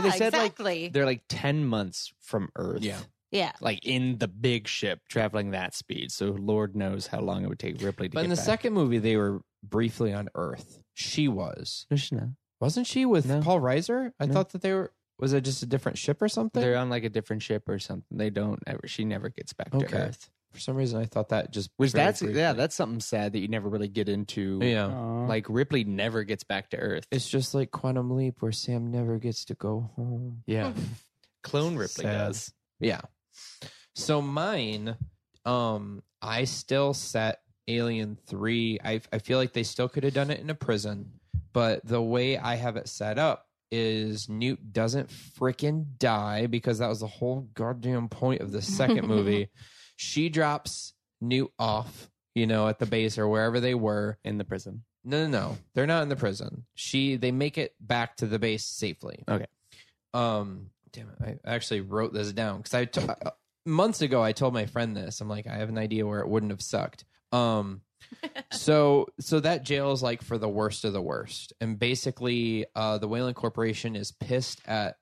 Speaker 4: they
Speaker 5: Yeah,
Speaker 4: said
Speaker 5: exactly.
Speaker 4: like they're like 10 months from Earth.
Speaker 6: Yeah.
Speaker 5: Yeah.
Speaker 4: Like in the big ship traveling that speed. So Lord knows how long it would take Ripley to
Speaker 1: But
Speaker 4: get
Speaker 1: in the
Speaker 4: back.
Speaker 1: second movie, they were briefly on Earth. She was,
Speaker 4: No, she's not.
Speaker 1: wasn't she, with
Speaker 4: No.
Speaker 1: Paul Reiser? I
Speaker 4: No.
Speaker 1: thought that they were. Was it just a different ship or something?
Speaker 4: They're on like a different ship or something. They don't ever. She never gets back to
Speaker 1: okay.
Speaker 4: Earth.
Speaker 1: For some reason, I thought that just
Speaker 4: Which
Speaker 1: very
Speaker 4: that's
Speaker 1: briefly.
Speaker 4: yeah, that's something sad that you never really get into.
Speaker 1: yeah.
Speaker 4: Like Ripley never gets back to Earth.
Speaker 1: It's just like Quantum Leap, where Sam never gets to go home.
Speaker 4: yeah. Clone Ripley
Speaker 1: Sad.
Speaker 4: does.
Speaker 1: Yeah. So mine, um, I still set Alien Three. I I feel like they still could have done it in a prison, but the way I have it set up is Newt doesn't freaking die because that was the whole goddamn point of the second movie. She drops Newt off, you know, at the base or wherever they were.
Speaker 4: In the prison.
Speaker 1: No, no, no. They're not in the prison. She they make it back to the base safely.
Speaker 4: Okay.
Speaker 1: Um damn it. I actually wrote this down cuz I t- months ago I told my friend this. I'm like I have an idea where it wouldn't have sucked. Um so so that jail is like for the worst of the worst. And basically uh the Wayland Corporation is pissed at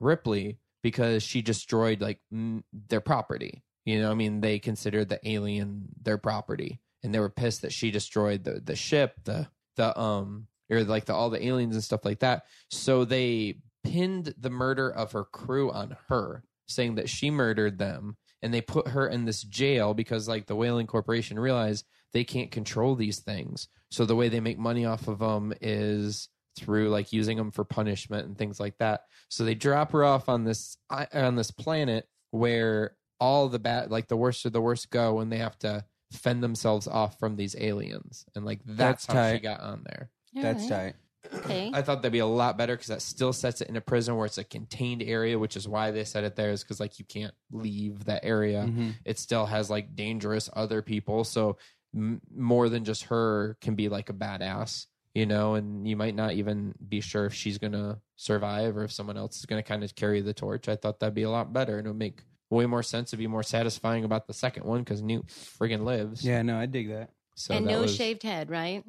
Speaker 1: Ripley because she destroyed like m- their property. You know, I mean, they considered the alien their property, and they were pissed that she destroyed the the ship, the the um, or like the all the aliens and stuff like that. So they pinned the murder of her crew on her, saying that she murdered them, and they put her in this jail because like the Whaling Corporation realized they can't control these things. So the way they make money off of them is through like using them for punishment and things like that. So they drop her off on this i- on this planet where all the bad, like the worst of the worst, go, and they have to fend themselves off from these aliens. And like that's,
Speaker 3: That's
Speaker 1: how she
Speaker 3: tight.
Speaker 1: got on there.
Speaker 3: That's tight.
Speaker 5: tight. Okay.
Speaker 1: I thought that'd be a lot better because that still sets it in a prison where it's a contained area, which is why they set it there, is because like you can't leave that area. It still has like dangerous other people, so m- more than just her can be like a badass, you know. And you might not even be sure if she's gonna survive or if someone else is gonna kind of carry the torch. I thought that'd be a lot better, and it would make way more sense. It'd be more satisfying about the second one because Newt friggin' lives.
Speaker 3: Yeah, no, I dig that.
Speaker 1: So
Speaker 5: and
Speaker 1: that
Speaker 5: no
Speaker 1: was-
Speaker 5: shaved head, right?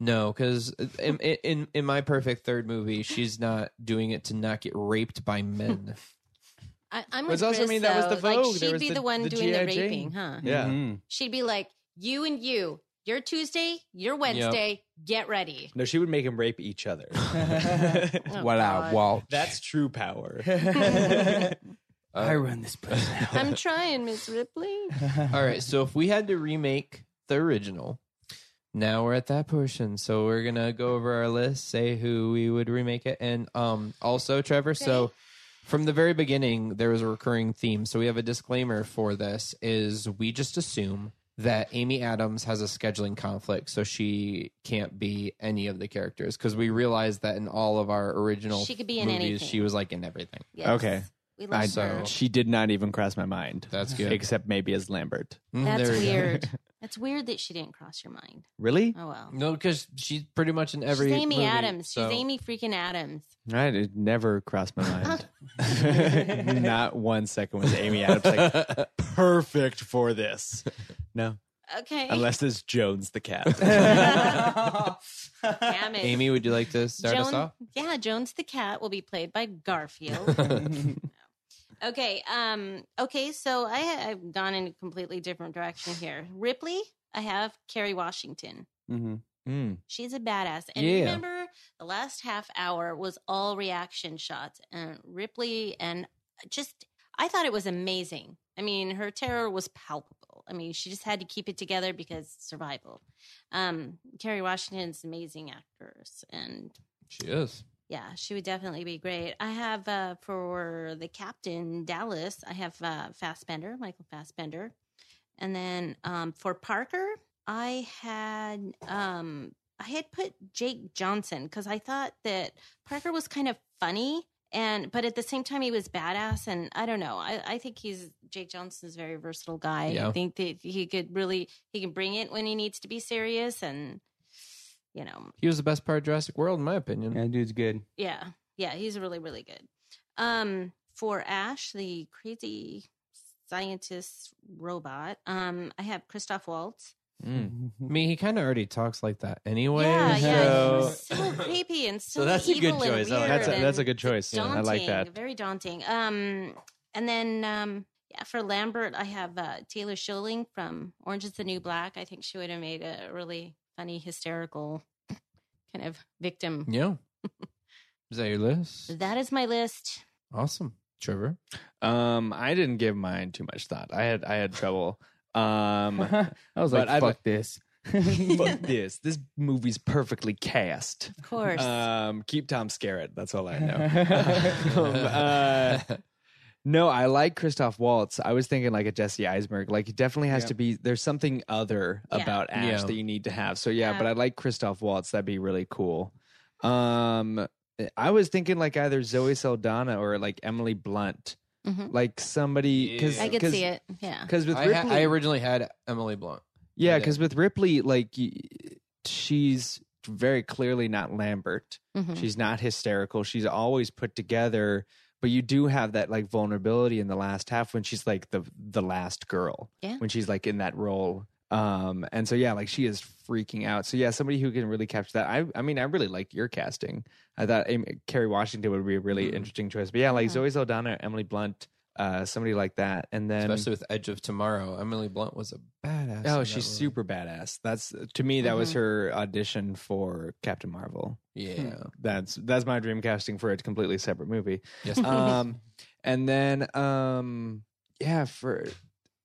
Speaker 1: no, because in, in in my perfect third movie, she's not doing it to not get raped by men.
Speaker 5: I, I'm
Speaker 4: Was
Speaker 5: with
Speaker 4: also- I
Speaker 5: Chris,
Speaker 4: mean, that was
Speaker 5: though.
Speaker 4: the
Speaker 5: Like,
Speaker 4: Vogue. There
Speaker 5: she'd
Speaker 4: was
Speaker 5: be
Speaker 4: the-
Speaker 5: the, one
Speaker 4: the
Speaker 5: doing the
Speaker 4: G.I. Jane.
Speaker 5: raping, huh?
Speaker 4: (laughs) Yeah.
Speaker 3: Mhm.
Speaker 5: She'd be like, "You and you, your Tuesday, your Wednesday, get ready."
Speaker 4: (laughs) No, she would make him rape each (laughs) other.
Speaker 3: Voila,
Speaker 5: Oh, God.
Speaker 3: wow.
Speaker 4: That's true power.
Speaker 3: I run this place (laughs) now.
Speaker 5: I'm trying, Miss Ripley.
Speaker 1: All right, so if we had to remake the original, now we're at that portion. So we're gonna go over our list, say who we would remake it, and um also Trevor. So from the very beginning, there was a recurring theme. So we have a disclaimer for this: is we just assume that Amy Adams has a scheduling conflict, so she can't be any of the characters because we realized that in all of our original
Speaker 5: She could be in
Speaker 1: movies,
Speaker 5: anything.
Speaker 1: she was like in everything.
Speaker 5: Yes. (laughs)
Speaker 4: Okay.
Speaker 5: We love
Speaker 4: I
Speaker 5: her.
Speaker 4: don't. She did not even cross my mind.
Speaker 1: That's good.
Speaker 4: Except maybe as Lambert.
Speaker 1: Mm,
Speaker 5: That's
Speaker 1: there we go.
Speaker 5: weird.
Speaker 4: (laughs)
Speaker 5: That's weird that she didn't cross your mind.
Speaker 4: Really?
Speaker 5: Oh well.
Speaker 1: No, because she's pretty much in every.
Speaker 5: She's Amy
Speaker 1: movie,
Speaker 5: Adams.
Speaker 1: so-
Speaker 5: She's Amy freaking Adams.
Speaker 4: I it never crossed
Speaker 5: (laughs)
Speaker 4: my mind. not one second was Amy Adams like perfect for this. No,
Speaker 5: Okay.
Speaker 4: unless it's Jones the cat.
Speaker 5: (laughs) Damn it.
Speaker 1: Amy, would you like to start us
Speaker 5: Joan-
Speaker 1: off?
Speaker 5: Yeah, Jones the cat will be played by Garfield. okay. Um. Okay. So I ha- I've gone in a completely different direction here. Ripley. I have Carrie Washington.
Speaker 3: hmm
Speaker 4: Mm.
Speaker 5: She's a badass. And
Speaker 1: Yeah.
Speaker 5: remember, the last half hour was all reaction shots and Ripley and just, I thought it was amazing. I mean, her terror was palpable. I mean, she just had to keep it together because survival. Um, Kerry Washington's an amazing actress and
Speaker 1: She is.
Speaker 5: Yeah, she would definitely be great. I have uh, for the captain Dallas. I have uh, Fassbender, Michael Fassbender, and then um, for Parker, I had um, I had put Jake Johnson because I thought that Parker was kind of funny and but at the same time he was badass and I don't know. I, I think he's Jake Johnson's a very versatile guy.
Speaker 1: Yeah.
Speaker 5: I think that he could really he can bring it when he needs to be serious and you know
Speaker 1: He was the best part of Jurassic World, in my opinion.
Speaker 3: That dude's good.
Speaker 5: yeah. Yeah, he's really, really good. Um, for Ash, the crazy scientist robot, um, I have Christoph Waltz.
Speaker 1: Mm. I mean, he kind of already talks like that anyway.
Speaker 5: yeah, yeah. He
Speaker 1: so-
Speaker 5: was so creepy and so,
Speaker 4: So that's a
Speaker 5: evil
Speaker 4: good
Speaker 5: and
Speaker 4: choice. I like
Speaker 5: weird
Speaker 4: That's a-
Speaker 5: and
Speaker 4: that's a good choice. Yeah,
Speaker 5: Daunting,
Speaker 4: I like that.
Speaker 5: Very daunting. Um and then um yeah, for Lambert, I have uh, Taylor Schilling from Orange is the New Black. I think she would have made a really funny, hysterical kind of victim. (laughs)
Speaker 1: Yeah. Is that your list?
Speaker 5: That is my list.
Speaker 1: Awesome. Trevor.
Speaker 4: Um, I didn't give mine too much thought. I had I had trouble. Um,
Speaker 5: (laughs)
Speaker 3: I was
Speaker 4: But
Speaker 3: like,
Speaker 4: I've-
Speaker 3: fuck this.
Speaker 4: but this this movie's perfectly cast.
Speaker 5: Of course.
Speaker 4: Um, keep Tom Skerritt. That's all
Speaker 5: (laughs)
Speaker 4: I know. (laughs) (laughs) Um,
Speaker 1: (laughs)
Speaker 4: uh, no, I like Christoph Waltz. I was thinking like a Jesse Eisenberg. Like it definitely has
Speaker 3: Yeah.
Speaker 4: to be. There's something other
Speaker 5: Yeah.
Speaker 4: about Ash
Speaker 1: Yeah.
Speaker 4: that you need to have. So yeah,
Speaker 5: Yeah.
Speaker 4: but I like Christoph Waltz. That'd be really cool. Um, I was thinking like either Zoe Saldana or like Emily Blunt,
Speaker 5: Mhm.
Speaker 4: like somebody. Cause,
Speaker 5: I could
Speaker 4: cause,
Speaker 5: see it. Yeah.
Speaker 4: Because with
Speaker 1: I, ha-
Speaker 4: Ripley,
Speaker 1: I originally had Emily Blunt.
Speaker 4: yeah,
Speaker 1: I did.
Speaker 4: because with Ripley, like y- she's very clearly not Lambert.
Speaker 5: Mhm.
Speaker 4: She's not hysterical. She's always put together, but you do have that like vulnerability in the last half when she's like the the last girl.
Speaker 5: Yeah.
Speaker 4: When she's like in that role. Um and so yeah, like she is freaking out. So yeah, somebody who can really capture that. I I mean, I really liked your casting. I thought Amy, Carrie Washington would be a really interesting choice. But yeah, like Zoe Saldana, Emily Blunt, uh somebody like that. And then
Speaker 1: Especially with Edge of Tomorrow. Emily Blunt was a badass. in
Speaker 4: Oh,
Speaker 1: that
Speaker 4: she's
Speaker 1: movie.
Speaker 4: super badass. That's to me that was her audition for Captain Marvel.
Speaker 1: Yeah.
Speaker 4: That's that's my dream casting for a completely separate movie.
Speaker 1: (laughs) Yes.
Speaker 4: (laughs) Um and then um yeah, for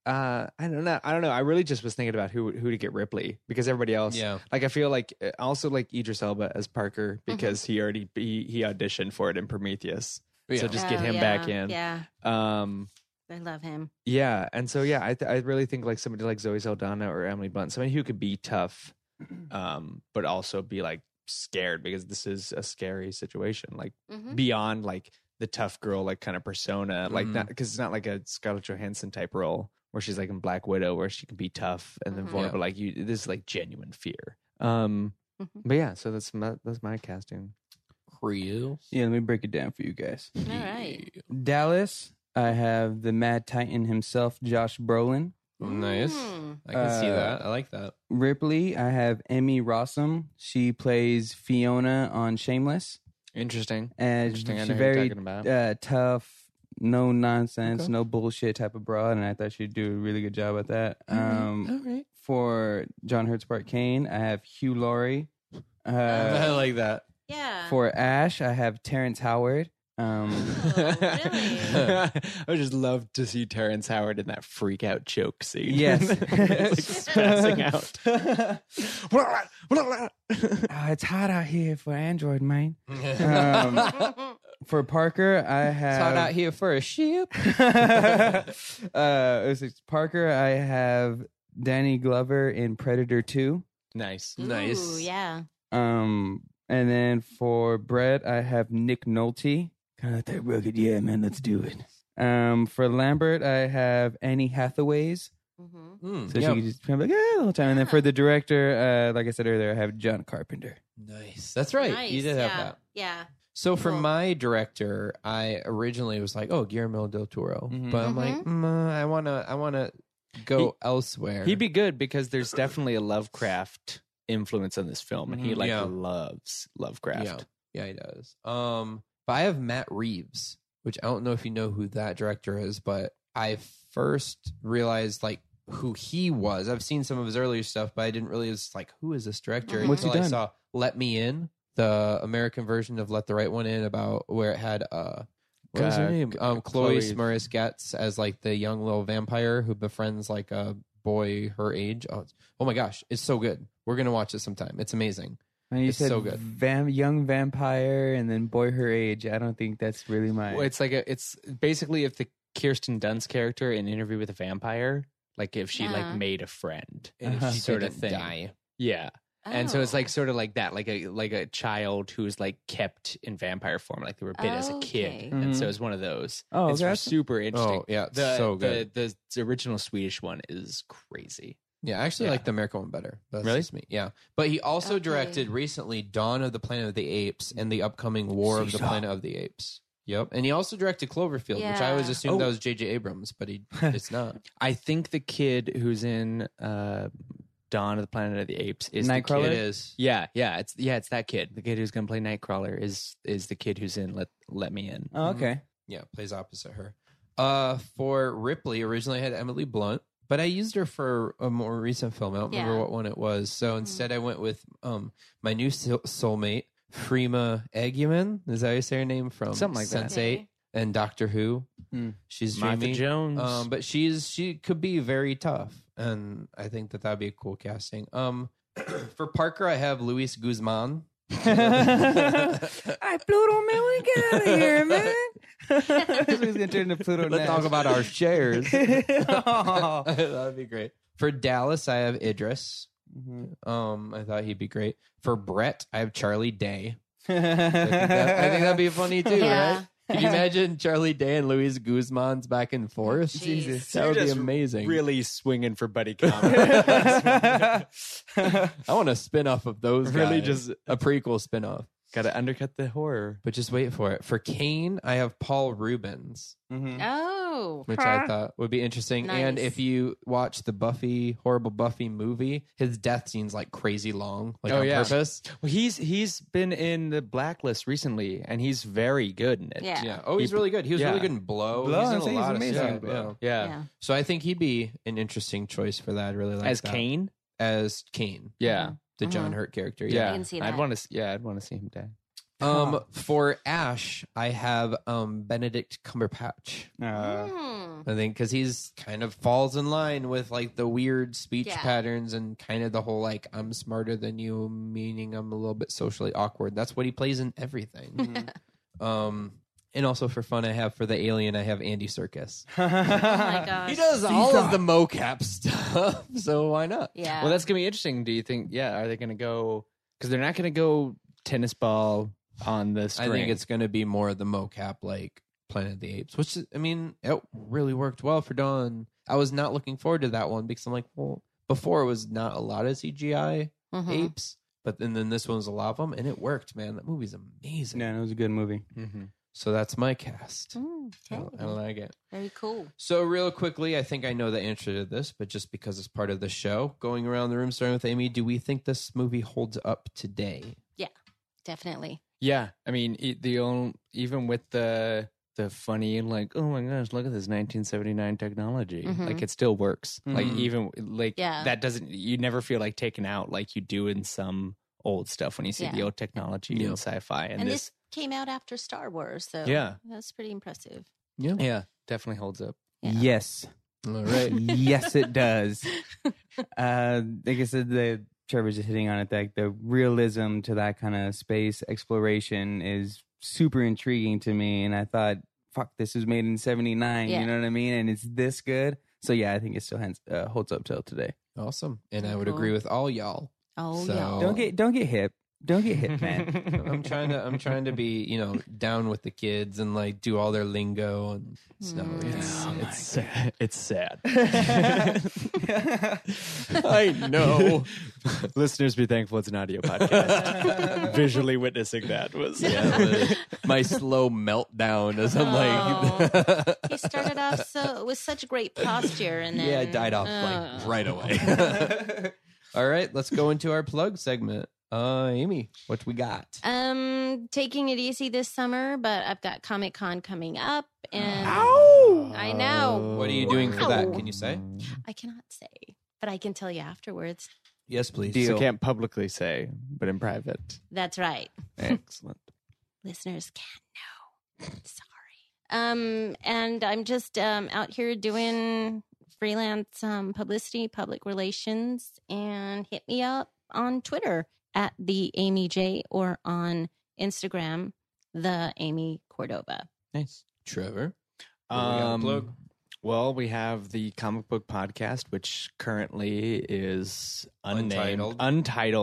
Speaker 4: uh I don't know. I don't know. I really just was thinking about who who to get Ripley because everybody else
Speaker 1: Yeah.
Speaker 4: like I feel like I also like Idris Elba as Parker because he already he, he auditioned for it in Prometheus.
Speaker 1: Yeah.
Speaker 4: So just get him
Speaker 5: Oh, yeah.
Speaker 4: back in.
Speaker 5: Yeah.
Speaker 4: Um
Speaker 5: I love him.
Speaker 4: yeah, and so yeah, I th- I really think like somebody like Zoe Saldana or Emily Blunt, somebody who could be tough, um, but also be like scared because this is a scary situation, like
Speaker 5: Mhm.
Speaker 4: beyond like the tough girl like kind of persona, like
Speaker 1: Mhm.
Speaker 4: not because it's not like a Scarlett Johansson type role where she's like in Black Widow where she can be tough and then
Speaker 5: Mhm.
Speaker 4: vulnerable, like you, this is like genuine fear. Um,
Speaker 5: Mhm.
Speaker 4: but yeah, so that's my, that's my casting.
Speaker 1: Real.
Speaker 3: Yeah, let me break it down for you guys.
Speaker 5: All right.
Speaker 3: Dallas, I have the Mad Titan himself, Josh Brolin.
Speaker 1: Nice.
Speaker 5: Mm.
Speaker 1: I can see
Speaker 3: Uh,
Speaker 1: that. I like that.
Speaker 3: Ripley, I have Emmy Rossum. She plays Fiona on Shameless.
Speaker 4: Interesting.
Speaker 3: And she's
Speaker 4: Interesting. I know who
Speaker 3: very
Speaker 4: you're talking about.
Speaker 3: uh, tough, no nonsense,
Speaker 1: Okay.
Speaker 3: no bullshit type of broad. And I thought she'd do a really good job at that. Um,
Speaker 1: All right.
Speaker 3: for John Hertzbart Kane, I have Hugh Laurie. Uh,
Speaker 1: I like that.
Speaker 5: Yeah.
Speaker 3: for Ash, I have Terrence Howard.
Speaker 1: (laughs)
Speaker 4: (laughs)
Speaker 3: Um,
Speaker 5: Oh, really?
Speaker 4: I would just love to see Terrence Howard in that freak out choke scene.
Speaker 3: Yes.
Speaker 4: (laughs) Like passing out.
Speaker 3: Ah, it's hot out here for Android, man.
Speaker 1: (laughs)
Speaker 3: um, for Parker, I have.
Speaker 1: here for a
Speaker 3: (laughs)
Speaker 1: ship.
Speaker 3: uh, it's- it's Parker, I have Danny Glover in Predator 2.
Speaker 4: nice.
Speaker 5: Ooh,
Speaker 1: nice.
Speaker 5: yeah.
Speaker 3: Um, and then for Brett, I have Nick Nolte. Kind of that rugged, yeah, man, let's do it. Um, for Lambert, I have Annie Hathaway's.
Speaker 5: hmm
Speaker 1: Mm,
Speaker 3: So
Speaker 1: yeah.
Speaker 3: she could just kind of like, yeah, the whole time. And then for the director, uh, like I said earlier, I have John Carpenter.
Speaker 1: Nice. That's right.
Speaker 5: Nice.
Speaker 1: You did
Speaker 5: yeah.
Speaker 1: have that.
Speaker 5: Yeah.
Speaker 1: So for
Speaker 5: Cool.
Speaker 1: my director, I originally was like, "Oh, Guillermo del Toro,"
Speaker 4: Mhm.
Speaker 1: but I'm like, mm, I wanna, I wanna go elsewhere.
Speaker 4: He'd be good because (laughs) there's definitely a Lovecraft influence on this film, and he
Speaker 1: Mhm.
Speaker 4: like
Speaker 1: Yeah.
Speaker 4: loves Lovecraft.
Speaker 1: yeah, yeah, he does. Um, but I have Matt Reeves, which I don't know if you know who that director is, but I first realized like who he was. I've seen some of his earlier stuff, but I didn't realize like who is this director
Speaker 5: What's he
Speaker 1: until I
Speaker 3: done?
Speaker 1: saw Let Me In, the American version of Let the Right One In, about where it had uh what was her
Speaker 4: Uh,
Speaker 1: name?
Speaker 4: G-
Speaker 1: Um, Chloe
Speaker 4: Chloe-
Speaker 1: Moritz Getz as like the young little vampire who befriends like a boy her age. Oh, it's- oh my gosh, it's so good. We're gonna watch it sometime. It's amazing.
Speaker 3: And you
Speaker 7: It's
Speaker 3: said
Speaker 7: so good.
Speaker 3: vam- young vampire and then boy her age. I don't think that's really my.
Speaker 4: Well, it's like a, it's basically if the Kirsten Dunst character in Interview with a Vampire, like if she
Speaker 5: Uh-huh.
Speaker 4: like made a friend,
Speaker 1: And if
Speaker 3: Uh-huh.
Speaker 1: she
Speaker 4: Sort of
Speaker 1: didn't
Speaker 4: thing.
Speaker 1: die.
Speaker 4: yeah. And so it's
Speaker 5: Oh.
Speaker 4: like sort of like that, like a like a child who's like kept in vampire form, like they were bit as a kid,
Speaker 5: Oh, Okay.
Speaker 4: and so
Speaker 3: Mhm.
Speaker 4: it's one of those.
Speaker 3: Oh,
Speaker 4: it's
Speaker 3: okay.
Speaker 4: super interesting.
Speaker 1: Mm-hmm. Oh, yeah, it's
Speaker 4: the,
Speaker 1: so good.
Speaker 4: The, the the original Swedish one is crazy.
Speaker 1: Yeah, I actually
Speaker 4: Yeah.
Speaker 1: like the American one better. That's
Speaker 4: Really?
Speaker 1: just me. Yeah. But he also
Speaker 5: Okay.
Speaker 1: directed recently Dawn of the Planet of the Apes and the upcoming War of the Planet of the Apes. Yep. And he also directed Cloverfield, which I always
Speaker 5: Yeah.
Speaker 1: assumed that
Speaker 4: Oh.
Speaker 1: was J.J. Abrams, but
Speaker 4: (laughs)
Speaker 1: he it's not.
Speaker 4: I think the kid who's in uh, Dawn of the Planet of the Apes is the kid-
Speaker 3: Nightcrawler?
Speaker 1: It is.
Speaker 4: Yeah, yeah, it's yeah, it's that kid. The kid who's gonna play Nightcrawler is is the kid who's in Let Let Me In.
Speaker 3: oh, okay.
Speaker 1: Yeah, plays opposite her. Uh, for Ripley, originally I had Emily Blunt, but I used her for a more recent film. I don't remember
Speaker 5: Yeah.
Speaker 1: what one it was. So instead, I went with um my new soul- soulmate, Freema Eguman. Is that how you say her name from
Speaker 4: Something like that.
Speaker 1: Sense Eight and Doctor Who?
Speaker 3: Mm.
Speaker 1: She's
Speaker 4: Martha
Speaker 1: dreamy.
Speaker 4: Jones.
Speaker 1: Um, but she's she could be very tough, and I think that that'd be a cool casting. Um, (clears throat) for Parker, I have Luis Guzman.
Speaker 3: I Pluto man, we get out of here, man. (laughs) That's what he's gonna turn to Pluto.
Speaker 1: Let's
Speaker 3: Nash.
Speaker 1: talk about our (laughs) shares.
Speaker 3: (laughs) Oh.
Speaker 1: (laughs) That'd be great. For Dallas, I have Idris.
Speaker 4: Mm-hmm.
Speaker 1: Um, I thought he'd be great. For Brett, I have Charlie Day.
Speaker 4: (laughs)
Speaker 1: I think, that, I think that'd be funny too,
Speaker 5: Yeah.
Speaker 1: right? Could
Speaker 4: (laughs)
Speaker 1: you imagine Charlie Day and Luis Guzman's back and forth?
Speaker 5: Jeez.
Speaker 1: that would be amazing.
Speaker 4: Really swinging
Speaker 1: (laughs)
Speaker 4: for buddy comedy.
Speaker 1: I want a spin off of those.
Speaker 4: Really
Speaker 1: guys.
Speaker 4: just-
Speaker 1: a prequel spin off.
Speaker 4: Got to undercut the horror.
Speaker 1: But just wait for it. For Kane, I have Paul Rubens.
Speaker 5: Oh.
Speaker 1: which I thought would be interesting. And
Speaker 5: Nice.
Speaker 1: if you watch the Buffy horrible Buffy movie, his death scene's like crazy long, like
Speaker 4: Oh,
Speaker 1: on
Speaker 4: yeah.
Speaker 1: purpose.
Speaker 4: Well, he's he's been in the blacklist recently, and he's very good in it.
Speaker 5: Yeah.
Speaker 1: Yeah. Oh, he's
Speaker 4: He-
Speaker 1: really good. He was
Speaker 4: yeah.
Speaker 1: really good in Blow.
Speaker 3: Blow,
Speaker 1: he's in
Speaker 3: I'm
Speaker 1: a
Speaker 3: saying he's
Speaker 1: lot
Speaker 3: amazing
Speaker 1: of
Speaker 3: in
Speaker 1: stuff.
Speaker 3: Blow.
Speaker 1: Yeah.
Speaker 4: yeah. (laughs)
Speaker 5: Yeah.
Speaker 1: So I think he'd be an interesting choice for that. I really like
Speaker 4: As
Speaker 1: that.
Speaker 4: Kane.
Speaker 1: as Kane,
Speaker 4: Yeah,
Speaker 1: the
Speaker 5: Mm-hmm.
Speaker 1: John Hurt character.
Speaker 4: yeah.
Speaker 5: I can see
Speaker 4: I'd
Speaker 5: that.
Speaker 4: want to. Yeah, I'd want to see him die.
Speaker 1: Um, for Ash, I have um Benedict Cumberbatch.
Speaker 3: Uh,
Speaker 5: Hmm.
Speaker 1: I think because he's kind of falls in line with like the weird speech
Speaker 5: Yeah.
Speaker 1: patterns and kind of the whole like I'm smarter than you, meaning I'm a little bit socially awkward. That's what he plays in everything. um, and also for fun, I have for the alien, I have Andy Circus.
Speaker 5: Oh my
Speaker 1: (laughs)
Speaker 5: gosh.
Speaker 1: He does all of the mocap stuff, (laughs) so why not?
Speaker 5: Yeah.
Speaker 4: Well, that's gonna be interesting. Do you think? Yeah, are they gonna go? Because they're not gonna go tennis ball on the
Speaker 1: I
Speaker 4: string.
Speaker 1: think it's going to be more of the mocap like Planet of the Apes, which is- I mean, it really worked well for Dawn. I was not looking forward to that one because I'm like, well, before it was not a lot of CGI.
Speaker 5: Mhm.
Speaker 1: apes. But then, then this one was a lot of them, and it worked, man. That movie's amazing.
Speaker 3: no, it was a good movie.
Speaker 1: So that's my cast.
Speaker 5: Mm,
Speaker 1: I, I
Speaker 5: okay.
Speaker 1: like it.
Speaker 5: Very cool.
Speaker 1: So real quickly, I think I know the answer to this, but just because it's part of the show, going around the room starting with Amy, do we think this movie holds up today?
Speaker 5: Definitely.
Speaker 4: Yeah, I mean e- the only even with the the funny and like oh my gosh look at this 1979 technology
Speaker 5: Mhm.
Speaker 4: like it still works like
Speaker 1: Mhm.
Speaker 4: even like
Speaker 5: Yeah.
Speaker 4: that doesn't you never feel like taken out like you do in some old stuff when you see the
Speaker 5: Yeah.
Speaker 4: old technology
Speaker 1: Yeah.
Speaker 4: in sci-fi and,
Speaker 5: And, this,
Speaker 4: this,
Speaker 5: came out after Star Wars, so
Speaker 4: (laughs) Yeah.
Speaker 5: that's pretty impressive.
Speaker 1: Yeah.
Speaker 4: yeah definitely holds up
Speaker 5: Yeah.
Speaker 3: Yes.
Speaker 1: All
Speaker 3: (laughs)
Speaker 1: right.
Speaker 3: yes,
Speaker 5: (laughs)
Speaker 3: it does. Uh, like I said, the Trevor's just hitting on it. Like the realism to that kind of space exploration is super intriguing to me. And I thought, fuck, this was made in '79.
Speaker 5: Yeah.
Speaker 3: You know what I mean? And it's this good. So yeah, I think it still hands, uh, holds up till today.
Speaker 1: awesome. And I would
Speaker 5: Cool.
Speaker 1: agree with all y'all.
Speaker 5: Oh
Speaker 1: So-
Speaker 3: (laughs)
Speaker 5: yeah.
Speaker 3: Don't get don't get hip. Don't get hip, man.
Speaker 1: (laughs) I'm trying to I'm trying to be, you know, down with the kids and like do all their lingo and it's not what it's-
Speaker 4: Oh
Speaker 1: it's-
Speaker 4: it's it's sad
Speaker 1: (laughs)
Speaker 4: I know (laughs) listeners be thankful it's an
Speaker 5: (laughs)
Speaker 4: audio podcast visually witnessing that was
Speaker 1: yeah, the- my slow meltdown as I'm like
Speaker 5: He started off so with such great posture, and then
Speaker 1: Yeah, it died off like
Speaker 5: Ugh.
Speaker 1: right away. (laughs) All right, let's go into our plug segment. Uh, Amy, what we got?
Speaker 5: Um, taking it easy this summer, but I've got Comic Con coming up, and I know
Speaker 4: Oh.
Speaker 1: What are you doing for that?
Speaker 5: Wow.
Speaker 1: Can you say?
Speaker 5: I cannot say, but I can tell you afterwards.
Speaker 1: Yes, please.
Speaker 4: So can't publicly say, but in private.
Speaker 5: That's right.
Speaker 4: Excellent.
Speaker 5: listeners can't know. (laughs) Sorry. Um, and I'm just um, out here doing freelance um, publicity, public relations, and hit me up on Twitter at the Amy J or on Instagram, the Amy Cordova.
Speaker 1: Nice.
Speaker 8: Trevor. What we got to plug?
Speaker 4: Um, well, we have the comic book podcast, which currently is unnamed,
Speaker 8: Untitled.
Speaker 4: untitled,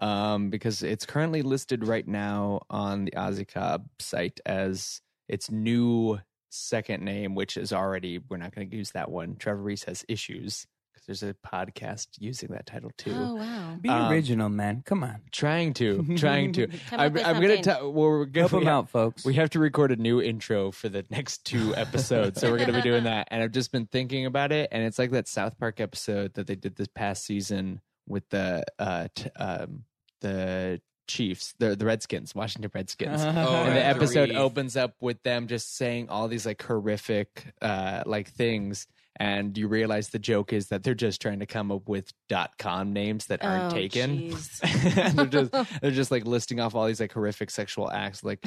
Speaker 4: um, because it's currently listed right now on the Ozzycob site as its new second name, which is already we're not going to use that one. Trevor Reese has issues because there's a podcast using that title too.
Speaker 5: Oh, wow.
Speaker 3: Be
Speaker 4: Um,
Speaker 3: original, man. Come on.
Speaker 4: Trying to, trying
Speaker 5: (laughs)
Speaker 4: to.
Speaker 5: Come up
Speaker 4: I'm,
Speaker 5: with
Speaker 4: I'm gonna
Speaker 5: something.
Speaker 4: tell. Well, we're (laughs) gonna
Speaker 3: Help them
Speaker 4: we-
Speaker 3: out, folks.
Speaker 4: we have to record a new intro for the next two episodes, so we're going to be doing that. And I've just been thinking about it, and it's like that South Park episode that they did this past season with the uh, t- um, the Chiefs, the the Redskins, Washington Redskins.
Speaker 1: Uh-huh. Oh,
Speaker 4: and the
Speaker 8: after
Speaker 4: episode
Speaker 8: we-
Speaker 4: opens up with them just saying all these like horrific uh, like things. And you realize the joke is that they're just trying to come up with dot com names that aren't
Speaker 5: Oh,
Speaker 4: taken.
Speaker 5: jeez.
Speaker 4: (laughs) And they're just they're just like listing off all these like horrific sexual acts, like,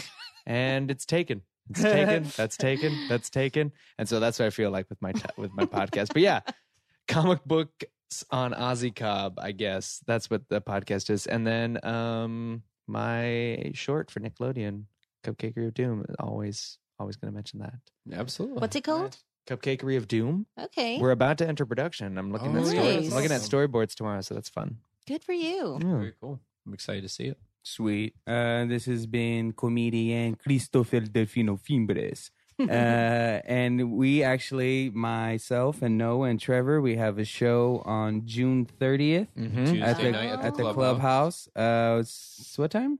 Speaker 4: and it's taken. It's taken. That's taken. That's taken. And so that's what I feel like with my t- with my podcast. But yeah, comic books on Ozzy Cobb, I guess that's what the podcast is. And then um my short for Nickelodeon, Cupcakery of Doom. Always, always going to mention that.
Speaker 8: Absolutely.
Speaker 5: What's it
Speaker 4: (laughs)
Speaker 5: called?
Speaker 4: Cupcakery of Doom.
Speaker 5: Okay.
Speaker 4: We're about to enter production. I'm looking
Speaker 8: Oh,
Speaker 4: at
Speaker 5: Eh? Nice.
Speaker 4: stories. I'm looking at
Speaker 8: awesome.
Speaker 4: storyboards tomorrow, so that's fun.
Speaker 5: Good for
Speaker 4: Mm-hmm.
Speaker 5: you.
Speaker 4: Hmm.
Speaker 1: Oh.
Speaker 8: Very cool. I'm excited to see it.
Speaker 3: Sweet. Uh, this has been comedian Cristofel Delfino Fimbres. uh, and we actually, myself and Noah and Trevor, we have a show on June 30th
Speaker 1: Hmm?
Speaker 4: Mhm.
Speaker 3: at the,
Speaker 8: Tuesday night at the
Speaker 3: at the
Speaker 8: clubhouse.
Speaker 3: clubhouse. Uh, it's, what time?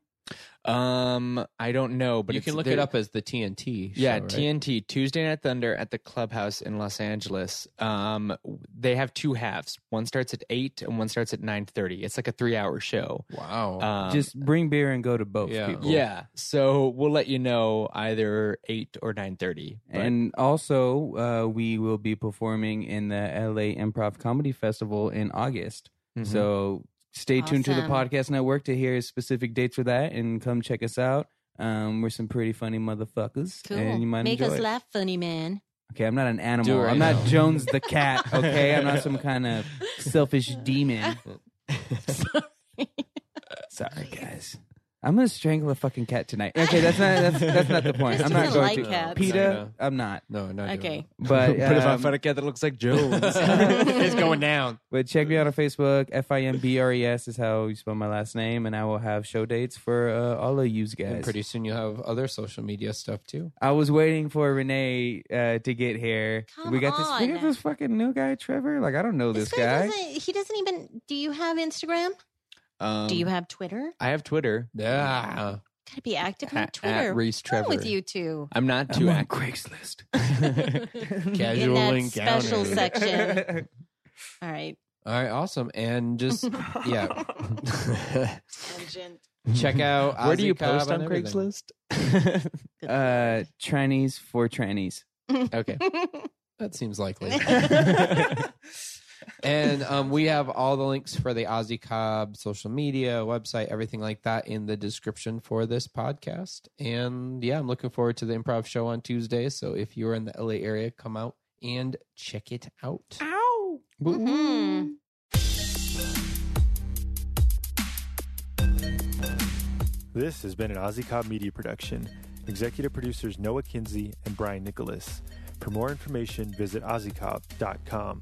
Speaker 4: Um, I don't know, but
Speaker 8: you
Speaker 4: it's-
Speaker 8: can look
Speaker 4: there-
Speaker 8: it up as the TNT. Show,
Speaker 4: Yeah,
Speaker 8: right?
Speaker 4: TNT Tuesday Night Thunder at the Clubhouse in Los Angeles. Um, they have two halves. One starts at eight, and one starts at nine thirty. It's like a three-hour show.
Speaker 8: Wow.
Speaker 4: Um,
Speaker 3: Just bring beer and go to both.
Speaker 8: Yeah.
Speaker 3: people.
Speaker 4: yeah. So we'll let you know either eight or nine thirty.
Speaker 3: And also, uh, we will be performing in the LA Improv Comedy Festival in August.
Speaker 8: Mm-hmm.
Speaker 3: So stay tuned to the
Speaker 5: Awesome.
Speaker 3: podcast network to hear specific dates for that and come check us out. Um, we're some pretty funny motherfuckers.
Speaker 5: Cool.
Speaker 3: And you might
Speaker 5: Make
Speaker 3: enjoy
Speaker 5: us
Speaker 3: it.
Speaker 5: laugh, funny man.
Speaker 3: Okay, I'm not an
Speaker 8: Do
Speaker 3: animal.
Speaker 8: it right
Speaker 3: I'm not
Speaker 8: now.
Speaker 3: Jones the cat, okay? I'm not some kind
Speaker 5: (laughs)
Speaker 3: of selfish demon. Sorry, guys. I'm gonna strangle a fucking cat tonight. Okay, that's not that's
Speaker 5: (laughs)
Speaker 3: that's not the point.
Speaker 5: Just
Speaker 3: I'm not
Speaker 5: doesn't
Speaker 3: going
Speaker 5: like
Speaker 3: to
Speaker 5: cats.
Speaker 3: PETA. I'm not.
Speaker 8: no, not doing
Speaker 5: Okay.
Speaker 3: But
Speaker 4: But if I
Speaker 3: um,
Speaker 4: find a cat that looks like Jones,
Speaker 8: it. it's going down.
Speaker 3: But check me out on Facebook. F I M B R E S is how you spell my last name, and I will have show dates for uh, all of you guys.
Speaker 8: And pretty soon you'll have other social media stuff too.
Speaker 3: I was waiting for Renee uh, to get here.
Speaker 5: Come
Speaker 3: we got this. We
Speaker 5: on.
Speaker 3: got this fucking new guy, Trevor. Like I don't know this,
Speaker 5: guy
Speaker 3: guy.
Speaker 5: doesn't. He doesn't even. Do you have Instagram?
Speaker 4: um,
Speaker 5: do you have Twitter?
Speaker 4: I have Twitter.
Speaker 8: (laughs) Yeah.
Speaker 5: Gotta be active
Speaker 4: At-
Speaker 5: on
Speaker 4: at
Speaker 5: Twitter.
Speaker 4: Reese
Speaker 5: What's wrong with
Speaker 4: Trevor.
Speaker 5: you two?
Speaker 4: I'm not too
Speaker 3: I'm on
Speaker 4: active.
Speaker 3: Craigslist. (laughs)
Speaker 5: In
Speaker 8: Casual
Speaker 5: that
Speaker 8: encounter.
Speaker 5: special
Speaker 3: (laughs)
Speaker 5: section. All right.
Speaker 8: All right, awesome. And just
Speaker 5: (laughs)
Speaker 8: yeah.
Speaker 5: Tangent.
Speaker 8: Check out
Speaker 4: Where do
Speaker 8: Ozzy
Speaker 4: you
Speaker 8: Cobb
Speaker 4: post on
Speaker 8: everything.
Speaker 4: Craigslist?
Speaker 3: uh, trannies for trannies.
Speaker 5: (laughs)
Speaker 4: okay.
Speaker 8: That seems likely. and um, we have all the links for the Ozzy Cobb social media, website, everything like that in the description for this podcast. And yeah, I'm looking forward to the improv show on Tuesday. So if you're in the LA area, come out and check it out.
Speaker 5: Mhm.
Speaker 9: This has been an Ozzy Cobb Media production. Executive producers Noah Kinsey and Brian Nicholas. For more information, visit ozzycobb.com.